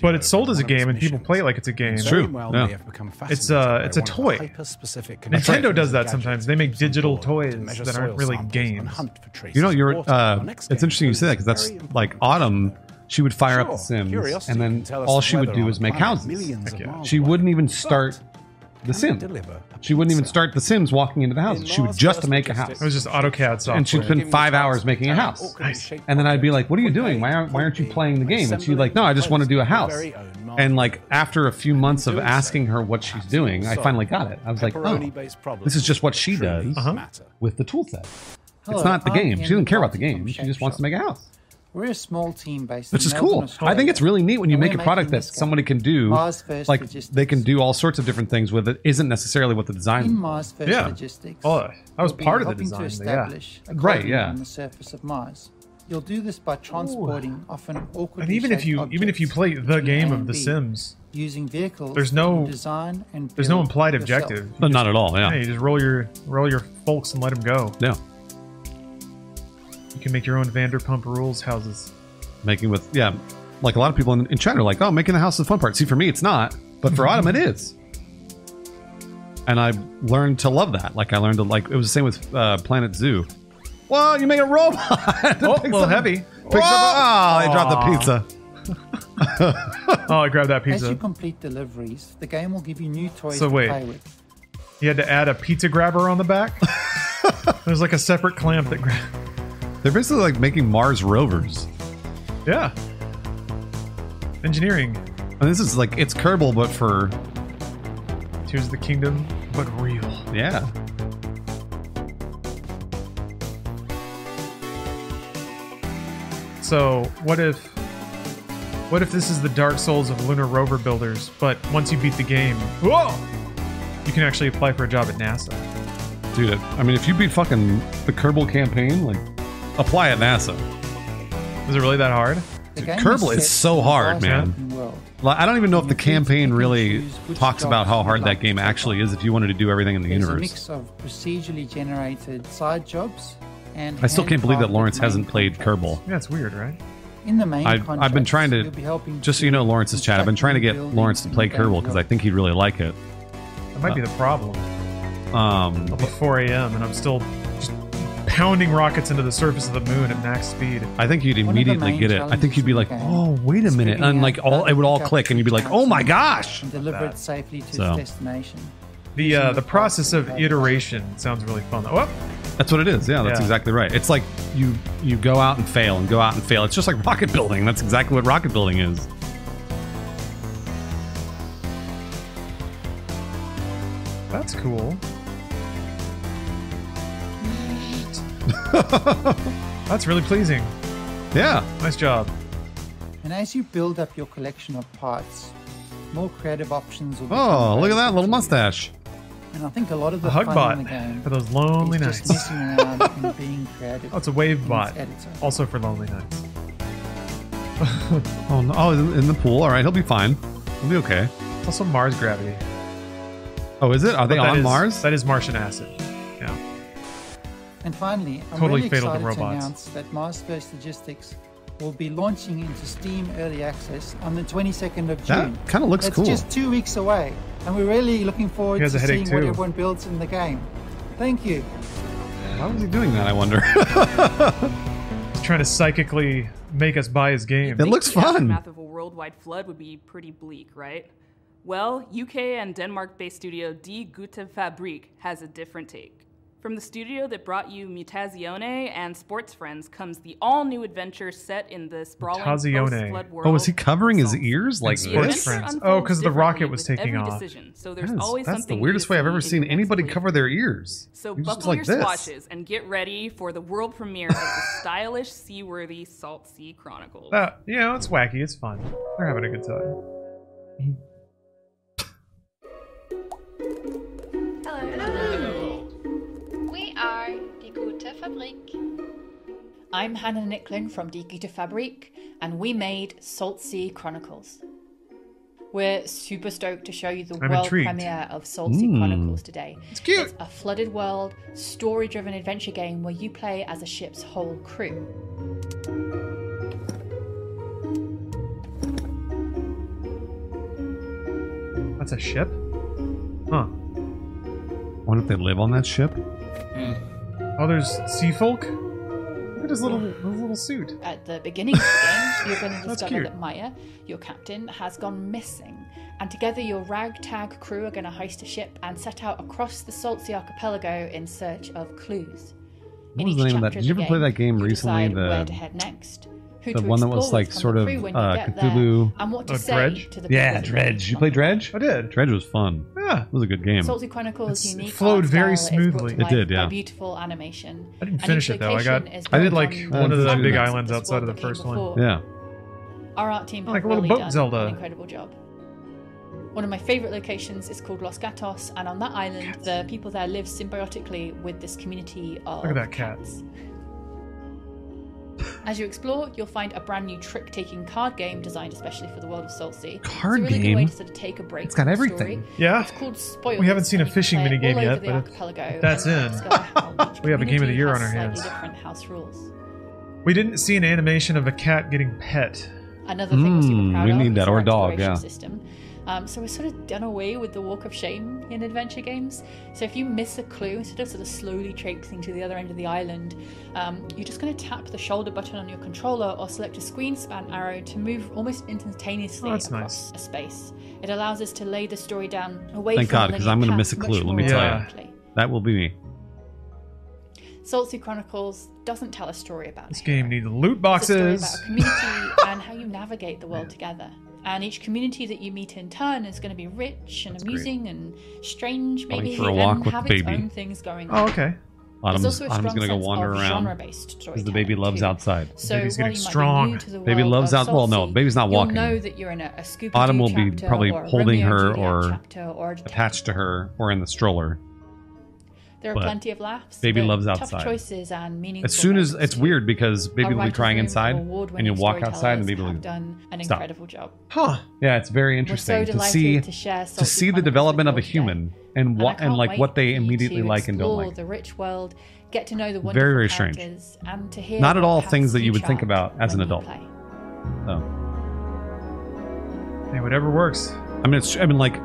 [SPEAKER 1] But it's sold as a game, and people play it like it's a game.
[SPEAKER 14] It's true. Well, they have become
[SPEAKER 1] It's a it's a
[SPEAKER 14] fascinated by
[SPEAKER 1] toy.
[SPEAKER 14] hyper-specific
[SPEAKER 1] Nintendo
[SPEAKER 14] connections
[SPEAKER 1] does that
[SPEAKER 14] gadgets
[SPEAKER 1] sometimes. They make digital toys
[SPEAKER 14] measure
[SPEAKER 1] that
[SPEAKER 14] soil
[SPEAKER 1] aren't really
[SPEAKER 14] samples
[SPEAKER 1] games.
[SPEAKER 3] You know, you're. Uh, it's interesting you say that because that's like Autumn. She would fire up The
[SPEAKER 14] Sure,
[SPEAKER 3] Sims,
[SPEAKER 14] curiosity
[SPEAKER 3] and then
[SPEAKER 14] can tell us
[SPEAKER 3] all
[SPEAKER 14] the
[SPEAKER 3] she would
[SPEAKER 14] weather
[SPEAKER 3] do
[SPEAKER 14] on
[SPEAKER 3] is
[SPEAKER 14] the
[SPEAKER 3] make
[SPEAKER 14] planet
[SPEAKER 3] houses.
[SPEAKER 14] millions of miles
[SPEAKER 3] She wouldn't even start The Sims. She wouldn't even start The Sims walking into the houses. She would just make a house.
[SPEAKER 1] It was just AutoCAD software.
[SPEAKER 3] And she'd spend five hours making a house. And then I'd be like, "What are you doing? Why aren't, why aren't you playing the game?" And she'd be like, "No, I just want to do a house." And like after a few months of asking her what she's doing, I finally got it. I was like, "Oh,
[SPEAKER 14] Pepperoni-based problems
[SPEAKER 3] this is just what she does
[SPEAKER 1] Uh-huh.
[SPEAKER 3] with the toolset. It's not the game. She doesn't care about the game. She just wants to make a house."
[SPEAKER 6] We're a small team based
[SPEAKER 3] which
[SPEAKER 6] in
[SPEAKER 3] is
[SPEAKER 6] Melbourne,
[SPEAKER 3] cool. I think it's really neat when you
[SPEAKER 6] And
[SPEAKER 3] make a
[SPEAKER 6] we're
[SPEAKER 3] product
[SPEAKER 6] making
[SPEAKER 3] that
[SPEAKER 6] this game.
[SPEAKER 3] somebody can do,
[SPEAKER 6] Mars First
[SPEAKER 3] like
[SPEAKER 6] Logistics.
[SPEAKER 3] they can do all sorts of different things with it. Isn't necessarily what the design.
[SPEAKER 6] In Mars First
[SPEAKER 3] yeah.
[SPEAKER 6] Logistics.
[SPEAKER 3] Oh, that was
[SPEAKER 6] we'll be
[SPEAKER 3] part of the
[SPEAKER 6] helping
[SPEAKER 3] design.
[SPEAKER 6] To
[SPEAKER 3] but
[SPEAKER 6] establish
[SPEAKER 3] yeah.
[SPEAKER 6] a
[SPEAKER 3] Right.
[SPEAKER 6] colony
[SPEAKER 3] Yeah.
[SPEAKER 6] On the surface of Mars. You'll do this by transporting often awkward.
[SPEAKER 1] And even if you even if you play the game of The Sims,
[SPEAKER 6] using vehicles,
[SPEAKER 1] there's
[SPEAKER 6] that you
[SPEAKER 1] no-
[SPEAKER 6] design and
[SPEAKER 1] there's no
[SPEAKER 6] build
[SPEAKER 1] implied
[SPEAKER 6] yourself.
[SPEAKER 1] objective. You
[SPEAKER 3] But not
[SPEAKER 1] just-
[SPEAKER 3] at all, yeah.
[SPEAKER 1] you just roll your roll your folks and let them go.
[SPEAKER 3] Yeah.
[SPEAKER 1] You can make your own Vanderpump Rules houses.
[SPEAKER 3] Making with yeah, like a lot of people in, in chat are like, oh, making the house is the fun part. See, for me, it's not, but for Autumn, it is. And I learned to love that. Like I learned to like. It was the same with uh, Planet Zoo. Well, you make a robot. oh,
[SPEAKER 1] well, heavy.
[SPEAKER 3] Picks
[SPEAKER 6] Ah!
[SPEAKER 3] up, oh, they dropped the
[SPEAKER 1] Aw.
[SPEAKER 3] pizza.
[SPEAKER 1] Oh, I grabbed that
[SPEAKER 6] As you
[SPEAKER 1] pizza.
[SPEAKER 6] complete deliveries, the game will give you new toys
[SPEAKER 1] So
[SPEAKER 6] to
[SPEAKER 1] wait,
[SPEAKER 6] play with.
[SPEAKER 1] you had to add a pizza grabber on the back. There's like a separate clamp that grabs.
[SPEAKER 3] They're basically like making Mars rovers.
[SPEAKER 1] Yeah. Engineering.
[SPEAKER 3] And this is like it's Kerbal, but for
[SPEAKER 1] Here's the kingdom, but real.
[SPEAKER 3] yeah.
[SPEAKER 1] So what if what if this is the Dark Souls of Lunar Rover builders, but once you beat the game, whoa, you can actually apply for a job at NASA.
[SPEAKER 3] dude. I mean, if you beat fucking the Kerbal campaign, like, apply at NASA. Is it really that hard?
[SPEAKER 6] The
[SPEAKER 3] Dude,
[SPEAKER 6] game
[SPEAKER 3] Kerbal
[SPEAKER 6] is
[SPEAKER 3] is
[SPEAKER 6] set
[SPEAKER 3] so
[SPEAKER 6] in
[SPEAKER 3] hard,
[SPEAKER 6] vast
[SPEAKER 3] man.
[SPEAKER 6] open world.
[SPEAKER 3] Like, I don't even know if the campaign really
[SPEAKER 6] which
[SPEAKER 3] talks about
[SPEAKER 6] jobs
[SPEAKER 3] how
[SPEAKER 6] you'd
[SPEAKER 3] hard
[SPEAKER 6] like
[SPEAKER 3] that game actually is. If you wanted to do everything in the
[SPEAKER 6] There's a
[SPEAKER 3] universe,
[SPEAKER 6] mix of procedurally generated side jobs and.
[SPEAKER 3] I still can't believe that
[SPEAKER 6] handcrafted
[SPEAKER 3] Lawrence
[SPEAKER 6] main
[SPEAKER 3] hasn't played Kerbal.
[SPEAKER 1] Yeah, it's weird, right?
[SPEAKER 6] In the main
[SPEAKER 3] I've, I've been
[SPEAKER 6] contracts,
[SPEAKER 3] trying
[SPEAKER 6] you'll be
[SPEAKER 3] to,
[SPEAKER 6] helping
[SPEAKER 3] just so you know, Lawrence's chat. I've been trying to get
[SPEAKER 6] buildings
[SPEAKER 3] Lawrence to
[SPEAKER 6] and
[SPEAKER 3] play
[SPEAKER 6] things
[SPEAKER 3] Kerbal because I think he'd really like it.
[SPEAKER 1] That might be the problem.
[SPEAKER 3] Um,
[SPEAKER 1] Up at 4 a.m. and I'm still just pounding rockets into the surface of the moon at max speed.
[SPEAKER 3] I think you'd
[SPEAKER 1] One of the
[SPEAKER 3] immediately
[SPEAKER 1] main
[SPEAKER 3] get it. I think you'd be like, "Oh, wait a minute!"
[SPEAKER 1] Speaking
[SPEAKER 3] And like all, it would all
[SPEAKER 6] Pick
[SPEAKER 3] click, and you'd be like,
[SPEAKER 6] up
[SPEAKER 3] "Oh my
[SPEAKER 6] and
[SPEAKER 3] gosh!"
[SPEAKER 6] Deliver
[SPEAKER 3] Like
[SPEAKER 6] it safely to
[SPEAKER 3] So.
[SPEAKER 6] its destination.
[SPEAKER 1] The uh, the process of iteration sounds really fun. Oh,
[SPEAKER 3] that. That's what it is. Yeah, that's
[SPEAKER 1] Yeah.
[SPEAKER 3] exactly right. It's like you you go out and fail, and go out and fail. It's just like rocket building. That's exactly what rocket building is.
[SPEAKER 1] that's cool. that's really pleasing.
[SPEAKER 3] Yeah.
[SPEAKER 1] Nice job.
[SPEAKER 6] And as you build up your collection of parts, more creative options will be.
[SPEAKER 3] Oh, look at that little mustache.
[SPEAKER 6] And I think a lot of the
[SPEAKER 1] A hug
[SPEAKER 6] fun
[SPEAKER 1] bot
[SPEAKER 6] in the game
[SPEAKER 1] for those lonely
[SPEAKER 6] is just
[SPEAKER 1] nights.
[SPEAKER 6] messing around and being creative.
[SPEAKER 1] Oh, it's a wave
[SPEAKER 6] in
[SPEAKER 1] bot,
[SPEAKER 6] its editor.
[SPEAKER 1] also for lonely nights.
[SPEAKER 3] Oh, no, oh, in, in the pool. All right, he'll be fine. He'll be okay.
[SPEAKER 1] Also Mars gravity.
[SPEAKER 3] Oh, is it?
[SPEAKER 1] But
[SPEAKER 3] Are they
[SPEAKER 1] that
[SPEAKER 3] on
[SPEAKER 1] is-
[SPEAKER 3] Mars?
[SPEAKER 1] That is Martian acid. Yeah.
[SPEAKER 6] And finally, I'm
[SPEAKER 1] Totally
[SPEAKER 6] really
[SPEAKER 1] fatal to
[SPEAKER 6] excited to,
[SPEAKER 1] robots.
[SPEAKER 6] announce that Mars First Logistics will be launching into Steam Early Access on the 22nd of
[SPEAKER 3] That
[SPEAKER 6] June.
[SPEAKER 3] kinda looks
[SPEAKER 6] That's
[SPEAKER 3] cool.
[SPEAKER 6] just two weeks away, and we're really looking forward
[SPEAKER 3] He has
[SPEAKER 6] to
[SPEAKER 3] a headache
[SPEAKER 6] seeing what
[SPEAKER 3] too.
[SPEAKER 6] everyone builds in the game. Thank you.
[SPEAKER 3] How is he doing that? I wonder.
[SPEAKER 1] He's trying to psychically make us buy his game.
[SPEAKER 3] It looks
[SPEAKER 1] fun.
[SPEAKER 3] fun.
[SPEAKER 9] The aftermath of a worldwide flood would be pretty bleak, right? Well, UK and Denmark based studio Die Gute Fabrik has a different take. From the studio that brought you Mutazione and Sports Friends comes the all new adventure set in the sprawling
[SPEAKER 1] Mutazione.
[SPEAKER 9] post-flood world.
[SPEAKER 3] Oh, is he covering his ears like
[SPEAKER 1] Sports
[SPEAKER 3] this?
[SPEAKER 1] friends. Oh, because the rocket was taking
[SPEAKER 9] every
[SPEAKER 1] off.
[SPEAKER 9] decision, so there's
[SPEAKER 3] That is-
[SPEAKER 9] always
[SPEAKER 3] that's the
[SPEAKER 9] something
[SPEAKER 3] weirdest way I've ever seen anybody cover their ears.
[SPEAKER 9] So
[SPEAKER 3] It's just
[SPEAKER 9] buckle
[SPEAKER 3] like
[SPEAKER 9] your
[SPEAKER 3] this.
[SPEAKER 9] swatches and get ready for the world premiere of the stylish, seaworthy Salt Sea Chronicles.
[SPEAKER 1] Uh, you know, it's wacky. It's fun. They're having a good time.
[SPEAKER 5] Hello. We are Die Gute Fabrik. I'm Hannah Nicklin from Die Gute Fabrik, and we made Salt Sea Chronicles. We're super stoked to show you the
[SPEAKER 7] I'm
[SPEAKER 5] world
[SPEAKER 7] intrigued.
[SPEAKER 5] premiere of Salt Sea
[SPEAKER 7] Mm.
[SPEAKER 5] Chronicles today. It's cute. a flooded world, story driven adventure game where you play as a ship's whole crew.
[SPEAKER 1] That's a ship? Huh.
[SPEAKER 3] Wonder if they live on that ship?
[SPEAKER 1] Oh, there's sea folk? Look at his little, his little suit.
[SPEAKER 5] At the beginning of the game, you're going to
[SPEAKER 1] That's
[SPEAKER 5] discover
[SPEAKER 1] cute.
[SPEAKER 5] that Maya, your captain, has gone missing, and together your ragtag crew are going to heist a ship and set out across the Salt Sea Archipelago in search of clues.
[SPEAKER 3] What was the name of that? Did you ever play that game recently?
[SPEAKER 5] Decide where to
[SPEAKER 3] The
[SPEAKER 5] head next. Who
[SPEAKER 3] the
[SPEAKER 5] to
[SPEAKER 3] one that was
[SPEAKER 5] explore
[SPEAKER 3] like
[SPEAKER 5] with on
[SPEAKER 3] sort
[SPEAKER 5] the
[SPEAKER 3] of
[SPEAKER 5] crew when you
[SPEAKER 3] uh,
[SPEAKER 5] get there,
[SPEAKER 3] Cthulhu.
[SPEAKER 5] and
[SPEAKER 1] Uh,
[SPEAKER 5] what to say to the
[SPEAKER 3] yeah,
[SPEAKER 5] people who
[SPEAKER 3] Dredge. You play Dredge? I
[SPEAKER 1] did.
[SPEAKER 3] Dredge was fun.
[SPEAKER 1] Yeah,
[SPEAKER 3] it was a good game.
[SPEAKER 5] Salt Sea Chronicles unique
[SPEAKER 1] flowed
[SPEAKER 5] art
[SPEAKER 1] very
[SPEAKER 5] style is brought to
[SPEAKER 1] smoothly. It
[SPEAKER 5] life
[SPEAKER 3] did,
[SPEAKER 5] by
[SPEAKER 3] yeah.
[SPEAKER 5] beautiful animation.
[SPEAKER 1] I didn't
[SPEAKER 5] And
[SPEAKER 1] finish
[SPEAKER 5] each
[SPEAKER 1] it though. I
[SPEAKER 5] location
[SPEAKER 1] got
[SPEAKER 5] is
[SPEAKER 1] I did
[SPEAKER 5] built
[SPEAKER 1] like
[SPEAKER 5] on
[SPEAKER 1] one of the
[SPEAKER 5] fragments
[SPEAKER 1] big
[SPEAKER 5] of
[SPEAKER 1] islands
[SPEAKER 5] this
[SPEAKER 1] outside of
[SPEAKER 5] world
[SPEAKER 1] the
[SPEAKER 5] that came
[SPEAKER 1] first one.
[SPEAKER 5] before.
[SPEAKER 3] Yeah.
[SPEAKER 5] Our art team
[SPEAKER 1] Like
[SPEAKER 5] have
[SPEAKER 1] a little
[SPEAKER 5] really
[SPEAKER 1] boat
[SPEAKER 5] done
[SPEAKER 1] Zelda.
[SPEAKER 5] an incredible job. One of my favourite locations is called Los Gatos, and on that island, the people there live symbiotically with this community of
[SPEAKER 1] Look at that cat.
[SPEAKER 5] As you explore, you'll find a brand new trick-taking card game designed especially for the world of Salt Sea.
[SPEAKER 3] Card
[SPEAKER 5] it's a really Good way
[SPEAKER 3] game?
[SPEAKER 5] to sort of take a break.
[SPEAKER 3] It's got
[SPEAKER 5] from the
[SPEAKER 3] everything.
[SPEAKER 5] story.
[SPEAKER 1] Yeah.
[SPEAKER 5] It's called Spoiled.
[SPEAKER 1] We haven't seen a
[SPEAKER 5] and you can
[SPEAKER 1] fishing
[SPEAKER 5] play it
[SPEAKER 1] minigame
[SPEAKER 5] all
[SPEAKER 1] yet,
[SPEAKER 5] over the
[SPEAKER 1] but it-
[SPEAKER 5] archipelago
[SPEAKER 1] that's
[SPEAKER 5] and
[SPEAKER 1] in.
[SPEAKER 5] discover how each
[SPEAKER 1] We have a game of the
[SPEAKER 5] community
[SPEAKER 1] year on
[SPEAKER 5] has
[SPEAKER 1] our
[SPEAKER 5] slightly
[SPEAKER 1] hands.
[SPEAKER 5] Different house rules.
[SPEAKER 1] We didn't see an animation of a cat getting pet.
[SPEAKER 5] Another thing
[SPEAKER 3] Hmm,
[SPEAKER 5] we're super
[SPEAKER 1] Mm,
[SPEAKER 5] proud
[SPEAKER 1] we
[SPEAKER 5] of
[SPEAKER 1] need
[SPEAKER 5] is
[SPEAKER 1] that,
[SPEAKER 5] our
[SPEAKER 1] or a dog,
[SPEAKER 5] exploration
[SPEAKER 1] yeah.
[SPEAKER 5] System. Um, so we're sort of done away with the walk of shame in adventure games. So if you miss a clue, instead of sort of slowly traipsing to the other end of the island, um, you're just going to tap the shoulder button on your controller or select a screen span arrow to move almost instantaneously
[SPEAKER 1] Oh, that's
[SPEAKER 5] across a space. It allows us to lay the story down away
[SPEAKER 3] Thank
[SPEAKER 5] from
[SPEAKER 3] God,
[SPEAKER 5] the
[SPEAKER 3] because
[SPEAKER 5] linear
[SPEAKER 3] I'm going to
[SPEAKER 5] path
[SPEAKER 3] miss a
[SPEAKER 5] much
[SPEAKER 3] clue. Let
[SPEAKER 5] more
[SPEAKER 3] me tell
[SPEAKER 5] directly.
[SPEAKER 3] you. That will be me.
[SPEAKER 5] Salt Sea Chronicles doesn't tell a story about
[SPEAKER 1] This game needs loot
[SPEAKER 5] It's a story about
[SPEAKER 1] boxes.
[SPEAKER 5] a community and how you navigate the world together. And each community that you meet in turn is going to be rich and amusing and strange,
[SPEAKER 3] Going
[SPEAKER 5] maybe,
[SPEAKER 3] for a walk
[SPEAKER 5] and
[SPEAKER 3] with
[SPEAKER 5] have
[SPEAKER 3] the
[SPEAKER 5] its
[SPEAKER 3] baby.
[SPEAKER 5] own things going
[SPEAKER 1] Oh,
[SPEAKER 5] on.
[SPEAKER 1] okay.
[SPEAKER 3] Autumn's,
[SPEAKER 5] also a
[SPEAKER 3] Autumn's
[SPEAKER 5] strong
[SPEAKER 3] gonna go
[SPEAKER 5] sense
[SPEAKER 3] wander
[SPEAKER 5] of
[SPEAKER 3] around
[SPEAKER 5] genre-based
[SPEAKER 3] because the baby loves outside.
[SPEAKER 5] So
[SPEAKER 1] Baby's
[SPEAKER 5] while
[SPEAKER 1] getting
[SPEAKER 5] you might
[SPEAKER 1] strong.
[SPEAKER 5] Be new to the
[SPEAKER 3] Baby
[SPEAKER 5] world
[SPEAKER 3] loves
[SPEAKER 5] of
[SPEAKER 3] out- well, no,
[SPEAKER 5] Saltsea,
[SPEAKER 3] baby's not walking.
[SPEAKER 5] You'll know that you're in a, a Scooby
[SPEAKER 3] Autumn will be
[SPEAKER 5] chapter
[SPEAKER 3] probably
[SPEAKER 5] or a
[SPEAKER 3] holding
[SPEAKER 5] Romeo
[SPEAKER 3] her
[SPEAKER 5] and Juliet
[SPEAKER 3] or
[SPEAKER 5] chapter or a
[SPEAKER 3] attached to her or in the stroller.
[SPEAKER 5] There are
[SPEAKER 3] But
[SPEAKER 5] plenty of laughs.
[SPEAKER 3] Baby
[SPEAKER 5] but
[SPEAKER 3] loves
[SPEAKER 5] Tough
[SPEAKER 3] outside.
[SPEAKER 5] choices and meaningful.
[SPEAKER 3] As soon as
[SPEAKER 5] moments
[SPEAKER 3] it's
[SPEAKER 5] too.
[SPEAKER 3] weird because baby
[SPEAKER 5] Our
[SPEAKER 3] will be
[SPEAKER 5] writers'
[SPEAKER 3] crying
[SPEAKER 5] room
[SPEAKER 3] inside,
[SPEAKER 5] of award-winning
[SPEAKER 3] and you'll walk
[SPEAKER 5] storytellers
[SPEAKER 3] outside, and baby will
[SPEAKER 5] have done an
[SPEAKER 3] stop.
[SPEAKER 5] incredible job.
[SPEAKER 1] Huh.
[SPEAKER 3] Yeah, it's very interesting to
[SPEAKER 5] delighted
[SPEAKER 3] see
[SPEAKER 5] to share
[SPEAKER 3] to
[SPEAKER 5] salty
[SPEAKER 3] see the
[SPEAKER 5] comments with
[SPEAKER 3] development of a
[SPEAKER 5] you today.
[SPEAKER 3] human and what
[SPEAKER 5] I
[SPEAKER 3] and
[SPEAKER 5] can't
[SPEAKER 3] like
[SPEAKER 5] wait
[SPEAKER 3] what they
[SPEAKER 5] for you
[SPEAKER 3] immediately
[SPEAKER 5] to
[SPEAKER 3] like and don't
[SPEAKER 5] explore
[SPEAKER 3] like.
[SPEAKER 5] The rich world, get to know the wonderful
[SPEAKER 3] Very, very strange.
[SPEAKER 5] characters, and to hear
[SPEAKER 3] Not at
[SPEAKER 5] what
[SPEAKER 3] all
[SPEAKER 5] paths
[SPEAKER 3] things that you would think
[SPEAKER 5] travel.
[SPEAKER 3] about as an adult. So,
[SPEAKER 1] Hey, whatever works.
[SPEAKER 3] I mean, it's I mean, like,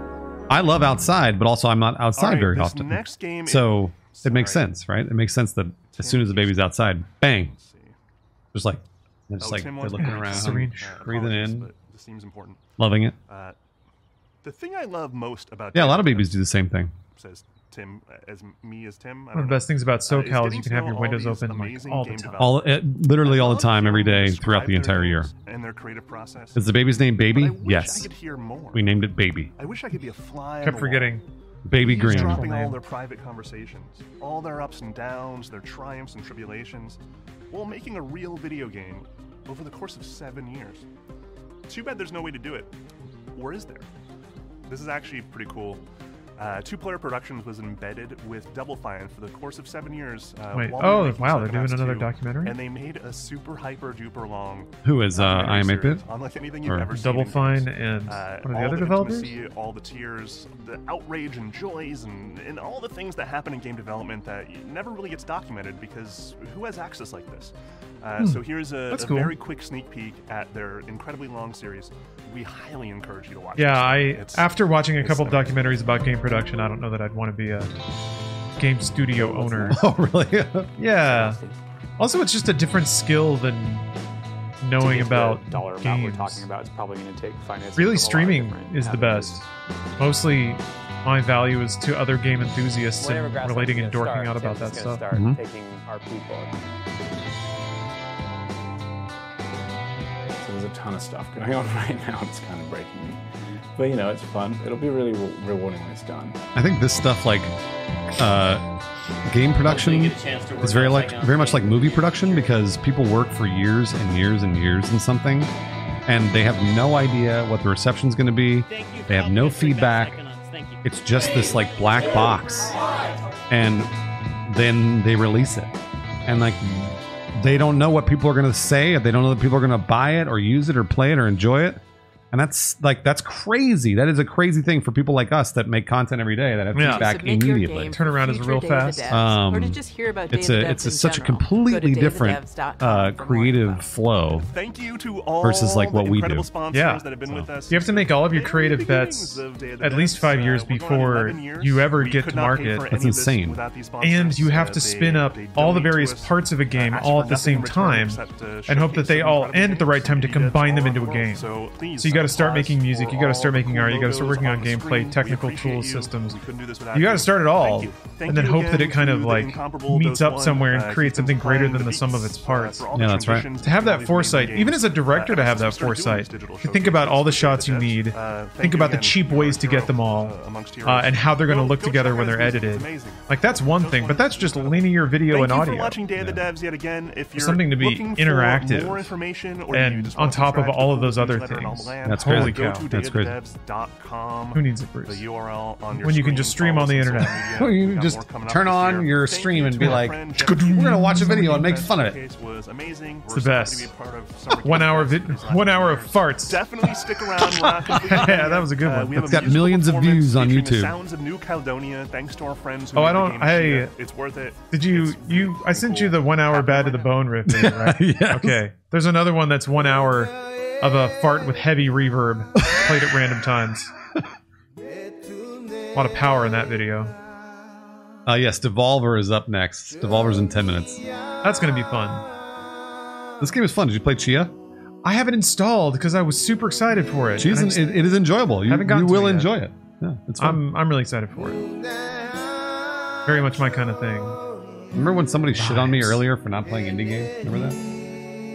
[SPEAKER 3] I love outside, but also I'm not outside
[SPEAKER 12] Alright,
[SPEAKER 3] very
[SPEAKER 12] this
[SPEAKER 3] often.
[SPEAKER 12] next game is-
[SPEAKER 3] so it makes sense, right? It makes sense that as soon as the baby's outside, bang, just like, they're just
[SPEAKER 12] Oh,
[SPEAKER 3] like
[SPEAKER 12] Tim
[SPEAKER 3] they're
[SPEAKER 12] wants
[SPEAKER 3] looking
[SPEAKER 12] to-
[SPEAKER 3] around,
[SPEAKER 12] Serene. Uh,
[SPEAKER 3] breathing in,
[SPEAKER 12] but this seems important.
[SPEAKER 3] loving it.
[SPEAKER 12] Uh, the thing I love most about
[SPEAKER 3] Yeah, a lot of
[SPEAKER 12] Tim,
[SPEAKER 3] babies do the same thing.
[SPEAKER 12] says Tim uh, as me as Tim. I don't
[SPEAKER 1] One of the
[SPEAKER 12] know.
[SPEAKER 1] best things about
[SPEAKER 12] Uh, is
[SPEAKER 1] SoCal is
[SPEAKER 12] getting
[SPEAKER 1] you
[SPEAKER 12] to
[SPEAKER 1] can have
[SPEAKER 12] know
[SPEAKER 1] your
[SPEAKER 12] all
[SPEAKER 1] windows
[SPEAKER 12] these
[SPEAKER 1] open like
[SPEAKER 12] amazing
[SPEAKER 1] all the
[SPEAKER 12] game
[SPEAKER 1] time.
[SPEAKER 3] All it, literally all the time, every day, throughout the
[SPEAKER 12] their
[SPEAKER 3] entire year.
[SPEAKER 12] names and their creative process.
[SPEAKER 3] Is the baby's name Baby?
[SPEAKER 12] But I wish I
[SPEAKER 3] Yes.
[SPEAKER 12] could hear more.
[SPEAKER 3] We named it Baby.
[SPEAKER 12] I wish I could be a fly. on
[SPEAKER 1] Kept
[SPEAKER 12] the
[SPEAKER 1] forgetting.
[SPEAKER 3] Baby
[SPEAKER 12] He's
[SPEAKER 3] Green.
[SPEAKER 12] Dropping all their private conversations, all their ups and downs, their triumphs and tribulations, while making a real video game over the course of seven years. Too bad there's no way to do it. Or is there? This is actually pretty cool. Uh, Two Player Productions was embedded with Double Fine for the course of seven years. Uh,
[SPEAKER 1] Wait,
[SPEAKER 12] while they were
[SPEAKER 1] oh,
[SPEAKER 12] making
[SPEAKER 1] wow, they're
[SPEAKER 12] Psychonauts
[SPEAKER 1] doing another
[SPEAKER 12] 2,
[SPEAKER 1] documentary?
[SPEAKER 12] And they made a super hyper duper long.
[SPEAKER 3] Who is uh,
[SPEAKER 12] documentary
[SPEAKER 3] I Am 8
[SPEAKER 12] series,
[SPEAKER 3] Bit?
[SPEAKER 12] Unlike anything you've
[SPEAKER 3] Or-
[SPEAKER 12] ever seen.
[SPEAKER 1] Double
[SPEAKER 12] in games.
[SPEAKER 1] Fine and one of the
[SPEAKER 12] uh, all
[SPEAKER 1] other
[SPEAKER 12] the
[SPEAKER 1] developers?
[SPEAKER 12] intimacy, all the tears, the outrage and joys, and, and all the things that happen in game development that y- never really gets documented because who has access like this? Uh,
[SPEAKER 1] Hmm.
[SPEAKER 12] So here's a,
[SPEAKER 1] That's
[SPEAKER 12] a
[SPEAKER 1] cool.
[SPEAKER 12] very quick sneak peek at their incredibly long series. We highly encourage you to watch.
[SPEAKER 1] Yeah,
[SPEAKER 12] this.
[SPEAKER 1] I
[SPEAKER 12] It's-
[SPEAKER 1] after watching a
[SPEAKER 12] it's
[SPEAKER 1] couple of
[SPEAKER 12] amazing.
[SPEAKER 1] documentaries about game production, I don't know that I'd want to be a game studio owner.
[SPEAKER 3] Oh, really?
[SPEAKER 1] yeah. Also, it's just a different skill than knowing
[SPEAKER 13] get the
[SPEAKER 1] about
[SPEAKER 13] dollar amount we're
[SPEAKER 1] games.
[SPEAKER 13] talking about, it's probably going to take finance.
[SPEAKER 1] Really, streaming is the best. Mostly, my value is to other game enthusiasts
[SPEAKER 13] Whatever
[SPEAKER 1] and
[SPEAKER 13] grassroots
[SPEAKER 1] relating and
[SPEAKER 13] is gonna
[SPEAKER 1] dorking
[SPEAKER 13] start,
[SPEAKER 1] out about
[SPEAKER 13] Tim's
[SPEAKER 1] that
[SPEAKER 13] gonna
[SPEAKER 1] stuff. Mm-hmm.
[SPEAKER 13] Start
[SPEAKER 3] Mhm.
[SPEAKER 13] taking our people.
[SPEAKER 16] So there's a ton of stuff going on right now. It's kind of breaking me. But you know, it's fun. It'll be really re- rewarding when it's done.
[SPEAKER 3] I think this stuff like uh, game production is very like very much like movie production because people work for years and years and years in something, and they have no idea what the reception's going to be. They have no feedback. It's just this like black box, and then they release it, and like they don't know what people are going to say, or they don't know that people are going to buy it or use it or play it or enjoy it. And that's like that's crazy. That is a crazy thing for people like us that make content every day that have
[SPEAKER 1] Yeah.
[SPEAKER 3] feedback
[SPEAKER 4] Submit your
[SPEAKER 3] immediately.
[SPEAKER 4] game for
[SPEAKER 1] Turnaround is
[SPEAKER 4] future
[SPEAKER 1] real
[SPEAKER 4] Day of the
[SPEAKER 1] fast.
[SPEAKER 4] Devs,
[SPEAKER 3] Um,
[SPEAKER 4] or to just hear about
[SPEAKER 3] it's
[SPEAKER 4] Day of
[SPEAKER 3] a
[SPEAKER 4] the
[SPEAKER 3] it's
[SPEAKER 4] Devs
[SPEAKER 3] a,
[SPEAKER 4] in
[SPEAKER 3] such a
[SPEAKER 4] general. Go to
[SPEAKER 3] completely different
[SPEAKER 4] dayofthedevs.com
[SPEAKER 3] uh,
[SPEAKER 4] for more
[SPEAKER 3] creative
[SPEAKER 4] info.
[SPEAKER 3] flow.
[SPEAKER 12] Thank you to all
[SPEAKER 3] Versus, like, what
[SPEAKER 12] the
[SPEAKER 3] we
[SPEAKER 12] incredible
[SPEAKER 3] do.
[SPEAKER 12] sponsors
[SPEAKER 1] Yeah.
[SPEAKER 12] that have been with us.
[SPEAKER 1] You have to make all of your
[SPEAKER 12] Very
[SPEAKER 1] creative
[SPEAKER 12] beginnings
[SPEAKER 1] bets
[SPEAKER 12] of Day of the
[SPEAKER 1] at least
[SPEAKER 12] Devs.
[SPEAKER 1] five
[SPEAKER 12] Uh,
[SPEAKER 1] years
[SPEAKER 12] we're going on
[SPEAKER 1] before
[SPEAKER 12] 11 years.
[SPEAKER 1] you ever
[SPEAKER 12] We
[SPEAKER 1] get
[SPEAKER 12] could
[SPEAKER 1] to
[SPEAKER 12] not pay for
[SPEAKER 1] market.
[SPEAKER 12] any of this
[SPEAKER 3] insane.
[SPEAKER 12] without these sponsors.
[SPEAKER 1] And you have
[SPEAKER 12] Uh, they-
[SPEAKER 1] to spin up
[SPEAKER 12] they
[SPEAKER 1] all the
[SPEAKER 12] donate to
[SPEAKER 1] various
[SPEAKER 12] us,
[SPEAKER 1] parts of a game
[SPEAKER 12] uh, ask
[SPEAKER 1] all
[SPEAKER 12] for
[SPEAKER 1] at the
[SPEAKER 12] nothing in
[SPEAKER 1] same
[SPEAKER 12] return
[SPEAKER 1] time,
[SPEAKER 12] except to
[SPEAKER 1] and hope that
[SPEAKER 12] showcase
[SPEAKER 1] they
[SPEAKER 12] some
[SPEAKER 1] all
[SPEAKER 12] incredible
[SPEAKER 1] end at the right time to
[SPEAKER 12] games that we did
[SPEAKER 1] combine them
[SPEAKER 12] all
[SPEAKER 1] into a
[SPEAKER 12] over the
[SPEAKER 1] game.
[SPEAKER 12] world. So, please,
[SPEAKER 1] you got to start
[SPEAKER 12] applause
[SPEAKER 1] making music.
[SPEAKER 12] for
[SPEAKER 1] You got
[SPEAKER 12] all
[SPEAKER 1] to start
[SPEAKER 12] the
[SPEAKER 1] making
[SPEAKER 12] cool
[SPEAKER 1] art. You got to start
[SPEAKER 12] logos
[SPEAKER 1] working on
[SPEAKER 12] the screen.
[SPEAKER 1] gameplay,
[SPEAKER 12] We
[SPEAKER 1] technical
[SPEAKER 12] appreciate
[SPEAKER 1] tools,
[SPEAKER 12] you.
[SPEAKER 1] systems.
[SPEAKER 12] We couldn't do this without
[SPEAKER 1] You got to
[SPEAKER 12] you.
[SPEAKER 1] start it all,
[SPEAKER 12] Thank you. Thank
[SPEAKER 1] and then
[SPEAKER 12] you
[SPEAKER 1] hope that
[SPEAKER 12] again
[SPEAKER 1] it kind
[SPEAKER 12] to
[SPEAKER 1] of
[SPEAKER 12] the
[SPEAKER 1] like
[SPEAKER 12] incomparable
[SPEAKER 1] meets
[SPEAKER 12] Dose
[SPEAKER 1] up
[SPEAKER 12] One,
[SPEAKER 1] somewhere
[SPEAKER 12] uh,
[SPEAKER 1] and creates
[SPEAKER 12] Keystone
[SPEAKER 1] something greater
[SPEAKER 12] Prime,
[SPEAKER 1] than
[SPEAKER 12] The
[SPEAKER 1] the sum of
[SPEAKER 12] Beats,
[SPEAKER 1] its
[SPEAKER 12] uh,
[SPEAKER 1] parts.
[SPEAKER 12] for all
[SPEAKER 3] Yeah,
[SPEAKER 12] the
[SPEAKER 3] that's right.
[SPEAKER 12] transitions
[SPEAKER 1] To have
[SPEAKER 12] all
[SPEAKER 1] that
[SPEAKER 12] these amazing
[SPEAKER 1] foresight,
[SPEAKER 12] games.
[SPEAKER 1] even as a director,
[SPEAKER 12] Uh,
[SPEAKER 1] to have that
[SPEAKER 12] since we're doing these
[SPEAKER 1] foresight,
[SPEAKER 12] digital
[SPEAKER 1] to think about all the shots you need, think about the cheap ways to get them all, uh, and how they're going to look together when they're edited. Like that's one thing, but that's just linear video
[SPEAKER 12] Thank
[SPEAKER 1] and
[SPEAKER 12] you
[SPEAKER 1] audio.
[SPEAKER 12] for watching Day of the Devs yet again. If
[SPEAKER 1] For
[SPEAKER 12] you're
[SPEAKER 1] something to be
[SPEAKER 12] looking
[SPEAKER 1] interactive
[SPEAKER 12] for more information, or you
[SPEAKER 1] and
[SPEAKER 12] just
[SPEAKER 1] on
[SPEAKER 12] wanna
[SPEAKER 1] top of
[SPEAKER 12] subscribe to
[SPEAKER 1] all
[SPEAKER 12] the
[SPEAKER 1] of those
[SPEAKER 12] Cool
[SPEAKER 1] other
[SPEAKER 12] newsletter and all
[SPEAKER 1] things.
[SPEAKER 12] the land,
[SPEAKER 3] That's crazy.
[SPEAKER 12] Go to
[SPEAKER 3] That's crazy.
[SPEAKER 12] Um, dayofthedevs.com.
[SPEAKER 1] Who needs it, Bruce?
[SPEAKER 12] The URL on your
[SPEAKER 1] When you can
[SPEAKER 12] screen.
[SPEAKER 1] just stream on
[SPEAKER 12] Follow
[SPEAKER 1] the
[SPEAKER 12] us social
[SPEAKER 1] internet.
[SPEAKER 12] media.
[SPEAKER 3] Well,
[SPEAKER 12] We've
[SPEAKER 3] you
[SPEAKER 12] got
[SPEAKER 3] just
[SPEAKER 12] more coming up
[SPEAKER 3] turn
[SPEAKER 12] this
[SPEAKER 3] on
[SPEAKER 12] year.
[SPEAKER 3] your
[SPEAKER 12] Thank
[SPEAKER 3] stream
[SPEAKER 12] you
[SPEAKER 3] and
[SPEAKER 12] to
[SPEAKER 3] be
[SPEAKER 12] our
[SPEAKER 3] like,
[SPEAKER 12] friend
[SPEAKER 3] "We're gonna watch a video and make fun of it."
[SPEAKER 12] Showcase was amazing.
[SPEAKER 1] It's
[SPEAKER 12] We're
[SPEAKER 1] the
[SPEAKER 12] so happy
[SPEAKER 1] best.
[SPEAKER 12] to be a part of Summer
[SPEAKER 1] One
[SPEAKER 12] Games
[SPEAKER 1] hour
[SPEAKER 12] Fest
[SPEAKER 1] vid-
[SPEAKER 12] these last
[SPEAKER 1] one
[SPEAKER 12] few
[SPEAKER 1] hour of
[SPEAKER 12] years.
[SPEAKER 1] farts.
[SPEAKER 12] Definitely stick around. We're not completely done
[SPEAKER 1] Yeah, that
[SPEAKER 12] yet.
[SPEAKER 1] was a good
[SPEAKER 12] Uh,
[SPEAKER 1] one.
[SPEAKER 12] we have
[SPEAKER 3] It's
[SPEAKER 12] a
[SPEAKER 3] got
[SPEAKER 12] musical
[SPEAKER 3] millions of
[SPEAKER 12] performance
[SPEAKER 3] views on
[SPEAKER 12] featuring the
[SPEAKER 3] YouTube.
[SPEAKER 12] Sounds of New Caledonia. Thanks to our friends. Who
[SPEAKER 1] Oh,
[SPEAKER 12] made
[SPEAKER 1] I
[SPEAKER 12] the
[SPEAKER 1] don't-
[SPEAKER 12] game
[SPEAKER 1] hey,
[SPEAKER 12] Cheetah. it's worth it.
[SPEAKER 1] Did you you? I sent you the one hour bad to the bone riff, video, right?
[SPEAKER 3] Yes.
[SPEAKER 1] Okay. There's another one that's one hour of a fart with heavy reverb played at random times. A lot of power in that video.
[SPEAKER 3] Uh, yes, Devolver is up next. Devolver's in ten minutes.
[SPEAKER 1] That's gonna be fun.
[SPEAKER 3] This game is fun. Did you play Chia?
[SPEAKER 1] I have it installed because I was super excited for it.
[SPEAKER 3] Chia's
[SPEAKER 1] and I
[SPEAKER 3] in,
[SPEAKER 1] just-
[SPEAKER 3] it, it is enjoyable. You,
[SPEAKER 1] Haven't gotten
[SPEAKER 3] you
[SPEAKER 1] to
[SPEAKER 3] will
[SPEAKER 1] it yet.
[SPEAKER 3] enjoy it. Yeah, it's fun.
[SPEAKER 1] I'm I'm really excited for it. Very much my kind of thing.
[SPEAKER 3] Remember when somebody shit on me earlier for not playing indie games? Remember that?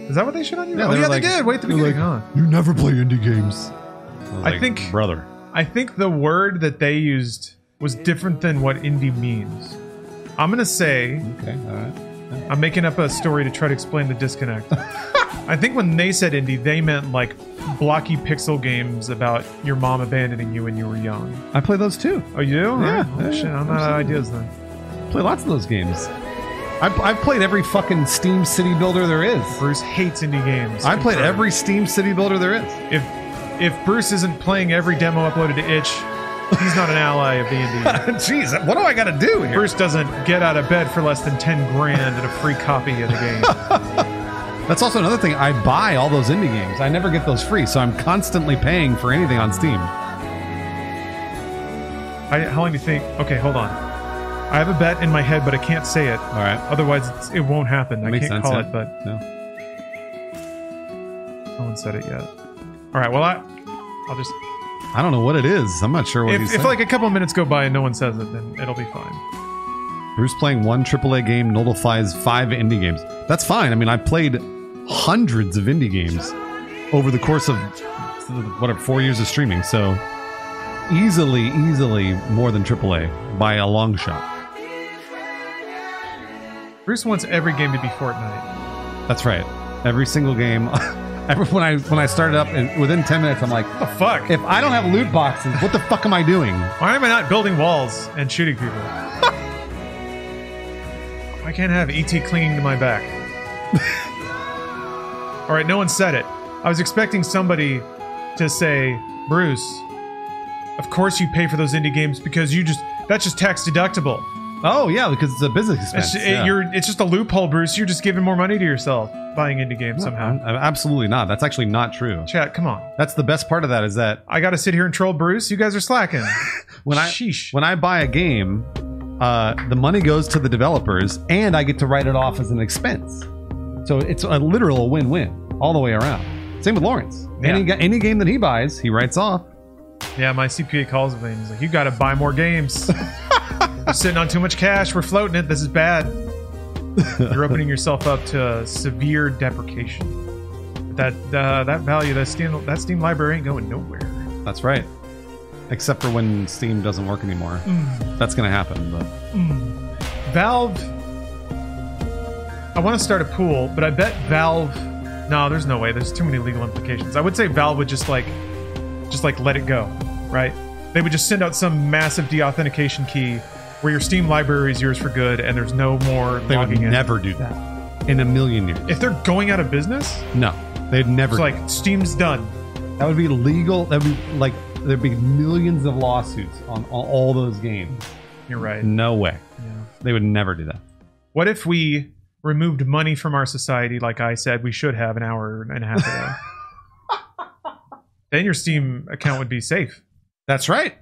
[SPEAKER 1] Is that what they showed on you?
[SPEAKER 3] Yeah,
[SPEAKER 1] oh
[SPEAKER 3] they
[SPEAKER 1] yeah,
[SPEAKER 3] were
[SPEAKER 1] they
[SPEAKER 3] like-
[SPEAKER 1] did. Wait at the
[SPEAKER 3] they were
[SPEAKER 1] beginning, huh?
[SPEAKER 3] like, You never play indie games. I, was
[SPEAKER 1] I
[SPEAKER 3] like,
[SPEAKER 1] think-
[SPEAKER 3] brother.
[SPEAKER 1] I think the word that they used was different than what indie means. I'm gonna say
[SPEAKER 3] Okay, all right.
[SPEAKER 1] I'm making up a story to try to explain the disconnect. I think when they said indie, they meant like blocky pixel games about your mom abandoning you when you were young.
[SPEAKER 3] I play those too.
[SPEAKER 1] Oh, you do? All
[SPEAKER 3] Yeah,
[SPEAKER 1] right. Oh,
[SPEAKER 3] yeah,
[SPEAKER 1] shit, I'm not out of
[SPEAKER 3] absolutely.
[SPEAKER 1] ideas then.
[SPEAKER 3] Play lots of those games. I've, I've played every fucking Steam city builder there is.
[SPEAKER 1] Bruce hates indie games.
[SPEAKER 3] I played
[SPEAKER 1] Confirmed.
[SPEAKER 3] every Steam city builder there is.
[SPEAKER 1] If if Bruce isn't playing every demo uploaded to itch, he's not an ally of the indie.
[SPEAKER 3] Jeez, what do I got to do here?
[SPEAKER 1] Bruce doesn't get out of bed for less than ten grand and a free copy of the game.
[SPEAKER 3] That's also another thing. I buy all those indie games. I never get those free, so I'm constantly paying for anything on Steam.
[SPEAKER 1] I, how long do you think? Okay, hold on. I have a bet in my head, but I can't say it. All
[SPEAKER 3] right.
[SPEAKER 1] Otherwise, it's, it won't happen. I
[SPEAKER 3] makes
[SPEAKER 1] can't
[SPEAKER 3] sense,
[SPEAKER 1] call
[SPEAKER 3] yeah.
[SPEAKER 1] it, but
[SPEAKER 3] no.
[SPEAKER 1] No one said it yet. All right. Well, I, I'll just.
[SPEAKER 3] I don't know what it is. I'm not sure what
[SPEAKER 1] If,
[SPEAKER 3] he's
[SPEAKER 1] if
[SPEAKER 3] saying.
[SPEAKER 1] like a couple of minutes go by and no one says it, then it'll be fine.
[SPEAKER 3] Bruce playing one AAA game nullifies five indie games. That's fine. I mean, I played hundreds of indie games over the course of whatever four years of streaming. So easily, easily more than AAA by a long shot.
[SPEAKER 1] Bruce wants every game to be Fortnite.
[SPEAKER 3] That's right. Every single game. Every, when I when I started up, and within ten minutes, I'm like, what the
[SPEAKER 1] fuck?
[SPEAKER 3] If I don't have loot boxes, what the fuck am I doing?
[SPEAKER 1] Why am I not building walls and shooting people? Why can't I have ET clinging to my back? All right, no one said it. I was expecting somebody to say, Bruce, of course you pay for those indie games because you just, that's just tax deductible.
[SPEAKER 3] Oh yeah, because it's a business expense.
[SPEAKER 1] It's, it-
[SPEAKER 3] yeah.
[SPEAKER 1] you're, it's just a loophole, Bruce. You're just giving more money to yourself buying indie games somehow.
[SPEAKER 3] Uh, Absolutely not. That's actually not true.
[SPEAKER 1] Chat, come on.
[SPEAKER 3] That's the best part of that is that
[SPEAKER 1] I got to sit here and troll Bruce. You guys are slacking.
[SPEAKER 3] when I when I buy a game, uh, the money goes to the developers, and I get to write it off as an expense. So it's a literal win-win all the way around. Same with Lawrence. Any ga- any game that he buys, he writes off.
[SPEAKER 1] Yeah, my CPA calls me and he's like, "You got to buy more games. We're sitting on too much cash. We're floating it. This is bad. You're opening yourself up to severe deprecation. That uh, that value, that Steam, that Steam library ain't going nowhere."
[SPEAKER 3] That's right. Except for when Steam doesn't work anymore.
[SPEAKER 1] Mm.
[SPEAKER 3] That's gonna happen. But
[SPEAKER 1] Mm. Valve. I want to start a pool, but I bet Valve. No, there's no way. There's too many legal implications. I would say Valve would just like, just like let it go, right? They would just send out some massive deauthentication key where your Steam library is yours for good, and there's no more
[SPEAKER 3] they would
[SPEAKER 1] logging in.
[SPEAKER 3] never do that in a million years.
[SPEAKER 1] If they're going out of business,
[SPEAKER 3] No, they'd never.
[SPEAKER 1] it's
[SPEAKER 3] do
[SPEAKER 1] like Steam's done.
[SPEAKER 3] That would be legal. That would be like there'd be millions of lawsuits on, on all those games.
[SPEAKER 1] You're right.
[SPEAKER 3] No way. They would never do that.
[SPEAKER 1] What if we removed money from our society, like I said we should have an hour and a half ago? then your Steam account would be safe.
[SPEAKER 3] That's right.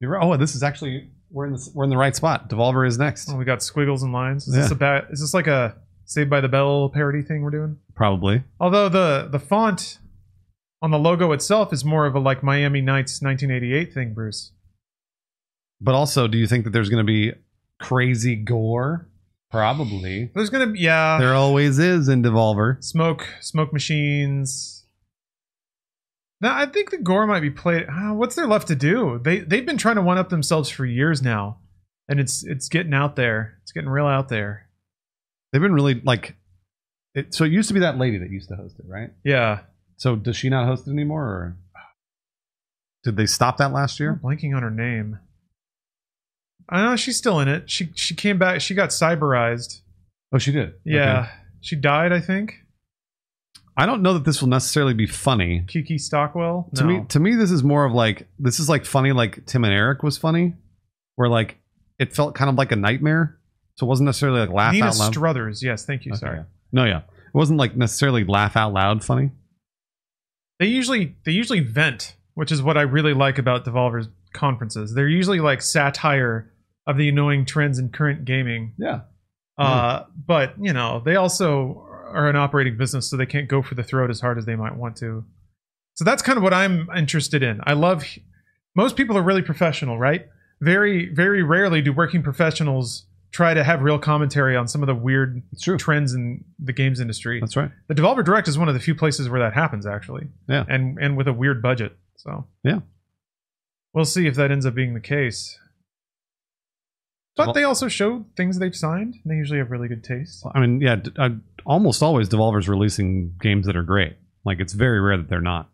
[SPEAKER 3] You're right. Oh, this is actually we're in the, we're in the right spot. Devolver is next.
[SPEAKER 1] Oh, we got squiggles and lines. Is
[SPEAKER 3] Yeah.
[SPEAKER 1] this about? Is this like a Saved by the Bell parody thing we're doing?
[SPEAKER 3] Probably.
[SPEAKER 1] Although the the font on the logo itself is more of a like Miami Nights 1988 thing, Bruce.
[SPEAKER 3] But also, do you think that there's going to be crazy gore? Probably.
[SPEAKER 1] There's gonna be yeah
[SPEAKER 3] there always is in Devolver.
[SPEAKER 1] smoke smoke machines. Now I think the gore might be played. ah, What's there left to do? They they've been trying to one up themselves for years now, and it's it's getting out there. It's getting real out there.
[SPEAKER 3] They've been really like. It, so it used to be that lady that used to host it, right?
[SPEAKER 1] Yeah.
[SPEAKER 3] So does she not host it anymore, or did they stop that last year?
[SPEAKER 1] I'm blanking on her name. I know she's still in it. She she came back. She got cyberized.
[SPEAKER 3] Oh, she did.
[SPEAKER 1] Yeah,
[SPEAKER 3] Okay.
[SPEAKER 1] she died. I think
[SPEAKER 3] I don't know that this will necessarily be funny.
[SPEAKER 1] Kiki Stockwell.
[SPEAKER 3] To
[SPEAKER 1] no.
[SPEAKER 3] me, to me, this is more of like this is like funny, like Tim and Eric was funny, where like it felt kind of like a nightmare, so it wasn't necessarily like laugh
[SPEAKER 1] Nina
[SPEAKER 3] out loud.
[SPEAKER 1] Struthers. Yes, thank you.
[SPEAKER 3] Okay,
[SPEAKER 1] Sorry.
[SPEAKER 3] yeah. No, yeah, it wasn't like necessarily laugh out loud funny.
[SPEAKER 1] They usually they usually vent, which is what I really like about Devolver's conferences. They're usually like satire of the annoying trends in current gaming.
[SPEAKER 3] Yeah.
[SPEAKER 1] Uh, but you know, they also are an operating business, so they can't go for the throat as hard as they might want to. So that's kind of what I'm interested in. I love most people are really professional, right? Very, very rarely do working professionals try to have real commentary on some of the weird trends in the games industry.
[SPEAKER 3] That's right.
[SPEAKER 1] The Devolver Direct is one of the few places where that happens, actually.
[SPEAKER 3] Yeah.
[SPEAKER 1] And and with a weird budget. So
[SPEAKER 3] Yeah.
[SPEAKER 1] we'll see if that ends up being the case. But
[SPEAKER 3] Devol-
[SPEAKER 1] they also show things they've signed. and They usually have really good taste.
[SPEAKER 3] I mean, yeah, d- uh, almost always Devolver's releasing games that are great. Like it's very rare that they're not.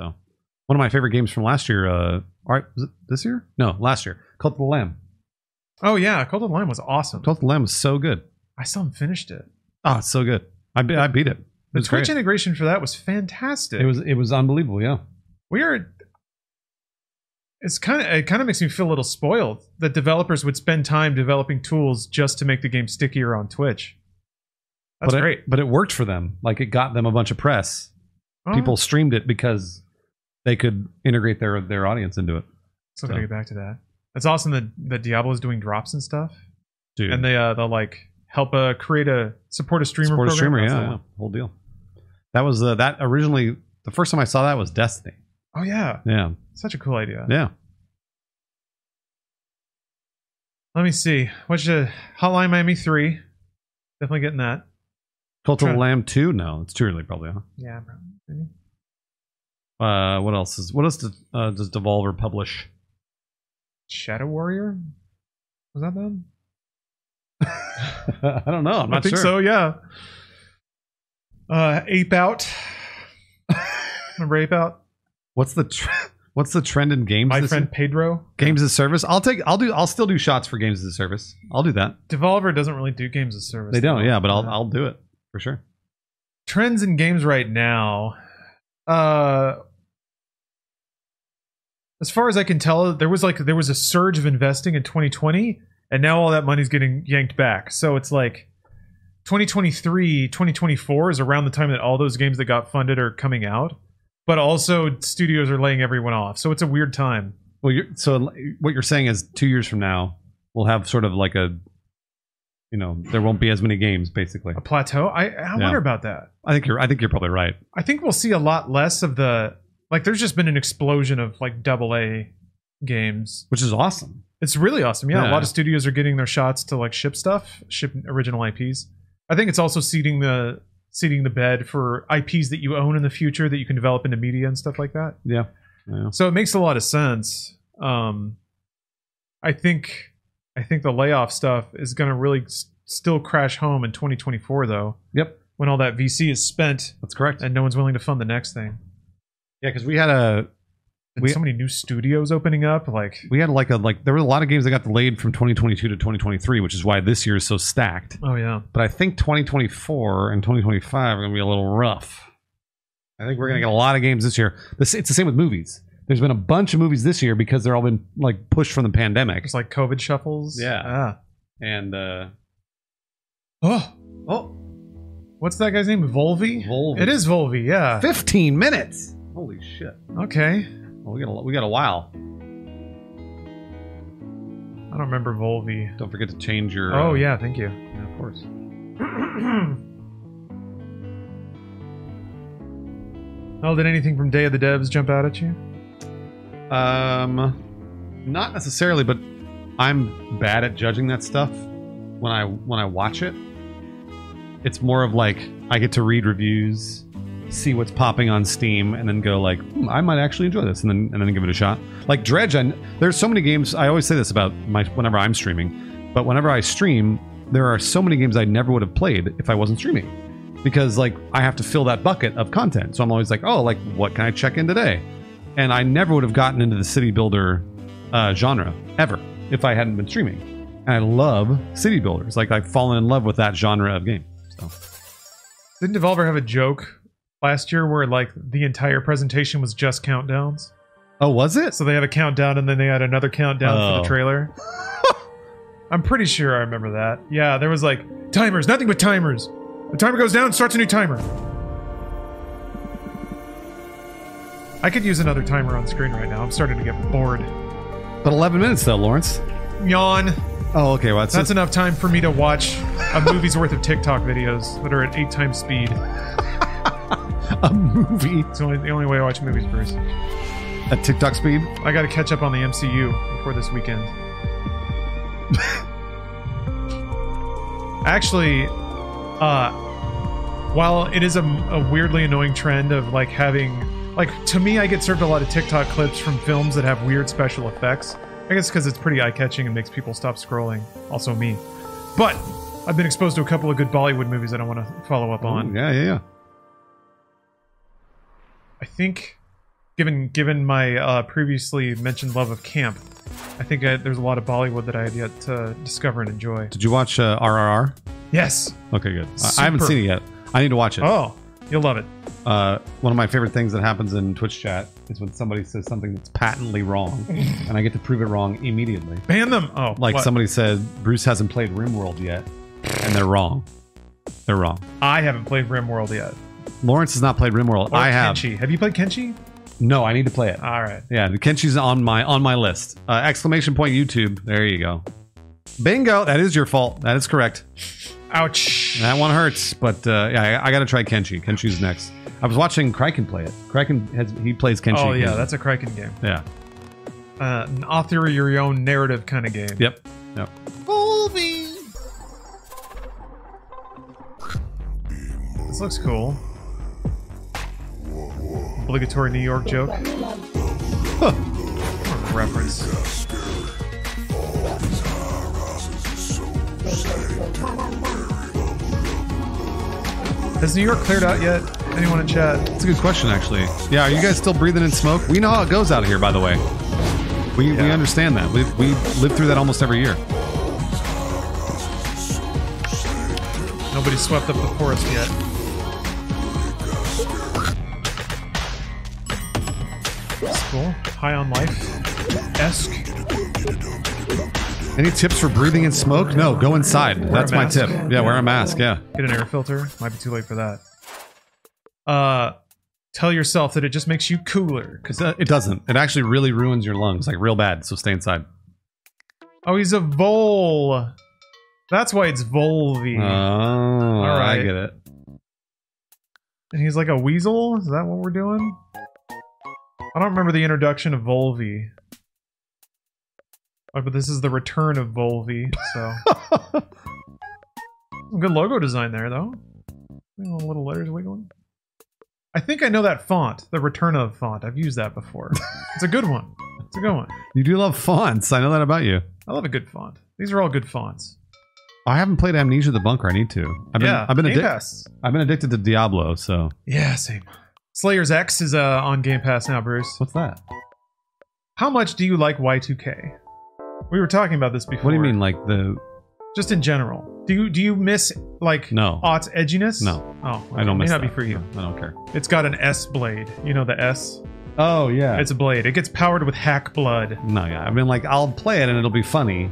[SPEAKER 3] So one of my favorite games from last year, uh, all right, was it this year? No, last year, Cult of the Lamb.
[SPEAKER 1] Oh yeah, Cult of the Lamb was awesome.
[SPEAKER 3] Twelfth Lamb was so good.
[SPEAKER 1] I still haven't finished it.
[SPEAKER 3] Oh, it's so good. I be, I beat it. It
[SPEAKER 1] The
[SPEAKER 3] was
[SPEAKER 1] Twitch
[SPEAKER 3] great.
[SPEAKER 1] integration for that was fantastic.
[SPEAKER 3] It was it was unbelievable. Yeah.
[SPEAKER 1] we are. It's kind of it kind of makes me feel a little spoiled that developers would spend time developing tools just to make the game stickier on Twitch. That's
[SPEAKER 3] but
[SPEAKER 1] great.
[SPEAKER 3] It, but it worked for them. Like it got them a bunch of press.
[SPEAKER 1] Oh.
[SPEAKER 3] People streamed it because they could integrate their their audience into it.
[SPEAKER 1] So I'm gonna get back to that. It's awesome that that Diablo is doing drops and stuff,
[SPEAKER 3] Dude.
[SPEAKER 1] and they uh they'll like help uh create a support a streamer
[SPEAKER 3] Support a
[SPEAKER 1] program.
[SPEAKER 3] streamer,
[SPEAKER 1] That's
[SPEAKER 3] yeah,
[SPEAKER 1] the
[SPEAKER 3] yeah,
[SPEAKER 1] one.
[SPEAKER 3] whole deal. That was uh, that originally the first time I saw that was Destiny.
[SPEAKER 1] Oh yeah,
[SPEAKER 3] Yeah,
[SPEAKER 1] such a cool idea.
[SPEAKER 3] yeah.
[SPEAKER 1] Let me see. What's your Hotline Miami three? Definitely getting that.
[SPEAKER 3] Cult
[SPEAKER 1] Try
[SPEAKER 3] of
[SPEAKER 1] to-
[SPEAKER 3] the Lamb two. No, it's too early probably. Huh?
[SPEAKER 1] Yeah, probably.
[SPEAKER 3] Uh, what else is what else does, uh, does Devolver publish?
[SPEAKER 1] Shadow Warrior. Was that them?
[SPEAKER 3] I don't know. I'm
[SPEAKER 1] I
[SPEAKER 3] not
[SPEAKER 1] think
[SPEAKER 3] sure.
[SPEAKER 1] so. Yeah. Uh, Ape Out. Remember Ape Out?
[SPEAKER 3] What's the tr- what's the trend in games?
[SPEAKER 1] My
[SPEAKER 3] this
[SPEAKER 1] friend
[SPEAKER 3] year?
[SPEAKER 1] Pedro.
[SPEAKER 3] games as service. I'll take. I'll do. I'll still do shots for games as a service. I'll do that.
[SPEAKER 1] Devolver doesn't really do games as service.
[SPEAKER 3] They don't.
[SPEAKER 1] though.
[SPEAKER 3] Yeah, but I'll I'll do it for sure.
[SPEAKER 1] trends in games right now uh as far as i can tell there was like there was a surge of investing in 2020 and now all that money's getting yanked back so it's like 2023 2024 is around the time that all those games that got funded are coming out but also studios are laying everyone off so it's a weird time
[SPEAKER 3] Well, you're, so what you're saying is two years from now we'll have sort of like a, you know, there won't be as many games basically.
[SPEAKER 1] a plateau i i wonder about that
[SPEAKER 3] I think you're. I think you're probably right.
[SPEAKER 1] I think we'll see a lot less of the like. There's just been an explosion of like double A games,
[SPEAKER 3] which is awesome.
[SPEAKER 1] It's really awesome. Yeah, a
[SPEAKER 3] Yeah.
[SPEAKER 1] lot of studios are getting their shots to like ship stuff, ship original IPs. I think it's also seeding the seeding the bed for IPs that you own in the future that you can develop into media and stuff like that.
[SPEAKER 3] Yeah. yeah.
[SPEAKER 1] So it makes a lot of sense. Um, I think I think the layoff stuff is going to really s- still crash home in 2024, though.
[SPEAKER 3] Yep.
[SPEAKER 1] When all that VC is spent.
[SPEAKER 3] That's correct.
[SPEAKER 1] And no one's willing to fund the next thing.
[SPEAKER 3] Yeah, because we had a
[SPEAKER 1] And
[SPEAKER 3] we
[SPEAKER 1] so many new studios opening up. Like,
[SPEAKER 3] we had like a like there were a lot of games that got delayed from 2022 to 2023, which is why this year is so stacked.
[SPEAKER 1] oh yeah,
[SPEAKER 3] But I think 2024 and 2025 are going to be a little rough. I think we're going to get a lot of games this year. This it's the same with movies. There's been a bunch of movies this year because they're all been like pushed from the pandemic.
[SPEAKER 1] it's like COVID shuffles.
[SPEAKER 3] Yeah.
[SPEAKER 1] Ah.
[SPEAKER 3] And uh
[SPEAKER 1] Oh,
[SPEAKER 3] oh,
[SPEAKER 1] what's that guy's name? Volvi.
[SPEAKER 3] Volvi.
[SPEAKER 1] It is Volvi. Yeah.
[SPEAKER 3] 15 minutes. Holy shit.
[SPEAKER 1] Okay.
[SPEAKER 3] Well, we got a, we got a while.
[SPEAKER 1] I don't remember Volvi.
[SPEAKER 3] Don't forget to change your
[SPEAKER 1] Oh
[SPEAKER 3] uh,
[SPEAKER 1] yeah, thank you.
[SPEAKER 3] yeah, of course.
[SPEAKER 1] Oh, did anything from Day of the Devs jump out at you?
[SPEAKER 3] Um, not necessarily, but I'm bad at judging that stuff when I when I watch it. It's more of like I get to read reviews, see what's popping on Steam, and then go like, hmm, I might actually enjoy this, and then and then give it a shot. Like Dredge, I, there's so many games. I always say this about my whenever I'm streaming, but whenever I stream, there are so many games I never would have played if I wasn't streaming because like I have to fill that bucket of content. So I'm always like, oh, like what can I check in today? And I never would have gotten into the city builder uh, genre ever if I hadn't been streaming. And I love city builders. Like I've fallen in love with that genre of game. So
[SPEAKER 1] Didn't Devolver have a joke last year where like the entire presentation was just countdowns?
[SPEAKER 3] oh, was it?
[SPEAKER 1] So they had a countdown and then they had another countdown for
[SPEAKER 3] Oh.
[SPEAKER 1] the trailer. I'm pretty sure I remember that. Yeah, there was like timers, nothing but timers. The timer goes down, starts a new timer. I could use another timer on screen right now. I'm starting to get bored.
[SPEAKER 3] But 11 minutes though, Lawrence.
[SPEAKER 1] Yawn.
[SPEAKER 3] Oh, okay. Well, that's,
[SPEAKER 1] That's enough time for me to watch a movie's worth of TikTok videos that are at eight times speed.
[SPEAKER 3] a movie
[SPEAKER 1] It's the only, the only way I watch movies, Bruce.
[SPEAKER 3] at TikTok speed.
[SPEAKER 1] I got to catch up on the MCU before this weekend. Actually, uh, while it is a, a weirdly annoying trend of like having, like to me, I get served a lot of TikTok clips from films that have weird special effects. I guess because it's pretty eye catching and makes people stop scrolling. Also me, but I've been exposed to a couple of good Bollywood movies that I want to follow up on.
[SPEAKER 3] Ooh, yeah, yeah, yeah.
[SPEAKER 1] I think, given given my uh, previously mentioned love of camp, I think I, there's a lot of Bollywood that I had yet to discover and enjoy.
[SPEAKER 3] Did you watch uh, RRR?
[SPEAKER 1] Yes.
[SPEAKER 3] Okay, good. I, I haven't
[SPEAKER 1] Super.
[SPEAKER 3] seen it yet. I need to watch it.
[SPEAKER 1] Oh, you'll love it.
[SPEAKER 3] Uh, one of my favorite things that happens in Twitch chat is when somebody says something that's patently wrong, and I get to prove it wrong immediately.
[SPEAKER 1] Ban them. Oh,
[SPEAKER 3] Like
[SPEAKER 1] what?
[SPEAKER 3] somebody said, Bruce hasn't played RimWorld yet, and they're wrong. They're wrong.
[SPEAKER 1] I haven't played RimWorld yet.
[SPEAKER 3] Lawrence has not played RimWorld.
[SPEAKER 1] Or
[SPEAKER 3] I have.
[SPEAKER 1] Oh, Kenshi. Ah. Have you played Kenshi?
[SPEAKER 3] No, I need to play it.
[SPEAKER 1] All right.
[SPEAKER 3] Yeah, the Kenshi's on my on my list. Uh, exclamation point YouTube. There you go. Bingo. That is your fault. That is correct.
[SPEAKER 1] Ouch.
[SPEAKER 3] That one hurts, but uh, yeah, I, I got to try Kenshi. Kenshi's next. I was watching Kraken play it. Kraken has he plays Kenshi.
[SPEAKER 1] oh yeah,
[SPEAKER 3] occasionally.
[SPEAKER 1] that's a Kraken game.
[SPEAKER 3] yeah.
[SPEAKER 1] Uh, an author your own narrative kind of game.
[SPEAKER 3] Yep. Yep.
[SPEAKER 1] This looks cool. Obligatory New York joke. Reference. Has New York cleared out yet? Anyone in chat?
[SPEAKER 3] That's a good question, actually. Yeah, are you guys still breathing in smoke? We know how it goes out here, by the way. We, we understand that. We, we live through that almost every year.
[SPEAKER 1] Nobody swept up the forest yet. That's cool. High on life. Esque.
[SPEAKER 3] Any tips for breathing in smoke? No, go inside.
[SPEAKER 1] Wear a
[SPEAKER 3] That's my
[SPEAKER 1] mask.
[SPEAKER 3] tip. Yeah, wear a mask. Yeah.
[SPEAKER 1] Get an air filter. Might be too late for that. Uh, tell yourself that it just makes you cooler.
[SPEAKER 3] Because uh, it doesn't. It actually really ruins your lungs, like real bad. So stay inside.
[SPEAKER 1] Oh, he's a vole. That's why it's
[SPEAKER 3] Oh,
[SPEAKER 1] volvy. Mm. All
[SPEAKER 3] I
[SPEAKER 1] right.
[SPEAKER 3] get it.
[SPEAKER 1] and he's like a weasel. Is that what we're doing? I don't remember the introduction of Volvi. Oh, but this is the return of Volvi. So Some good logo design there, though. All the little letters wiggling. I think I know that font, the return of font. I've used that before. it's a good one. It's a good one.
[SPEAKER 3] You do love fonts. I know that about you.
[SPEAKER 1] I love a good font. These are all good fonts.
[SPEAKER 3] I haven't played Amnesia the Bunker. I need to. I've been,
[SPEAKER 1] Yeah,
[SPEAKER 3] I've been
[SPEAKER 1] Game
[SPEAKER 3] addicted.
[SPEAKER 1] Pass.
[SPEAKER 3] I've been addicted to Diablo. So
[SPEAKER 1] Yeah, same. Slayer's X is uh, on Game Pass now, Bruce.
[SPEAKER 3] what's that?
[SPEAKER 1] How much do you like Y2K? We were talking about this before.
[SPEAKER 3] What do you mean, like the?
[SPEAKER 1] Just in general. Do you do you miss like
[SPEAKER 3] No.
[SPEAKER 1] aught edginess?
[SPEAKER 3] No.
[SPEAKER 1] Oh, okay.
[SPEAKER 3] I don't
[SPEAKER 1] May
[SPEAKER 3] miss
[SPEAKER 1] not be
[SPEAKER 3] that.
[SPEAKER 1] for you.
[SPEAKER 3] I don't care.
[SPEAKER 1] It's got an S blade. You know the S.
[SPEAKER 3] Oh yeah.
[SPEAKER 1] It's a blade. It gets powered with hack blood.
[SPEAKER 3] no, yeah. I've been like, I'll play it and it'll be funny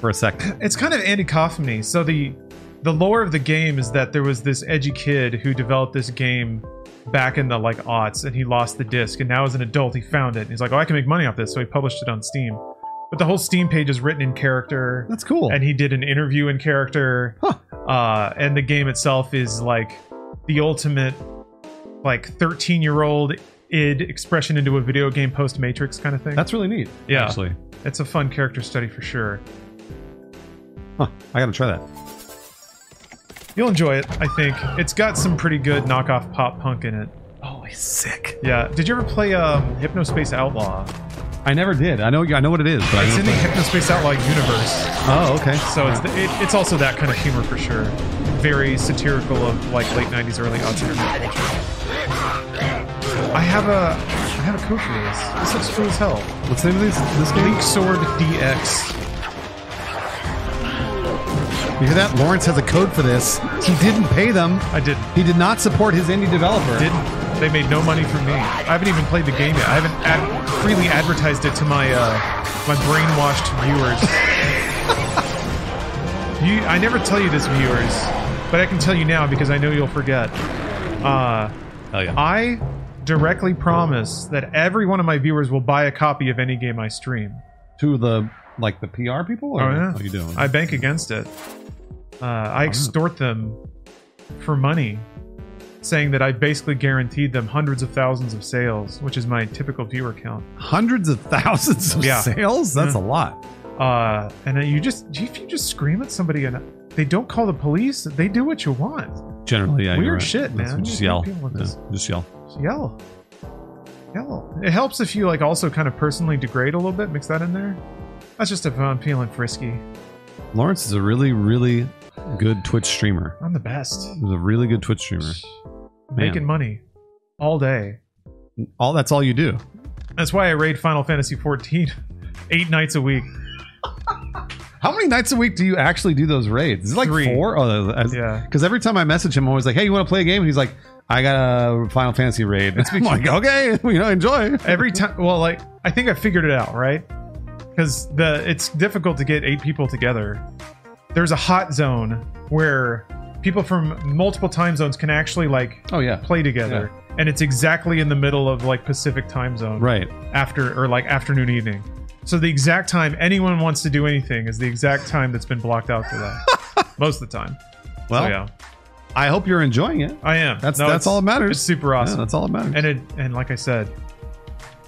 [SPEAKER 3] for a second.
[SPEAKER 1] It's kind of Andy Kaufman-y. So the the lore of the game is that there was this edgy kid who developed this game back in the like aughts, and he lost the disc, and now as an adult he found it. And he's like, oh, I can make money off this, so he published it on Steam. But the whole Steam page is written in character.
[SPEAKER 3] That's cool.
[SPEAKER 1] and he did an interview in character. Uh, and the game itself is like the ultimate, like 13 year old id expression into a video game post Matrix kind of thing.
[SPEAKER 3] That's really neat.
[SPEAKER 1] Yeah.
[SPEAKER 3] Actually,
[SPEAKER 1] it's a fun character study for sure.
[SPEAKER 3] huh? I gotta try that.
[SPEAKER 1] You'll enjoy it, I think. It's got some pretty good knockoff pop punk in it.
[SPEAKER 3] Oh, he's sick.
[SPEAKER 1] Yeah. Did you ever play um, Hypnospace Outlaw?
[SPEAKER 3] I never did. I know. I know what it is, but I
[SPEAKER 1] It's in
[SPEAKER 3] never
[SPEAKER 1] the
[SPEAKER 3] played it.
[SPEAKER 1] Hypnospace Outlaw universe.
[SPEAKER 3] Oh, okay.
[SPEAKER 1] So it's the, it, it's also that kind of humor for sure. Very satirical of like late '90s, early aughts internet culture. I have a I have a code for this. This looks cool as hell.
[SPEAKER 3] What's the name of this this game?
[SPEAKER 1] Link Sword DX.
[SPEAKER 3] You hear that? Lawrence has a code for this. He didn't pay them.
[SPEAKER 1] I didn't
[SPEAKER 3] He did not support his indie developer.
[SPEAKER 1] didn't. They made no money from me. I haven't even played the game yet. I haven't ad- freely advertised it to my uh, my brainwashed viewers. you, I never tell you this, viewers, but I can tell you now because I know you'll forget. Uh,
[SPEAKER 3] Hell yeah.
[SPEAKER 1] I directly promise that every one of my viewers will buy a copy of any game I stream.
[SPEAKER 3] to the like the PR people? Or
[SPEAKER 1] Oh yeah,
[SPEAKER 3] How you doing?
[SPEAKER 1] I bank against it. Uh, I extort them for money, saying that I basically guaranteed them hundreds of thousands of sales, which is my typical viewer count.
[SPEAKER 3] Hundreds of thousands of
[SPEAKER 1] Yeah.
[SPEAKER 3] sales. That's
[SPEAKER 1] Yeah.
[SPEAKER 3] a lot.
[SPEAKER 1] Uh, and then you just if you just scream at somebody and they don't call the police, they do what you want.
[SPEAKER 3] Generally, yeah. you're
[SPEAKER 1] Weird
[SPEAKER 3] right.
[SPEAKER 1] shit,
[SPEAKER 3] That's-
[SPEAKER 1] man.
[SPEAKER 3] Just
[SPEAKER 1] You
[SPEAKER 3] yell.
[SPEAKER 1] can't deal with
[SPEAKER 3] Yeah,
[SPEAKER 1] this.
[SPEAKER 3] just yell.
[SPEAKER 1] Just yell, yell. It helps if you like also kind of personally degrade a little bit. Mix that in there. That's just if I'm feeling frisky.
[SPEAKER 3] Lawrence is a really, really good Twitch streamer.
[SPEAKER 1] I'm the best.
[SPEAKER 3] He's a really good Twitch streamer. Man.
[SPEAKER 1] Making money all day.
[SPEAKER 3] All that's all you do.
[SPEAKER 1] That's why I raid Final Fantasy 14. eight nights a week.
[SPEAKER 3] How many nights a week do you actually do those raids? Is it like
[SPEAKER 1] Three.
[SPEAKER 3] four? Oh, yeah. Because every time I message him, I'm always like, "Hey, you want to play a game?" And he's like, "I got a Final Fantasy raid." It's I'm like, "Okay, you know, enjoy."
[SPEAKER 1] Every time, well, like I think I figured it out, right? Because the it's difficult to get eight people together. There's a hot zone where people from multiple time zones can actually like
[SPEAKER 3] oh yeah
[SPEAKER 1] play together, and it's exactly in the middle of like Pacific time zone,
[SPEAKER 3] Right.
[SPEAKER 1] After or like afternoon evening. So the exact time anyone wants to do anything is the exact time that's been blocked out for that. Most of the time.
[SPEAKER 3] Well,
[SPEAKER 1] so, Oh, yeah.
[SPEAKER 3] I hope you're enjoying it.
[SPEAKER 1] I am.
[SPEAKER 3] Oh, That's
[SPEAKER 1] No,
[SPEAKER 3] that's
[SPEAKER 1] it's-
[SPEAKER 3] all that matters.
[SPEAKER 1] It's super awesome.
[SPEAKER 3] Yeah, that's all that matters.
[SPEAKER 1] And it and like I said,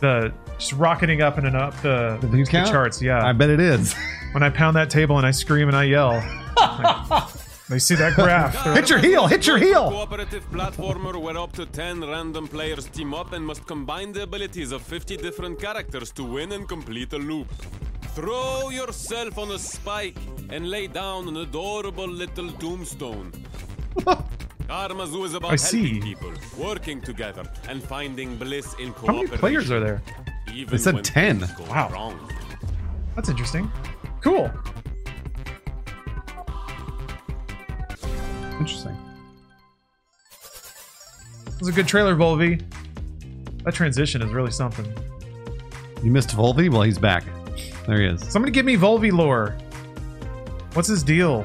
[SPEAKER 1] the just rocketing up and then up the,
[SPEAKER 3] view
[SPEAKER 1] the
[SPEAKER 3] count?
[SPEAKER 1] charts. Yeah,
[SPEAKER 3] I bet it is.
[SPEAKER 1] when I pound that table and I scream and I yell, like, they see that graph. They're like,
[SPEAKER 3] hit your heel! Hit your heel!
[SPEAKER 7] Cooperative platformer where up to 10 random players team up and must combine the abilities of 50 different characters to win and complete a loop. Throw yourself on a spike and lay down an adorable little tombstone. Karamazoo is about
[SPEAKER 1] I see.
[SPEAKER 7] helping people, working together, and finding bliss in
[SPEAKER 1] How many
[SPEAKER 7] cooperation.
[SPEAKER 1] players are there?
[SPEAKER 7] Even
[SPEAKER 3] It said
[SPEAKER 7] when
[SPEAKER 3] ten.
[SPEAKER 7] things go wrong.
[SPEAKER 1] That's interesting. Cool.
[SPEAKER 3] Interesting.
[SPEAKER 1] It was a good trailer, Volvi. That transition is really something.
[SPEAKER 3] You missed Volvi. Well, he's back. There he is.
[SPEAKER 1] Somebody give me Volvi lore. What's his deal?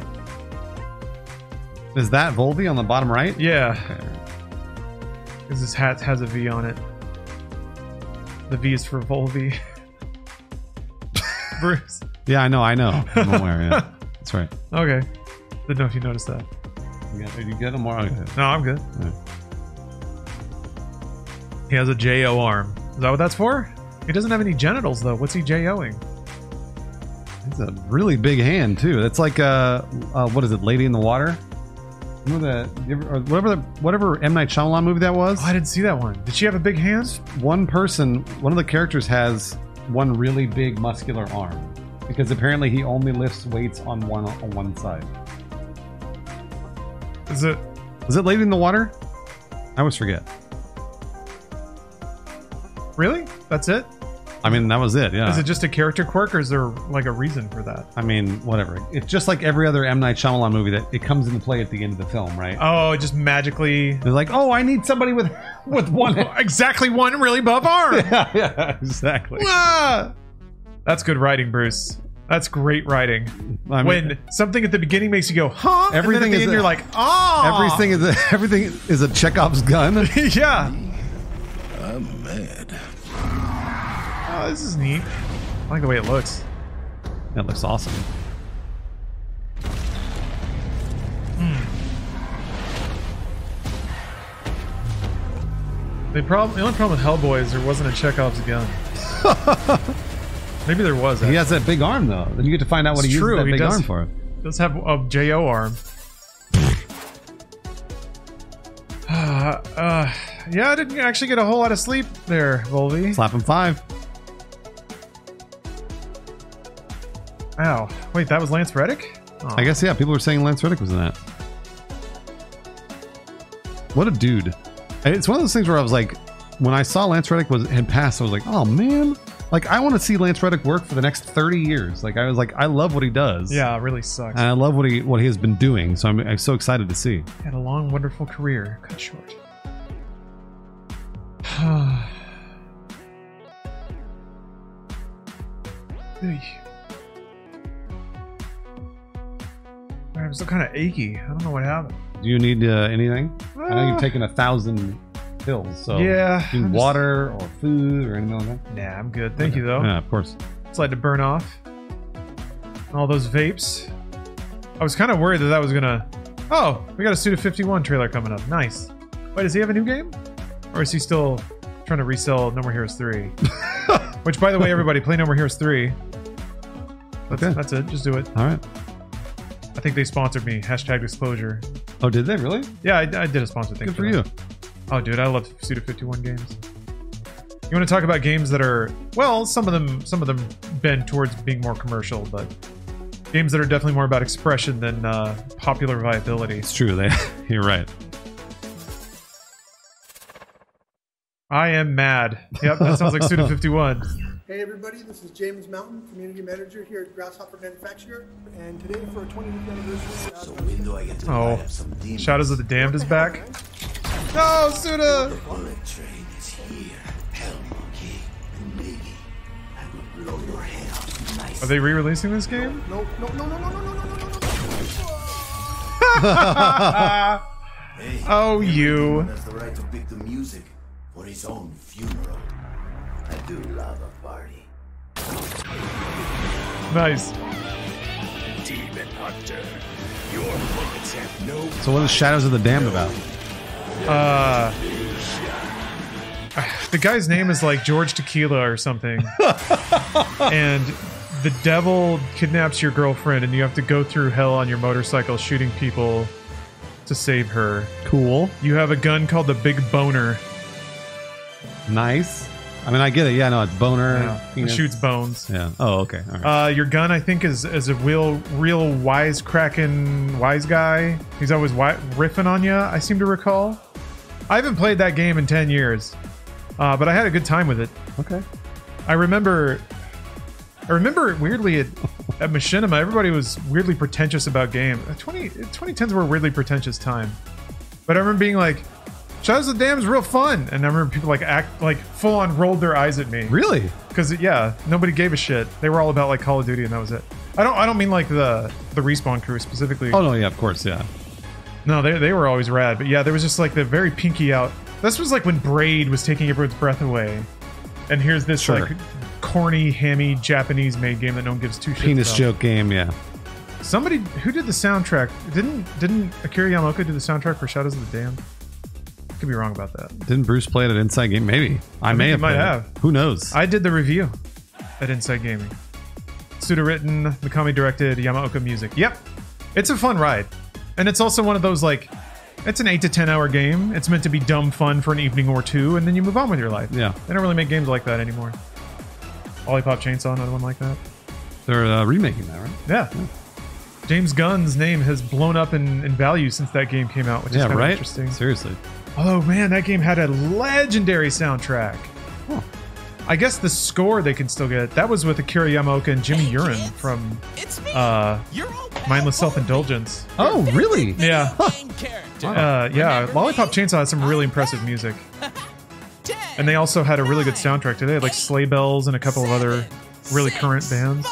[SPEAKER 3] Is that Volvi on the bottom right?
[SPEAKER 1] Yeah. Because his hat has a V on it. The V is for Volvi. Bruce.
[SPEAKER 3] Yeah, I know. I know. I'm aware. Yeah, that's right.
[SPEAKER 1] Okay. Didn't know if you noticed that.
[SPEAKER 3] You got, you get him more.
[SPEAKER 1] No, I'm good. He has a JO arm. Is that what that's for? He doesn't have any genitals though. What's he JOing?
[SPEAKER 3] It's a really big hand too. That's like uh, uh what is it, Lady in the Water? Remember the you ever- or whatever the whatever M Night Shyamalan movie that was? Oh, I
[SPEAKER 1] Oh, didn't see that one. Did she have a big hand?
[SPEAKER 3] One person, one of the characters has one really big muscular arm because apparently he only lifts weights on one on one side.
[SPEAKER 1] Is it?
[SPEAKER 3] Is it Lady in the Water? I always forget.
[SPEAKER 1] Really? That's it?
[SPEAKER 3] I mean, that was it. Yeah.
[SPEAKER 1] Is it just a character quirk or is there like a reason for that?
[SPEAKER 3] I mean, whatever. It's just like every other M Night Shyamalan movie that it comes into play at the end of the film, right?
[SPEAKER 1] Oh, it just magically
[SPEAKER 3] They're like, oh, I need somebody with with one
[SPEAKER 1] exactly one really buff arm.
[SPEAKER 3] yeah, yeah, exactly.
[SPEAKER 1] That's good writing, Bruce. That's great writing.
[SPEAKER 3] I mean-
[SPEAKER 1] when something at the beginning makes you go, huh? and then at
[SPEAKER 3] Everything
[SPEAKER 1] the
[SPEAKER 3] is
[SPEAKER 1] end,
[SPEAKER 3] a-
[SPEAKER 1] you're like, ah.
[SPEAKER 3] Everything is a, everything is a Chekhov's gun.
[SPEAKER 1] yeah.
[SPEAKER 17] I'm mad.
[SPEAKER 1] Oh, this is neat. I like the way it looks.
[SPEAKER 3] That looks awesome.
[SPEAKER 1] The problem, the only problem with Hellboy is there wasn't a Chekhov's gun. Maybe there was.
[SPEAKER 3] He has that big arm though. Then you get to find out what
[SPEAKER 1] It's
[SPEAKER 3] he
[SPEAKER 1] true,
[SPEAKER 3] uses that
[SPEAKER 1] he
[SPEAKER 3] big
[SPEAKER 1] does-
[SPEAKER 3] arm for.
[SPEAKER 1] does have a JO arm. uh, uh, yeah, I didn't actually get a whole lot of sleep there, Volvi.
[SPEAKER 3] Slap him five.
[SPEAKER 1] Ow. Wait, that was Lance Reddick? Oh.
[SPEAKER 3] I guess yeah. People were saying Lance Reddick was in that. What a dude! It's one of those things where I was like, when I saw Lance Reddick was had passed, I was like, oh man, like I want to see Lance Reddick work for the next thirty years. Like I was like, I love what he does.
[SPEAKER 1] Oh, Yeah, it really sucks.
[SPEAKER 3] And I love what he what he has been doing, so I'm, I'm so excited to see.
[SPEAKER 1] Had a long, wonderful career cut short. Eesh. Man, I'm still kind of achy. I don't know what happened.
[SPEAKER 3] Do you need uh, anything? I know
[SPEAKER 1] Uh,
[SPEAKER 3] you've taken a thousand pills, so
[SPEAKER 1] Yeah,
[SPEAKER 3] you need
[SPEAKER 1] I'm just-
[SPEAKER 3] water or food or anything like that.
[SPEAKER 1] Nah, I'm good. Thank you, though.
[SPEAKER 3] Yeah, of course.
[SPEAKER 1] It's like to burn off. And all those vapes. I was kind of worried that that was gonna. Oh, we got a Suda 51 trailer coming up. Nice. Wait, does he have a new game? Or is he still trying to resell No More Heroes 3? Which, by the way, everybody, play No More Heroes 3. That's,
[SPEAKER 3] Okay.
[SPEAKER 1] that's it. Just do it.
[SPEAKER 3] All right.
[SPEAKER 1] I think they sponsored me. Hashtag disclosure.
[SPEAKER 3] Oh, did they really?
[SPEAKER 1] Yeah, I, I did a sponsor thing.
[SPEAKER 3] Good for
[SPEAKER 1] them. Oh, dude, I love Suda 51 games. You want to talk about games that are well, some of them some of them bend towards being more commercial, but games that are definitely more about expression than uh, popular viability.
[SPEAKER 3] It's true. They, you're right.
[SPEAKER 1] I am mad. Yep, that sounds like Suda 51.
[SPEAKER 10] Hey everybody, this is James Mountain, Community Manager here at Grasshopper Manufacturer, and today for our 20th anniversary, so when do I get
[SPEAKER 1] Oh, Shadows of the Damned is back. No, Suda!
[SPEAKER 17] The bullet train is here. Hell, monkey. And maybe I will blow your head off nice.
[SPEAKER 1] Are they re-releasing this game?
[SPEAKER 10] No, no, no, no, no, no, no, no, no, no,
[SPEAKER 17] Hey,
[SPEAKER 1] oh,
[SPEAKER 17] every
[SPEAKER 1] you.
[SPEAKER 17] human has the right to pick the music for his own funeral. I do love a party.
[SPEAKER 1] Nice.
[SPEAKER 17] Demon Hunter, your bullets have no
[SPEAKER 3] So what is Shadows of the Damned about?
[SPEAKER 1] Uh, the guy's name is like George Tequila or something. and the devil kidnaps your girlfriend, and you have to go through hell on your motorcycle shooting people to save her.
[SPEAKER 3] Cool.
[SPEAKER 1] You have a gun called the Big Boner.
[SPEAKER 3] Nice. I mean, I get it. Oh, Yeah, no, it's boner.
[SPEAKER 1] Yeah, it
[SPEAKER 3] penis.
[SPEAKER 1] shoots bones.
[SPEAKER 3] Yeah. Oh, okay. All right.
[SPEAKER 1] Uh, your gun, I think, is is a real, real wise cracking wise guy. He's always wi- riffing on you. I seem to recall. I haven't played that game in ten years, uh, but I had a good time with it.
[SPEAKER 3] Okay.
[SPEAKER 1] I remember. I remember weirdly at, at Machinima, everybody was weirdly pretentious about game. Uh, 20, 2010s were a weirdly pretentious time, but I remember being like, "Shadows of the Dam is real fun," and I remember people like act like full on rolled their eyes at me.
[SPEAKER 3] Really?
[SPEAKER 1] Because yeah, nobody gave a shit. They were all about like Call of Duty, and that was it. I don't. I don't mean like the the respawn crew specifically.
[SPEAKER 3] Oh no. Yeah. Of course. Yeah.
[SPEAKER 1] No, they they were always rad. But yeah, there was just like the very pinky out. This was like when Braid was taking everyone's breath away, and here's this
[SPEAKER 3] Sure.
[SPEAKER 1] like corny, hammy Japanese made game that no one gives two shits
[SPEAKER 3] Penis
[SPEAKER 1] about.
[SPEAKER 3] joke game. Yeah.
[SPEAKER 1] Somebody who did the soundtrack didn't didn't Akira Yamaoka do the soundtrack for Shadows of the Dam? I could be wrong about that.
[SPEAKER 3] Didn't Bruce play it at Inside Game? Maybe. I,
[SPEAKER 1] I think
[SPEAKER 3] may
[SPEAKER 1] he
[SPEAKER 3] have.
[SPEAKER 1] might
[SPEAKER 3] played it.
[SPEAKER 1] have.
[SPEAKER 3] Who knows?
[SPEAKER 1] I did the review at Inside Gaming. Suda written, Mikami directed, Yamaoka music. Yep. It's a fun ride. And it's also one of those like it's an eight to ten hour game. It's meant to be dumb fun for an evening or two, and then you move on with your life.
[SPEAKER 3] Yeah.
[SPEAKER 1] They don't really make games like that anymore. Lollipop Chainsaw, another one like that.
[SPEAKER 3] They're uh, remaking that, right?
[SPEAKER 1] Yeah. James Gunn's name has blown up in, in value since that game came out, which is
[SPEAKER 3] yeah.
[SPEAKER 1] kind
[SPEAKER 3] Right.
[SPEAKER 1] of interesting.
[SPEAKER 3] Seriously.
[SPEAKER 1] Oh man, that game had a legendary soundtrack. I guess the score they can still get. That was with Akira Yamaoka and Jimmy Urine from uh, Mindless Self Indulgence.
[SPEAKER 3] Oh, really?
[SPEAKER 1] Yeah. Uh, yeah, Lollipop Chainsaw has some really impressive music. And they also had a really good soundtrack today, like Sleigh Bells and a couple of other really current bands.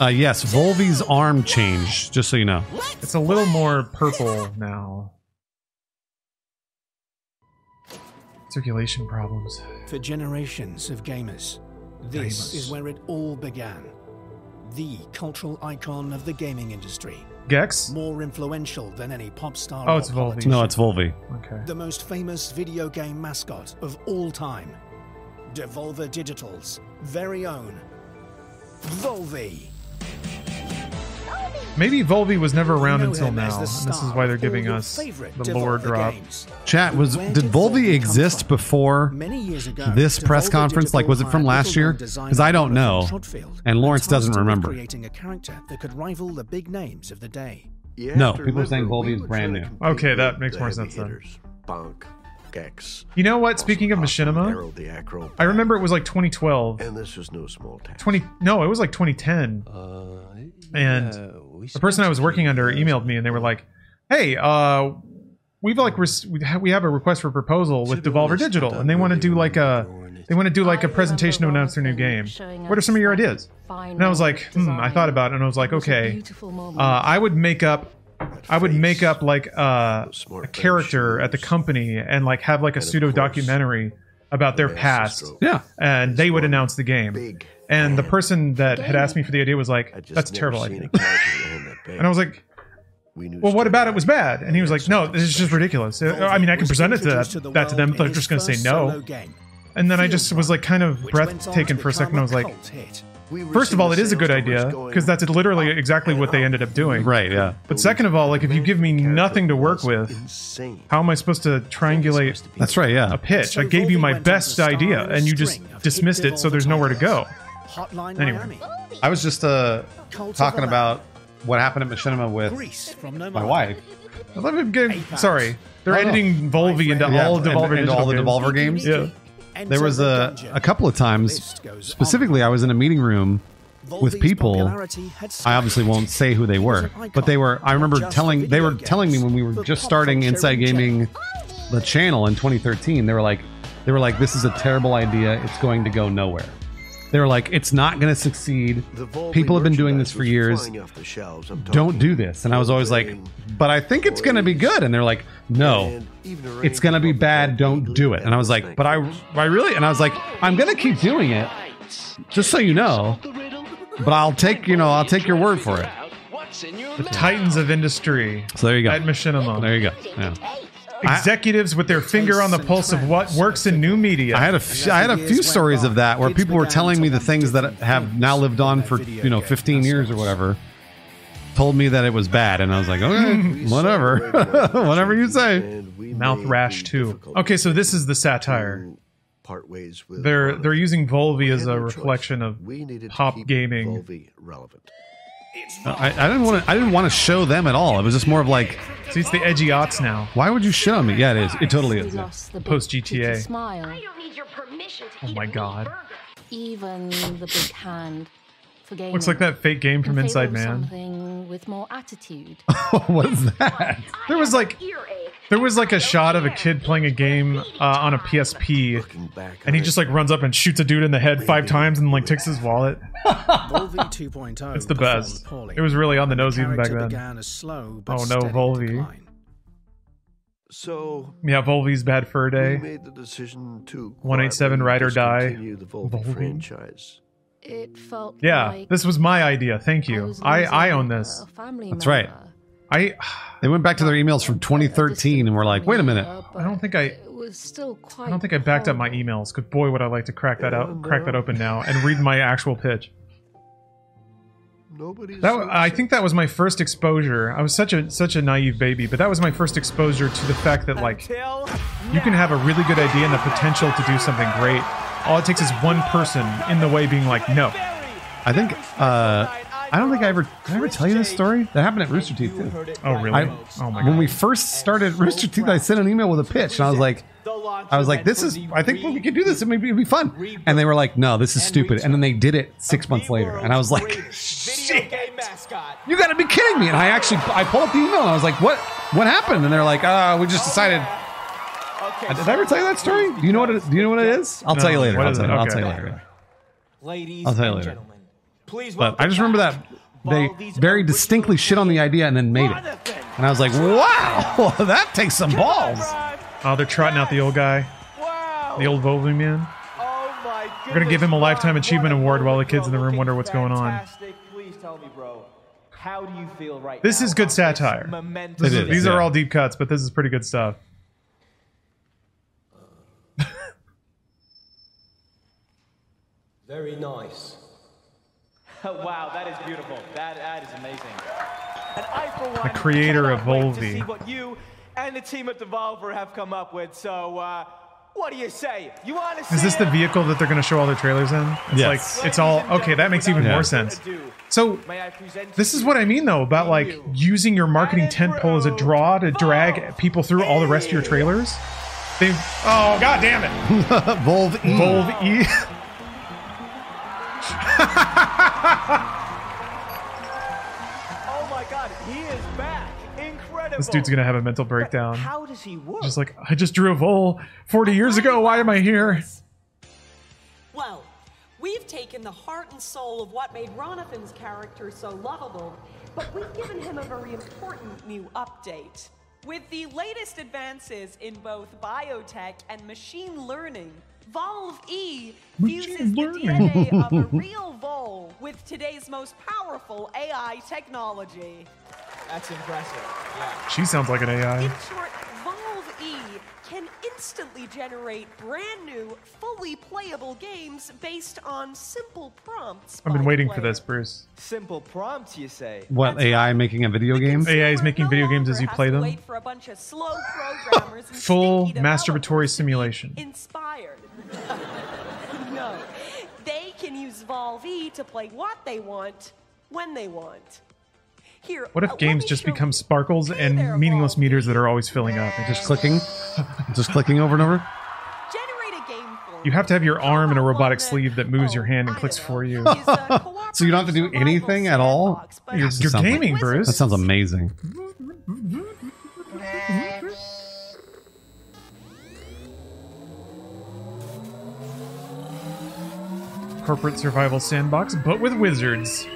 [SPEAKER 3] Uh, yes. Volvi's arm change. Just so you know.
[SPEAKER 1] It's a little more purple now. Circulation problems.
[SPEAKER 14] For generations of gamers, this
[SPEAKER 1] Gamers.
[SPEAKER 14] is where it all began. The cultural icon of the gaming industry.
[SPEAKER 1] Gex?
[SPEAKER 14] More influential than any pop star.
[SPEAKER 1] Oh,
[SPEAKER 14] or
[SPEAKER 1] it's Volvi.
[SPEAKER 14] politician.
[SPEAKER 3] No, it's Volvi.
[SPEAKER 1] Okay.
[SPEAKER 14] The most famous video game mascot of all time. Devolver Digital's very own Volvi.
[SPEAKER 1] Maybe Volvi was never around
[SPEAKER 14] know
[SPEAKER 1] until
[SPEAKER 14] him
[SPEAKER 1] now,
[SPEAKER 14] as the
[SPEAKER 1] and this is
[SPEAKER 14] star
[SPEAKER 1] why they're
[SPEAKER 14] of all
[SPEAKER 1] giving
[SPEAKER 14] your
[SPEAKER 1] us
[SPEAKER 14] favorite
[SPEAKER 1] the lore
[SPEAKER 14] Devolver
[SPEAKER 1] drop.
[SPEAKER 14] games.
[SPEAKER 3] Chat was
[SPEAKER 14] Where
[SPEAKER 3] did
[SPEAKER 14] did
[SPEAKER 3] Volvi
[SPEAKER 14] Volvi come
[SPEAKER 3] exist before
[SPEAKER 14] Many years ago,
[SPEAKER 3] this press
[SPEAKER 14] Devolver
[SPEAKER 3] conference? Like, was it
[SPEAKER 14] Digital
[SPEAKER 3] from
[SPEAKER 14] hired
[SPEAKER 3] last
[SPEAKER 14] little-known
[SPEAKER 3] year?
[SPEAKER 14] designer
[SPEAKER 3] Because I don't know,
[SPEAKER 14] Jonathan Trotfield
[SPEAKER 3] and Lawrence
[SPEAKER 14] tasked
[SPEAKER 3] doesn't
[SPEAKER 14] with
[SPEAKER 3] remember.
[SPEAKER 14] Creating a character that could rival the big names of the day.
[SPEAKER 3] No, people are saying Volvi is brand new.
[SPEAKER 1] Okay, that makes more sense then.
[SPEAKER 11] Bonk, Gex.
[SPEAKER 1] You know what? Speaking of
[SPEAKER 11] Arrow
[SPEAKER 1] Machinima,
[SPEAKER 11] the Acro.
[SPEAKER 1] I remember it was like 2012.
[SPEAKER 11] And this is no small task.
[SPEAKER 1] 20 no it was like 2010 and the person i was working under emailed me and they were like hey uh we've like res- we ha- we have a request for proposal with devolver digital and they want to do like a they want to do like a presentation to announce their new game what are some of your ideas and i was like hmm i thought about it and i was like okay uh, i would make up I would make up like uh, a character at the company and like have like a pseudo documentary about their past.
[SPEAKER 3] Yeah.
[SPEAKER 1] And they would announce the game. And the person that had asked me for the idea was like, that's a terrible idea. And I was like, well, what about it was bad? And he was like, no, this is just ridiculous. Uh, I mean, I can present it to that, that to them, but they're just going to say no. And then I just was like, kind of breath taken for a second. I was like, first of all, it is a good idea because that's literally exactly what they ended up doing.
[SPEAKER 3] Right. Yeah.
[SPEAKER 1] But second of all, like if you give me nothing to work with, how am I supposed to triangulate?
[SPEAKER 3] That's right. Yeah.
[SPEAKER 1] A pitch. I gave you my best idea, and you just dismissed it. So there's nowhere to go.
[SPEAKER 14] Hotline
[SPEAKER 1] Anyway.
[SPEAKER 14] Miami.
[SPEAKER 3] I was just uh,
[SPEAKER 14] Cult
[SPEAKER 3] talking
[SPEAKER 14] of
[SPEAKER 3] about what happened at Machinima with
[SPEAKER 14] Greece from no
[SPEAKER 3] my
[SPEAKER 14] man.
[SPEAKER 3] wife.
[SPEAKER 1] I love him getting. Sorry, they're
[SPEAKER 3] Oh, no.
[SPEAKER 1] editing Volvi into
[SPEAKER 3] Yeah,
[SPEAKER 1] all
[SPEAKER 3] and-
[SPEAKER 1] Devolver
[SPEAKER 3] and all the
[SPEAKER 1] Digital
[SPEAKER 3] Devolver games.
[SPEAKER 1] Yeah.
[SPEAKER 3] there was a, a couple of times specifically i was in a meeting room with people i obviously won't say who they were but they were i remember telling they were telling me when we were just starting inside gaming the channel in 2013 they were like they were like this is a terrible idea it's going to go nowhere they were like it's not going to succeed people have been doing this for years don't do this and i was always like but i think it's going to be good and they're like no it's going to be bad don't do it and i was like but i i really and i was like i'm going to keep doing it just so you know but i'll take you know i'll take your word for it
[SPEAKER 1] The titans of industry.
[SPEAKER 3] so there you go
[SPEAKER 1] Ed Machinima.
[SPEAKER 3] there you go yeah
[SPEAKER 1] Executives with their finger on the pulse of what works in new media.
[SPEAKER 3] I had a f- I had a few stories of that where people were telling me the things that have now lived on for you know 15 years or whatever. Told me that it was bad, and I was like, okay, whatever, whatever you say.
[SPEAKER 1] Mouth rash too. Okay, so this is the satire.
[SPEAKER 11] Part ways with
[SPEAKER 1] They're they're using Volvi as
[SPEAKER 11] no
[SPEAKER 1] a
[SPEAKER 11] choice.
[SPEAKER 1] reflection of
[SPEAKER 11] We needed to
[SPEAKER 1] pop
[SPEAKER 11] keep
[SPEAKER 1] gaming.
[SPEAKER 11] Volvi relevant.
[SPEAKER 3] I, I didn't want to. I didn't want to show them at all. It was just more of like,
[SPEAKER 1] see, it's the edgy aughts now.
[SPEAKER 3] Why would you shit on me? Yeah, it is. It totally is. yeah.
[SPEAKER 1] Post GTA.
[SPEAKER 15] Smile,
[SPEAKER 1] Oh my god.
[SPEAKER 15] even the big hand. For gaming.
[SPEAKER 1] Looks like that fake game from
[SPEAKER 15] In favor
[SPEAKER 1] Inside
[SPEAKER 15] of
[SPEAKER 1] Man.
[SPEAKER 15] Something with more attitude.
[SPEAKER 3] what is that?
[SPEAKER 1] There was like there was like a shot of a kid playing a game uh, on a PSP, and he just like runs up and shoots a dude in the head five times, and like takes his wallet.
[SPEAKER 14] Volvi 2.0
[SPEAKER 1] It's the
[SPEAKER 14] performed
[SPEAKER 1] best.
[SPEAKER 14] poorly.
[SPEAKER 1] It was really on the nose even back
[SPEAKER 14] Character
[SPEAKER 1] then.
[SPEAKER 14] began as slow but
[SPEAKER 1] Oh no,
[SPEAKER 14] steady
[SPEAKER 1] Volvi.
[SPEAKER 11] So
[SPEAKER 1] Yeah, Volvi's Bad Fur
[SPEAKER 11] we
[SPEAKER 1] Day.
[SPEAKER 11] made the decision to
[SPEAKER 1] 187 Ride or Die.
[SPEAKER 11] continue the Volvi franchise.
[SPEAKER 15] It felt
[SPEAKER 1] Yeah,
[SPEAKER 15] like
[SPEAKER 1] this was my idea. Thank you. I I own this.
[SPEAKER 3] That's right.
[SPEAKER 1] I
[SPEAKER 3] they went back to their emails from 2013 and were like, wait a minute.
[SPEAKER 1] I don't think I
[SPEAKER 15] it was still quite.
[SPEAKER 1] I don't think I backed up my emails. Cause boy, would I like to crack that out, crack that open now, and read my actual pitch.
[SPEAKER 11] Nobody's
[SPEAKER 1] That wa- I think that was my first exposure. I was such a such a naive baby, but that was my first exposure to the fact that like you can have a really good idea and the potential to do something great. All it takes is one person in the way being like, no.
[SPEAKER 3] I think uh, I don't think I ever did I ever tell you this story that happened at Rooster Teeth too.
[SPEAKER 1] Oh really?
[SPEAKER 3] I,
[SPEAKER 1] oh my
[SPEAKER 3] When we first started Rooster Teeth, I sent an email with a pitch, and I was like, I was like, this is I think we could do this. It may be, it'd be fun. And they were like, no, this is stupid. And then they did it six months later, and I was like, you got to be kidding me! And I actually I pulled up the email, and I was like, what what happened? And they're like, ah, we just decided. Uh, Did I ever tell you that story? Do you know what it, do you know what it is? I'll
[SPEAKER 1] No,
[SPEAKER 3] tell you later.
[SPEAKER 1] what
[SPEAKER 3] I'll
[SPEAKER 1] is
[SPEAKER 3] tell
[SPEAKER 1] it?
[SPEAKER 3] you, I'll
[SPEAKER 1] Okay.
[SPEAKER 3] tell you later.
[SPEAKER 18] Ladies
[SPEAKER 3] I'll tell you
[SPEAKER 18] and
[SPEAKER 3] later.
[SPEAKER 18] gentlemen, please
[SPEAKER 3] But I just remember that they very distinctly shit on the idea and then made it. And I was like, wow, that takes some balls.
[SPEAKER 1] Oh, they're trotting out the old guy. The old Volvi man. We're gonna give him a lifetime achievement award while the kids in the room wonder what's going on.
[SPEAKER 18] fantastic. Please tell me, bro, how do you feel right
[SPEAKER 1] This
[SPEAKER 18] now?
[SPEAKER 1] is good satire.
[SPEAKER 18] momentous
[SPEAKER 1] This is-
[SPEAKER 3] It is,
[SPEAKER 1] these are
[SPEAKER 3] yeah.
[SPEAKER 1] all deep cuts, but this is pretty good stuff.
[SPEAKER 18] Very nice. wow, that is beautiful. That that is amazing. And I, for one,
[SPEAKER 1] The creator of
[SPEAKER 18] cannot wait to see
[SPEAKER 1] Volvi.
[SPEAKER 18] what you and the team at Devolver have come up with. So, uh, what do you say? You want to see
[SPEAKER 1] Is this the
[SPEAKER 18] it?
[SPEAKER 1] vehicle that they're going to show all the trailers in? It's
[SPEAKER 3] Yes.
[SPEAKER 1] like it's all okay. That makes even
[SPEAKER 3] Yeah.
[SPEAKER 1] more sense. So this is what I mean though about like using your marketing tentpole as a draw to drag people through all the rest of your trailers. They oh god damn it,
[SPEAKER 3] Volv E.
[SPEAKER 1] Volv E.
[SPEAKER 18] Oh my God, he is back! Incredible.
[SPEAKER 1] This dude's gonna have a mental breakdown.
[SPEAKER 18] How does he work?
[SPEAKER 1] Just like I just drew a vole 40 years ago. Why am I here?
[SPEAKER 23] Well, we've taken the heart and soul of what made Ronathan's character so lovable, but we've given him a very important new update. With the latest advances in both biotech and machine learning, Volve E fuses
[SPEAKER 1] learning.
[SPEAKER 23] the DNA of a real vole with today's most powerful AI technology.
[SPEAKER 18] That's impressive. Yeah.
[SPEAKER 1] She sounds like an
[SPEAKER 23] In
[SPEAKER 1] AI.
[SPEAKER 23] short, Volve E can instantly generate brand new, fully playable games based on simple prompts.
[SPEAKER 1] I've been waiting for this, Bruce.
[SPEAKER 18] Simple prompts, you say?
[SPEAKER 3] What AI making a video game?
[SPEAKER 1] AI is making video games as you play them.
[SPEAKER 23] For a bunch of slow programmers and
[SPEAKER 1] Full masturbatory simulation.
[SPEAKER 23] inspired. no, they can use Volve E to play what they want when they want. Here, uh,
[SPEAKER 1] What if games just become sparkles and meaningless meters that are always filling up?
[SPEAKER 3] Just clicking, just clicking over and over.
[SPEAKER 23] generate a game for
[SPEAKER 1] You have to have your arm in a robotic sleeve that moves your hand and clicks for you.
[SPEAKER 3] so you don't have to do anything at all.
[SPEAKER 1] You're,
[SPEAKER 3] That
[SPEAKER 1] you're
[SPEAKER 3] sounds like-
[SPEAKER 1] gaming, Bruce.
[SPEAKER 3] That sounds amazing.
[SPEAKER 1] Corporate survival sandbox, but with wizards.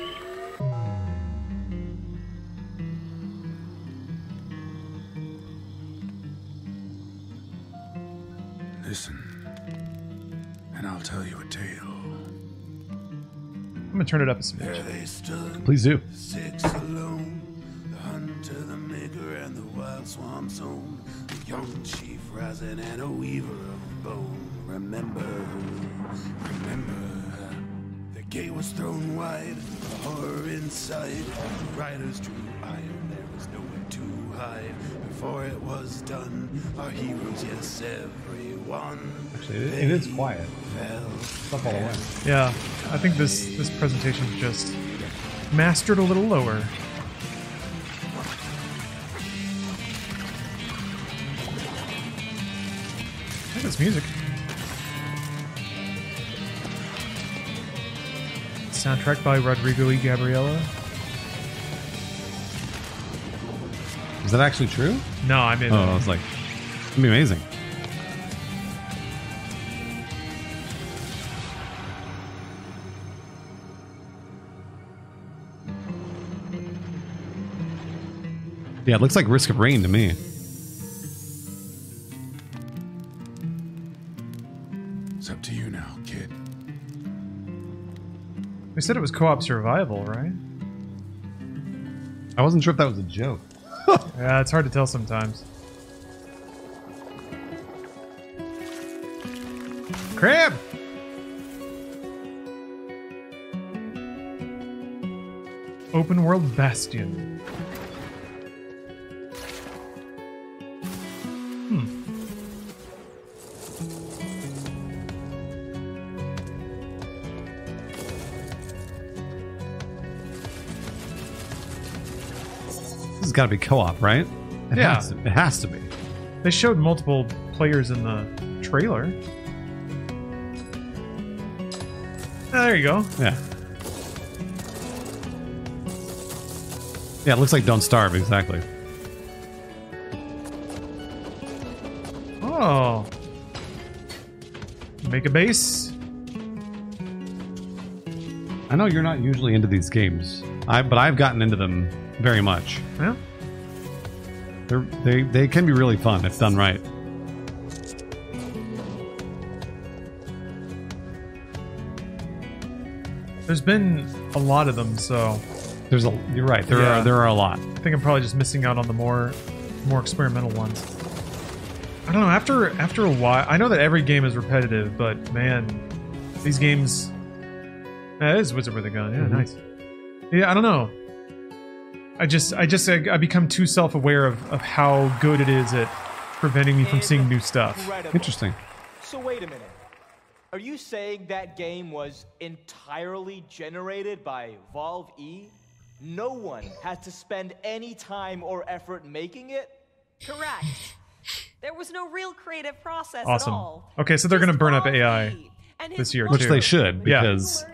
[SPEAKER 17] Listen, and I'll tell you a tale.
[SPEAKER 1] I'm gonna turn it up a smidge.
[SPEAKER 17] There they stood.
[SPEAKER 3] Please do.
[SPEAKER 17] Six alone, the hunter, the maker, and the wild swamp's own. A young chief rising and a weaver of bone. Remember, remember. The gate was thrown wide, the horror inside. The riders drew iron, there was nowhere to hide. Before it was done, our heroes, yes, everyone.
[SPEAKER 3] Actually, it, it is quiet.
[SPEAKER 17] Fell.
[SPEAKER 3] Up all the way.
[SPEAKER 1] Yeah, I think this this presentation's just mastered a little lower. I like this music. Soundtrack by Rodrigo E. Gabriela.
[SPEAKER 3] Is that actually true?
[SPEAKER 1] No, I mean,
[SPEAKER 3] Oh, I was like, it'd be amazing. Yeah, it looks like Risk of Rain to me.
[SPEAKER 17] It's up to you now, kid.
[SPEAKER 1] we said it was co-op survival, right?
[SPEAKER 3] I wasn't sure if that was a joke.
[SPEAKER 1] yeah, it's hard to tell sometimes. Crab. Open world bastion. Hmm.
[SPEAKER 3] This has got to be co-op, right? It
[SPEAKER 1] Yeah.
[SPEAKER 3] has to, it has to be.
[SPEAKER 1] They showed multiple players in the trailer. Ah, there you go.
[SPEAKER 3] Yeah. Yeah, it looks like Don't Starve exactly.
[SPEAKER 1] Oh. Make a base.
[SPEAKER 3] I know you're not usually into these games, I but I've gotten into them very much.
[SPEAKER 1] Yeah.
[SPEAKER 3] They're, they they can be really fun if done right.
[SPEAKER 1] There's been a lot of them, so
[SPEAKER 3] There's a you're right. There
[SPEAKER 1] Yeah.
[SPEAKER 3] are there are a lot.
[SPEAKER 1] I think I'm probably just missing out on the more more experimental ones. I don't know, after after a while I know that every game is repetitive, but man, these games That is Wizard with a Gun, yeah,
[SPEAKER 3] Mhm.
[SPEAKER 1] nice. Yeah, I don't know. I just I just I, I become too self aware of, of how good it is at preventing me from seeing new stuff.
[SPEAKER 3] Interesting.
[SPEAKER 18] So wait a minute. Are you saying that game was entirely generated by Valve E? No one has to spend any time or effort making it?
[SPEAKER 23] Correct. There was no real creative process
[SPEAKER 1] Awesome.
[SPEAKER 23] at all.
[SPEAKER 1] Okay, so they're gonna burn up AI this year.
[SPEAKER 3] Which
[SPEAKER 1] too.
[SPEAKER 3] they should because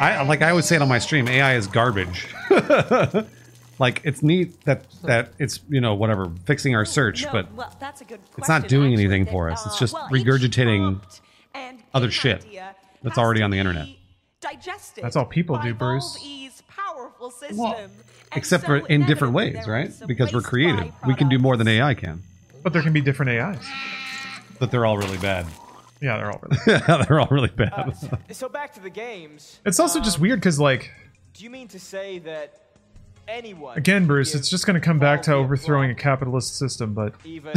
[SPEAKER 3] I like I always say it on my stream, AI is garbage. like it's neat that that it's you know whatever fixing our search,
[SPEAKER 23] No,
[SPEAKER 3] but
[SPEAKER 23] well, that's a good question.
[SPEAKER 3] it's not doing
[SPEAKER 23] actually,
[SPEAKER 3] anything
[SPEAKER 23] that,
[SPEAKER 3] for us. It's
[SPEAKER 23] uh,
[SPEAKER 3] just
[SPEAKER 23] well,
[SPEAKER 3] regurgitating
[SPEAKER 23] and
[SPEAKER 3] other
[SPEAKER 23] game
[SPEAKER 3] shit
[SPEAKER 23] idea
[SPEAKER 3] that's
[SPEAKER 23] has
[SPEAKER 3] already
[SPEAKER 23] to
[SPEAKER 3] on the internet.
[SPEAKER 23] be Digested
[SPEAKER 1] That's all people
[SPEAKER 23] by
[SPEAKER 1] do, Bruce.
[SPEAKER 23] Valve E's powerful system. And
[SPEAKER 3] Except
[SPEAKER 23] so
[SPEAKER 3] for in different
[SPEAKER 23] inevitably
[SPEAKER 3] ways,
[SPEAKER 23] there
[SPEAKER 3] right?
[SPEAKER 23] is some
[SPEAKER 3] Because we're
[SPEAKER 23] waste
[SPEAKER 3] creative. We can do more than AI can.
[SPEAKER 1] But there can be different AIs.
[SPEAKER 3] But they're all really bad.
[SPEAKER 1] Yeah, they're all really
[SPEAKER 3] they're all really
[SPEAKER 18] Uh,
[SPEAKER 3] bad.
[SPEAKER 18] so- so back to the games.
[SPEAKER 1] It's also just weird because like
[SPEAKER 18] Do you mean to say that anyone E
[SPEAKER 1] Again, Bruce, it's just going to come back to overthrowing a capitalist system, but
[SPEAKER 18] even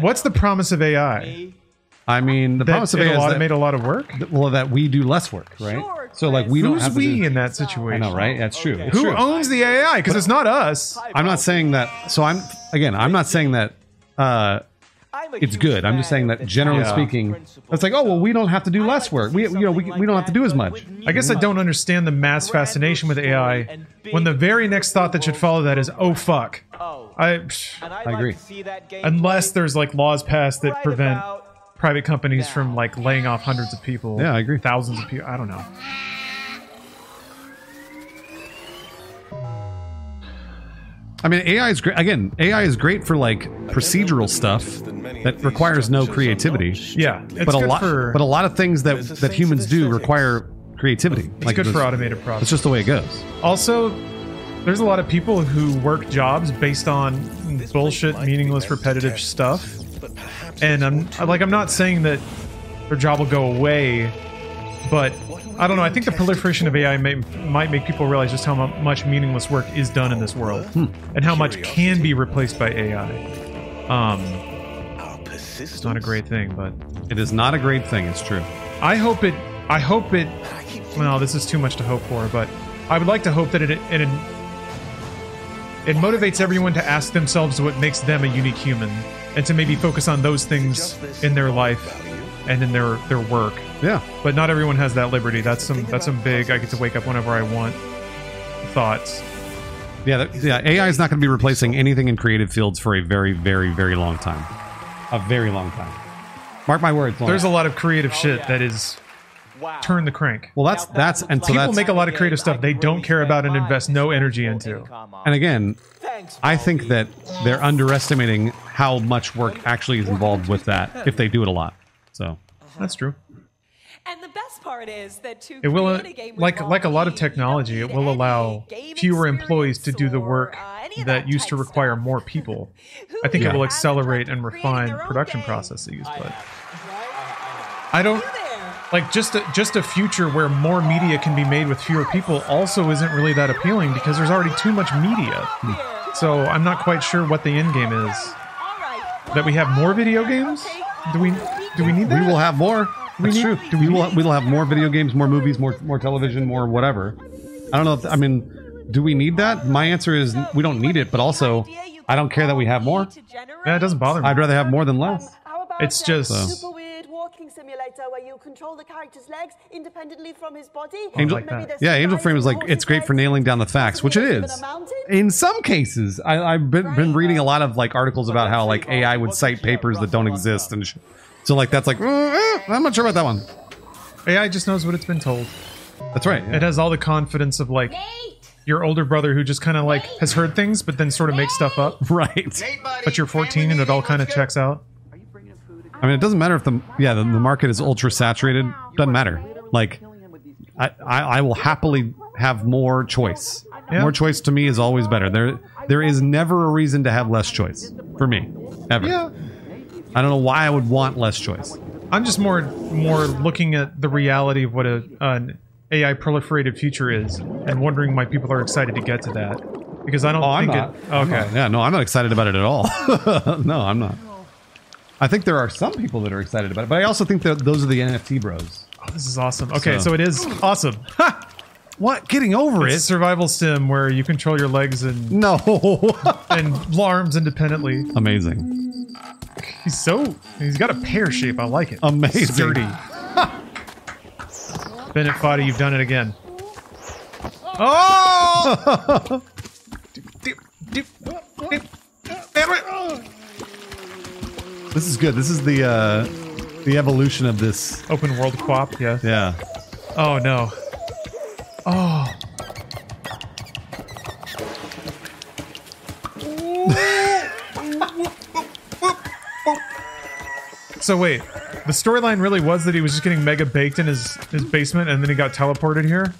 [SPEAKER 1] what's the promise of
[SPEAKER 18] E
[SPEAKER 1] AI?
[SPEAKER 3] I mean, the
[SPEAKER 1] That
[SPEAKER 3] promise of
[SPEAKER 1] it'll
[SPEAKER 3] AI is that,
[SPEAKER 1] automate a lot of work.
[SPEAKER 3] that- well, that we do less work, right? so like we don't
[SPEAKER 1] Who's
[SPEAKER 3] have to
[SPEAKER 1] we
[SPEAKER 3] do,
[SPEAKER 1] in that situation?
[SPEAKER 3] I know, right? That's true. It's
[SPEAKER 1] Who
[SPEAKER 3] true.
[SPEAKER 1] owns the AI? Because it's not us.
[SPEAKER 3] I'm not saying that. So I'm again. I'm not saying that. Uh, it's good. I'm just saying that
[SPEAKER 18] E
[SPEAKER 3] generally
[SPEAKER 1] Yeah.
[SPEAKER 3] speaking, it's like, oh well, we don't have to do less work. We you know we, we don't have to do as much.
[SPEAKER 1] I guess I don't understand the mass fascination with AI when the very next thought that should follow that is, oh fuck. I, psh,
[SPEAKER 18] And I'd
[SPEAKER 1] I
[SPEAKER 18] like
[SPEAKER 1] agree.
[SPEAKER 18] to see that game
[SPEAKER 1] Unless there's like laws passed that prevent private companies from like laying off hundreds of people.
[SPEAKER 3] Yeah, I agree.
[SPEAKER 1] Thousands of people. I don't know.
[SPEAKER 3] I mean, AI is great. Again, AI is great for like procedural stuff that requires no creativity.
[SPEAKER 1] Yeah, it's
[SPEAKER 3] but a
[SPEAKER 1] good
[SPEAKER 3] lot,
[SPEAKER 1] for-
[SPEAKER 3] but a lot of things that that humans do require creativity.
[SPEAKER 1] It's good for automated products.
[SPEAKER 3] It's just the way it goes.
[SPEAKER 1] Also, there's a lot of people who work jobs based on bullshit, meaningless, repetitive stuff. And I'm like, I'm not saying that their job will go away, but I don't know. I think the proliferation of AI may, might make people realize just how mu- much meaningless work is done in this world, and how much can be replaced by AI. Um, it's not a great thing, but
[SPEAKER 3] it is not a great thing. It's true.
[SPEAKER 1] I hope it. I hope it. Well, this is too much to hope for, but I would like to hope that it it, it, it motivates everyone to ask themselves what makes them a unique human, and to maybe focus on those things in their life and in their their work.
[SPEAKER 3] Yeah.
[SPEAKER 1] But not everyone has that liberty. That's some that's some big. I get to wake up whenever I want. Thoughts.
[SPEAKER 3] Yeah, that, yeah. AI is not going to be replacing anything in creative fields for a very, very, very long time. A very long time. Mark my words. Lauren.
[SPEAKER 1] There's a lot of creative shit that is turn the crank.
[SPEAKER 3] Well, that's that's and so
[SPEAKER 1] people
[SPEAKER 3] that's
[SPEAKER 1] make a lot of creative stuff they don't care about and invest no energy into.
[SPEAKER 3] And again, I think that they're underestimating how much work actually is involved with that if they do it a lot. So
[SPEAKER 1] That's true.
[SPEAKER 23] And the best part is that to
[SPEAKER 1] It will uh,
[SPEAKER 23] create a game with
[SPEAKER 1] like
[SPEAKER 23] Valve
[SPEAKER 1] like a lot of
[SPEAKER 23] Inc,
[SPEAKER 1] technology. It will allow fewer employees to do the work
[SPEAKER 23] uh,
[SPEAKER 1] that used to require more people. I think it will accelerate and refine production processes, but I don't like just a, just a future where more media can be made with fewer people also isn't really that appealing because there's already too much media. So I'm not quite sure what the end game is. That we have more video games? Do we do we need that?
[SPEAKER 3] we will have more.
[SPEAKER 1] We
[SPEAKER 3] That's
[SPEAKER 1] need-
[SPEAKER 3] true. we will we'll have more video games, more movies, more more television, more whatever. I don't know. If, I mean, do we need that? My answer is we don't need it, but also I don't care that we have more.
[SPEAKER 1] Yeah, it doesn't bother me.
[SPEAKER 3] I'd rather have more than less.
[SPEAKER 1] It's just
[SPEAKER 3] So.
[SPEAKER 20] weird walking simulator where you control the character's legs independently from his body.
[SPEAKER 3] Angel, yeah, Angel Frame is like it's great for nailing down the facts, which it is. In some cases, I, I've been, been reading a lot of like articles about how like AI would cite papers that don't exist, and sh- so like that's like mm, eh, I'm not sure about that one.
[SPEAKER 1] AI just knows what it's been told.
[SPEAKER 3] That's right.
[SPEAKER 1] It has all the confidence of like your older brother who just kind of like has heard things but then sort of makes stuff up.
[SPEAKER 3] Right.
[SPEAKER 1] But you're 14 and it all kind of checks out.
[SPEAKER 3] I mean, it doesn't matter if the yeah the, the market is ultra saturated. Doesn't matter. Like, I, I I will happily have more choice.
[SPEAKER 1] Yeah.
[SPEAKER 3] More choice to me is always better. There there is never a reason to have less choice for me ever.
[SPEAKER 1] Yeah.
[SPEAKER 3] I don't know why I would want less choice.
[SPEAKER 1] I'm just more more looking at the reality of what a, an AI proliferated future is and wondering why people are excited to get to that because I don't
[SPEAKER 3] Oh, I'm
[SPEAKER 1] think
[SPEAKER 3] not.
[SPEAKER 1] it.
[SPEAKER 3] I'm
[SPEAKER 1] Okay.
[SPEAKER 3] not. Yeah, no, I'm not excited about it at all. no, I'm not. I think there are some people that are excited about it, but I also think that those are the NFT bros.
[SPEAKER 1] Oh, this is awesome. Okay,
[SPEAKER 3] So-
[SPEAKER 1] so, it is awesome.
[SPEAKER 3] what? Getting over
[SPEAKER 1] it's
[SPEAKER 3] it?
[SPEAKER 1] a survival sim where you control your legs and
[SPEAKER 3] no
[SPEAKER 1] and arms independently.
[SPEAKER 3] Amazing.
[SPEAKER 1] He's so he's got a pear shape. I like it.
[SPEAKER 3] Amazing.
[SPEAKER 1] Sturdy. Bennett Foddy, you've done it again.
[SPEAKER 3] Oh! This is good. This is the uh, the evolution of this.
[SPEAKER 1] Open world quap, yeah.
[SPEAKER 3] Yeah.
[SPEAKER 1] Oh no. Oh. So wait, the storyline really was that he was just getting mega baked in his his basement, and then he got teleported here.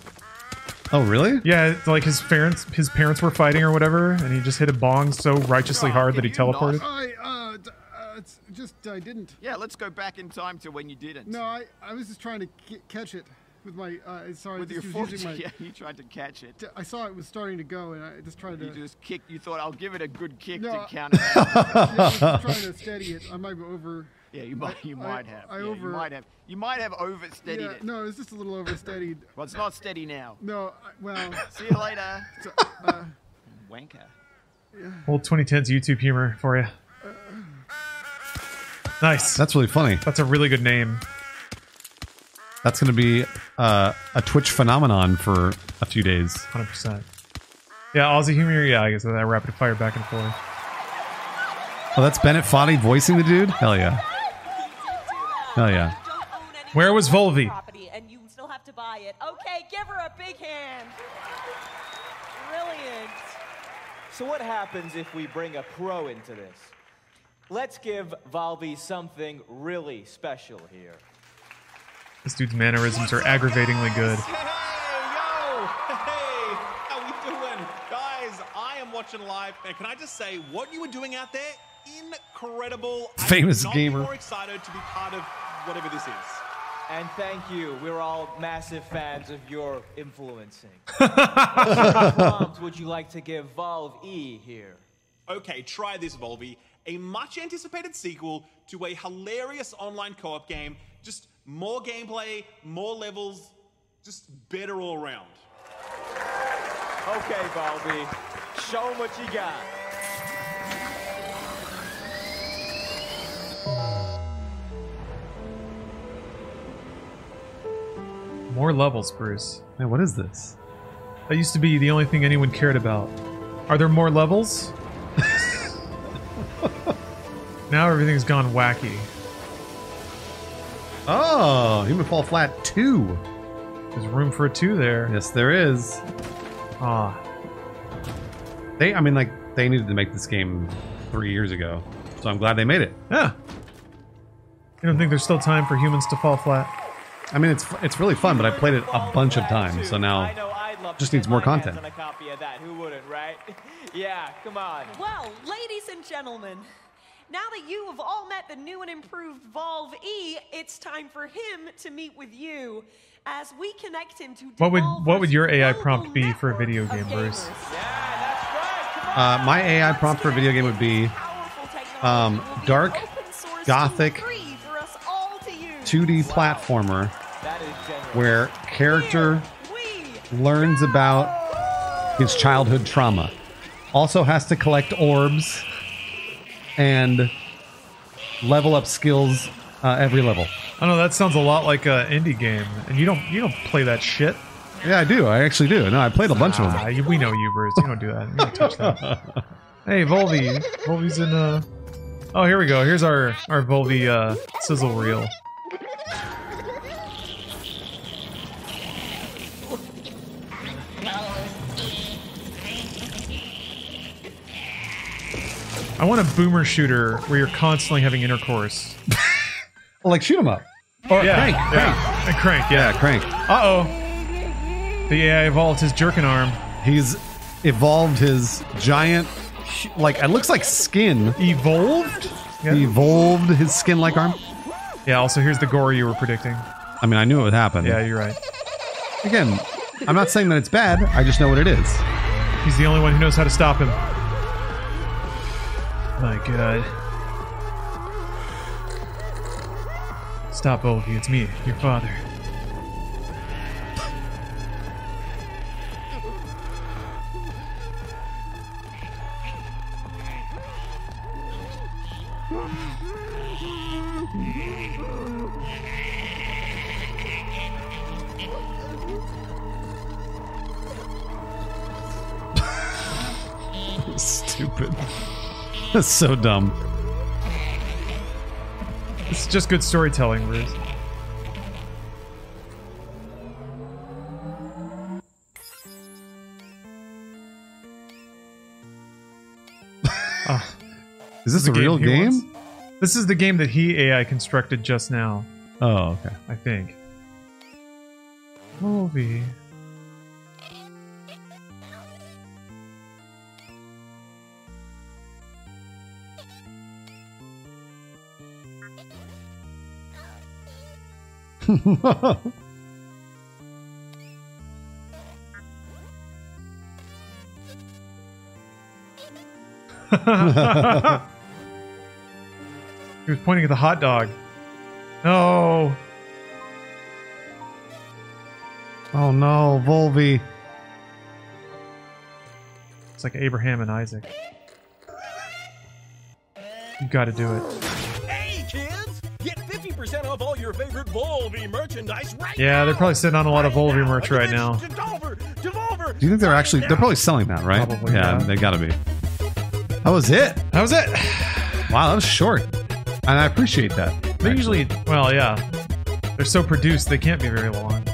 [SPEAKER 3] Oh really?
[SPEAKER 1] Yeah, it's like his parents his parents were fighting or whatever, and he just hit a bong so righteously hard that he teleported.
[SPEAKER 19] I, uh, d- uh, it's just, I didn't.
[SPEAKER 21] Yeah, let's go back in time to when you didn't.
[SPEAKER 19] No, I, I was just trying to c- catch it with my, uh, sorry,
[SPEAKER 21] With your
[SPEAKER 19] just
[SPEAKER 21] foot,
[SPEAKER 19] was using my,
[SPEAKER 21] yeah, you tried to catch it.
[SPEAKER 19] I saw it was starting to go and I just tried to.
[SPEAKER 21] You just kicked. You thought I'll give it a good kick
[SPEAKER 19] No,
[SPEAKER 21] to counter.
[SPEAKER 19] I was just trying to steady it. I might be over.
[SPEAKER 21] Yeah, you might. You
[SPEAKER 19] I-
[SPEAKER 21] might have.
[SPEAKER 19] I
[SPEAKER 21] yeah,
[SPEAKER 19] over-
[SPEAKER 21] You might have. You might have oversteadied
[SPEAKER 19] yeah,
[SPEAKER 21] it.
[SPEAKER 19] No, it was just a little oversteadied.
[SPEAKER 21] Well, it's not steady now.
[SPEAKER 19] No, I, well.
[SPEAKER 21] See you later.
[SPEAKER 19] So, uh,
[SPEAKER 21] Wanker.
[SPEAKER 1] Old 2010s YouTube humor for you. Nice.
[SPEAKER 3] That's really funny.
[SPEAKER 1] That's a really good name.
[SPEAKER 3] That's going to be uh, a Twitch phenomenon for a few days.
[SPEAKER 1] Hundred percent. Yeah, Aussie humor. Yeah, I guess that rapid fire back and forth.
[SPEAKER 3] Oh, that's Bennett Foddy voicing the dude. Hell yeah. Hell yeah.
[SPEAKER 1] Where was Volvi?
[SPEAKER 23] property and you still have to buy it. Okay, give her a big hand. Brilliant.
[SPEAKER 18] So what happens if we bring a pro into this? Let's give Valby something really special here.
[SPEAKER 1] This dude's mannerisms are aggravatingly good.
[SPEAKER 2] Yo! Hey! How we doing? Guys, I am watching live, and can I just say what you were doing out there? Incredible. I could
[SPEAKER 3] Famous
[SPEAKER 2] not be
[SPEAKER 3] gamer.
[SPEAKER 2] More excited to be part of whatever this is.
[SPEAKER 18] And thank you. We're all massive fans of your influencing. what prompt would you like to give Valve E here?
[SPEAKER 2] Okay, try this, Volvi. A much anticipated sequel to a hilarious online co op game. Just more gameplay, more levels, just better all around.
[SPEAKER 18] Okay, Valve E, show 'em what you got.
[SPEAKER 1] More levels, Bruce.
[SPEAKER 3] Man, what is this?
[SPEAKER 1] That used to be the only thing anyone cared about. Are there more levels? now everything's gone wacky.
[SPEAKER 3] Oh, Human Fall Flat 2.
[SPEAKER 1] There's room for a 2 there.
[SPEAKER 3] Yes, there is.
[SPEAKER 1] Ah.
[SPEAKER 3] They, I mean, like, they needed to make this game three years ago. So I'm glad they made it.
[SPEAKER 1] Yeah. You don't think there's still time for humans to fall flat?
[SPEAKER 3] I mean, it's it's really fun, but I played it a bunch of times, so now just needs more content.
[SPEAKER 18] A copy of that. Who wouldn't, right? yeah, come on.
[SPEAKER 23] Well, ladies and gentlemen, now that you have all met the new and improved Volve E, it's time for him to meet with you as we connect him to
[SPEAKER 1] What would what would your AI prompt be for a video game, Bruce?
[SPEAKER 3] Uh, my AI prompt for a video game would be um, dark, gothic, 2D platformer where character learns about his childhood trauma. Also has to collect orbs and level up skills uh, every level.
[SPEAKER 1] I don't know that sounds a lot like an indie game, and you don't you don't play that shit.
[SPEAKER 3] Yeah, I do. I actually do. No, I played a bunch of
[SPEAKER 1] Ah,
[SPEAKER 3] them.
[SPEAKER 1] you- we know you, Bruce. You don't do that. You don't touch that. hey, Volvi. Volvi's in uh. Oh, here we go. Here's our our Volvi uh, sizzle reel. I want a boomer shooter where you're constantly having intercourse.
[SPEAKER 3] like shoot 'em up. Or Oh, crank,
[SPEAKER 1] yeah. And crank, yeah.
[SPEAKER 3] Yeah, crank.
[SPEAKER 1] Uh oh. The AI evolved his jerkin arm.
[SPEAKER 3] He's evolved his giant, like it looks like skin.
[SPEAKER 1] Evolved. Yeah.
[SPEAKER 3] Evolved his skin-like arm.
[SPEAKER 1] Yeah. Also, here's the gore you were predicting.
[SPEAKER 3] I mean, I knew it would happen.
[SPEAKER 1] Yeah, you're right.
[SPEAKER 3] Again, I'm not saying that it's bad. I just know what it is.
[SPEAKER 1] He's the only one who knows how to stop him. My God. Stop, Ovi. It's me, your father.
[SPEAKER 3] Stupid. That's so dumb.
[SPEAKER 1] It's just good storytelling, Bruce. Ah,
[SPEAKER 3] Is this
[SPEAKER 1] the
[SPEAKER 3] a real
[SPEAKER 1] he wants?
[SPEAKER 3] game?
[SPEAKER 1] This is the game that he AI constructed just now,
[SPEAKER 3] Oh, okay.
[SPEAKER 1] I think. Movie. he was pointing at the hot dog. No.
[SPEAKER 3] Oh no, Volvi.
[SPEAKER 1] It's like Abraham and Isaac. You gotta do it.
[SPEAKER 2] Hey, kids! Get 50% off all your favorite Volby merchandise right
[SPEAKER 1] Yeah, they're probably sitting on a lot of Volvi merch right now.
[SPEAKER 3] Do you think they're actually they're probably selling that, right?
[SPEAKER 1] Probably,
[SPEAKER 3] yeah,
[SPEAKER 1] yeah.
[SPEAKER 3] they gotta be. That was it.
[SPEAKER 1] That was it.
[SPEAKER 3] Wow, that was short. And I appreciate that.
[SPEAKER 1] They're usually well, yeah. They're so produced they can't be very long.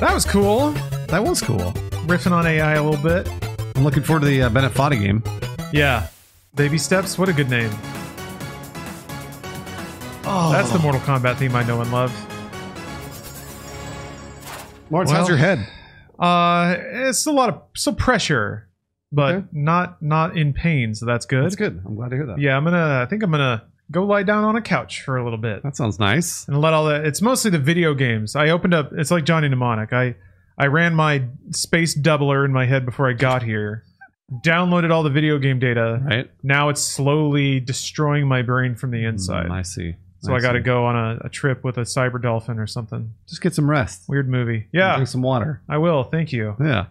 [SPEAKER 1] That was cool.
[SPEAKER 3] That was cool.
[SPEAKER 1] Riffing on AI a little bit.
[SPEAKER 3] I'm looking forward to the uh, Benefata game.
[SPEAKER 1] Yeah. Baby Steps, what a good name. Oh. That's the Mortal Kombat theme I know and love.
[SPEAKER 3] Lawrence,
[SPEAKER 1] Well,
[SPEAKER 3] how's your head?
[SPEAKER 1] Uh, it's a lot of still pressure, but not not in pain, so that's good.
[SPEAKER 3] That's good. I'm glad to hear that.
[SPEAKER 1] Yeah, I'm gonna. I think I'm gonna go lie down on a couch for a little bit
[SPEAKER 3] That sounds nice.
[SPEAKER 1] and let all that. It's mostly the video games. I opened up. It's like Johnny Mnemonic. I I ran my space doubler in my head before I got here. Downloaded all the video game data.
[SPEAKER 3] Right.
[SPEAKER 1] Now it's slowly destroying my brain from the inside.
[SPEAKER 3] Mm, I see.
[SPEAKER 1] So I, got to
[SPEAKER 3] see.
[SPEAKER 1] go on a, a trip with a cyber dolphin or something.
[SPEAKER 3] Just get some rest.
[SPEAKER 1] Weird movie. Yeah.
[SPEAKER 3] Drink some water.
[SPEAKER 1] I will. Thank you.
[SPEAKER 3] Yeah.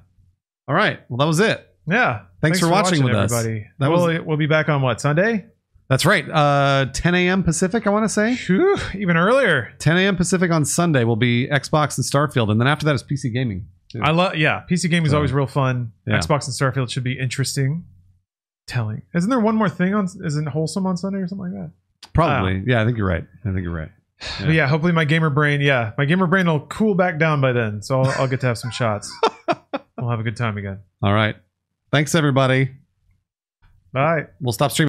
[SPEAKER 3] All right. Well, that was it.
[SPEAKER 1] Yeah.
[SPEAKER 3] Thanks for watching with us.
[SPEAKER 1] everybody.
[SPEAKER 3] That
[SPEAKER 1] we'll,
[SPEAKER 3] was-
[SPEAKER 1] we'll be back on what Sunday?
[SPEAKER 3] That's right. Uh, 10 a.m. Pacific, I want to say.
[SPEAKER 1] Phew, even earlier.
[SPEAKER 3] 10 a.m. Pacific on Sunday will be Xbox and Starfield, and then after that is PC gaming. too.
[SPEAKER 1] I love. Yeah, PC gaming is
[SPEAKER 3] So,
[SPEAKER 1] always real fun.
[SPEAKER 3] yeah.
[SPEAKER 1] Xbox and Starfield should be interesting. Telling. Isn't there one more thing on? Isn't wholesome on Sunday or something like that?
[SPEAKER 3] Probably. Yeah, I think you're right. I think you're right.
[SPEAKER 1] But yeah. Hopefully my gamer brain. Yeah, my gamer brain will cool back down by then, so I'll, I'll get to have some shots. we'll have a good time again.
[SPEAKER 3] All right. Thanks, everybody.
[SPEAKER 1] Bye.
[SPEAKER 3] We'll stop streaming.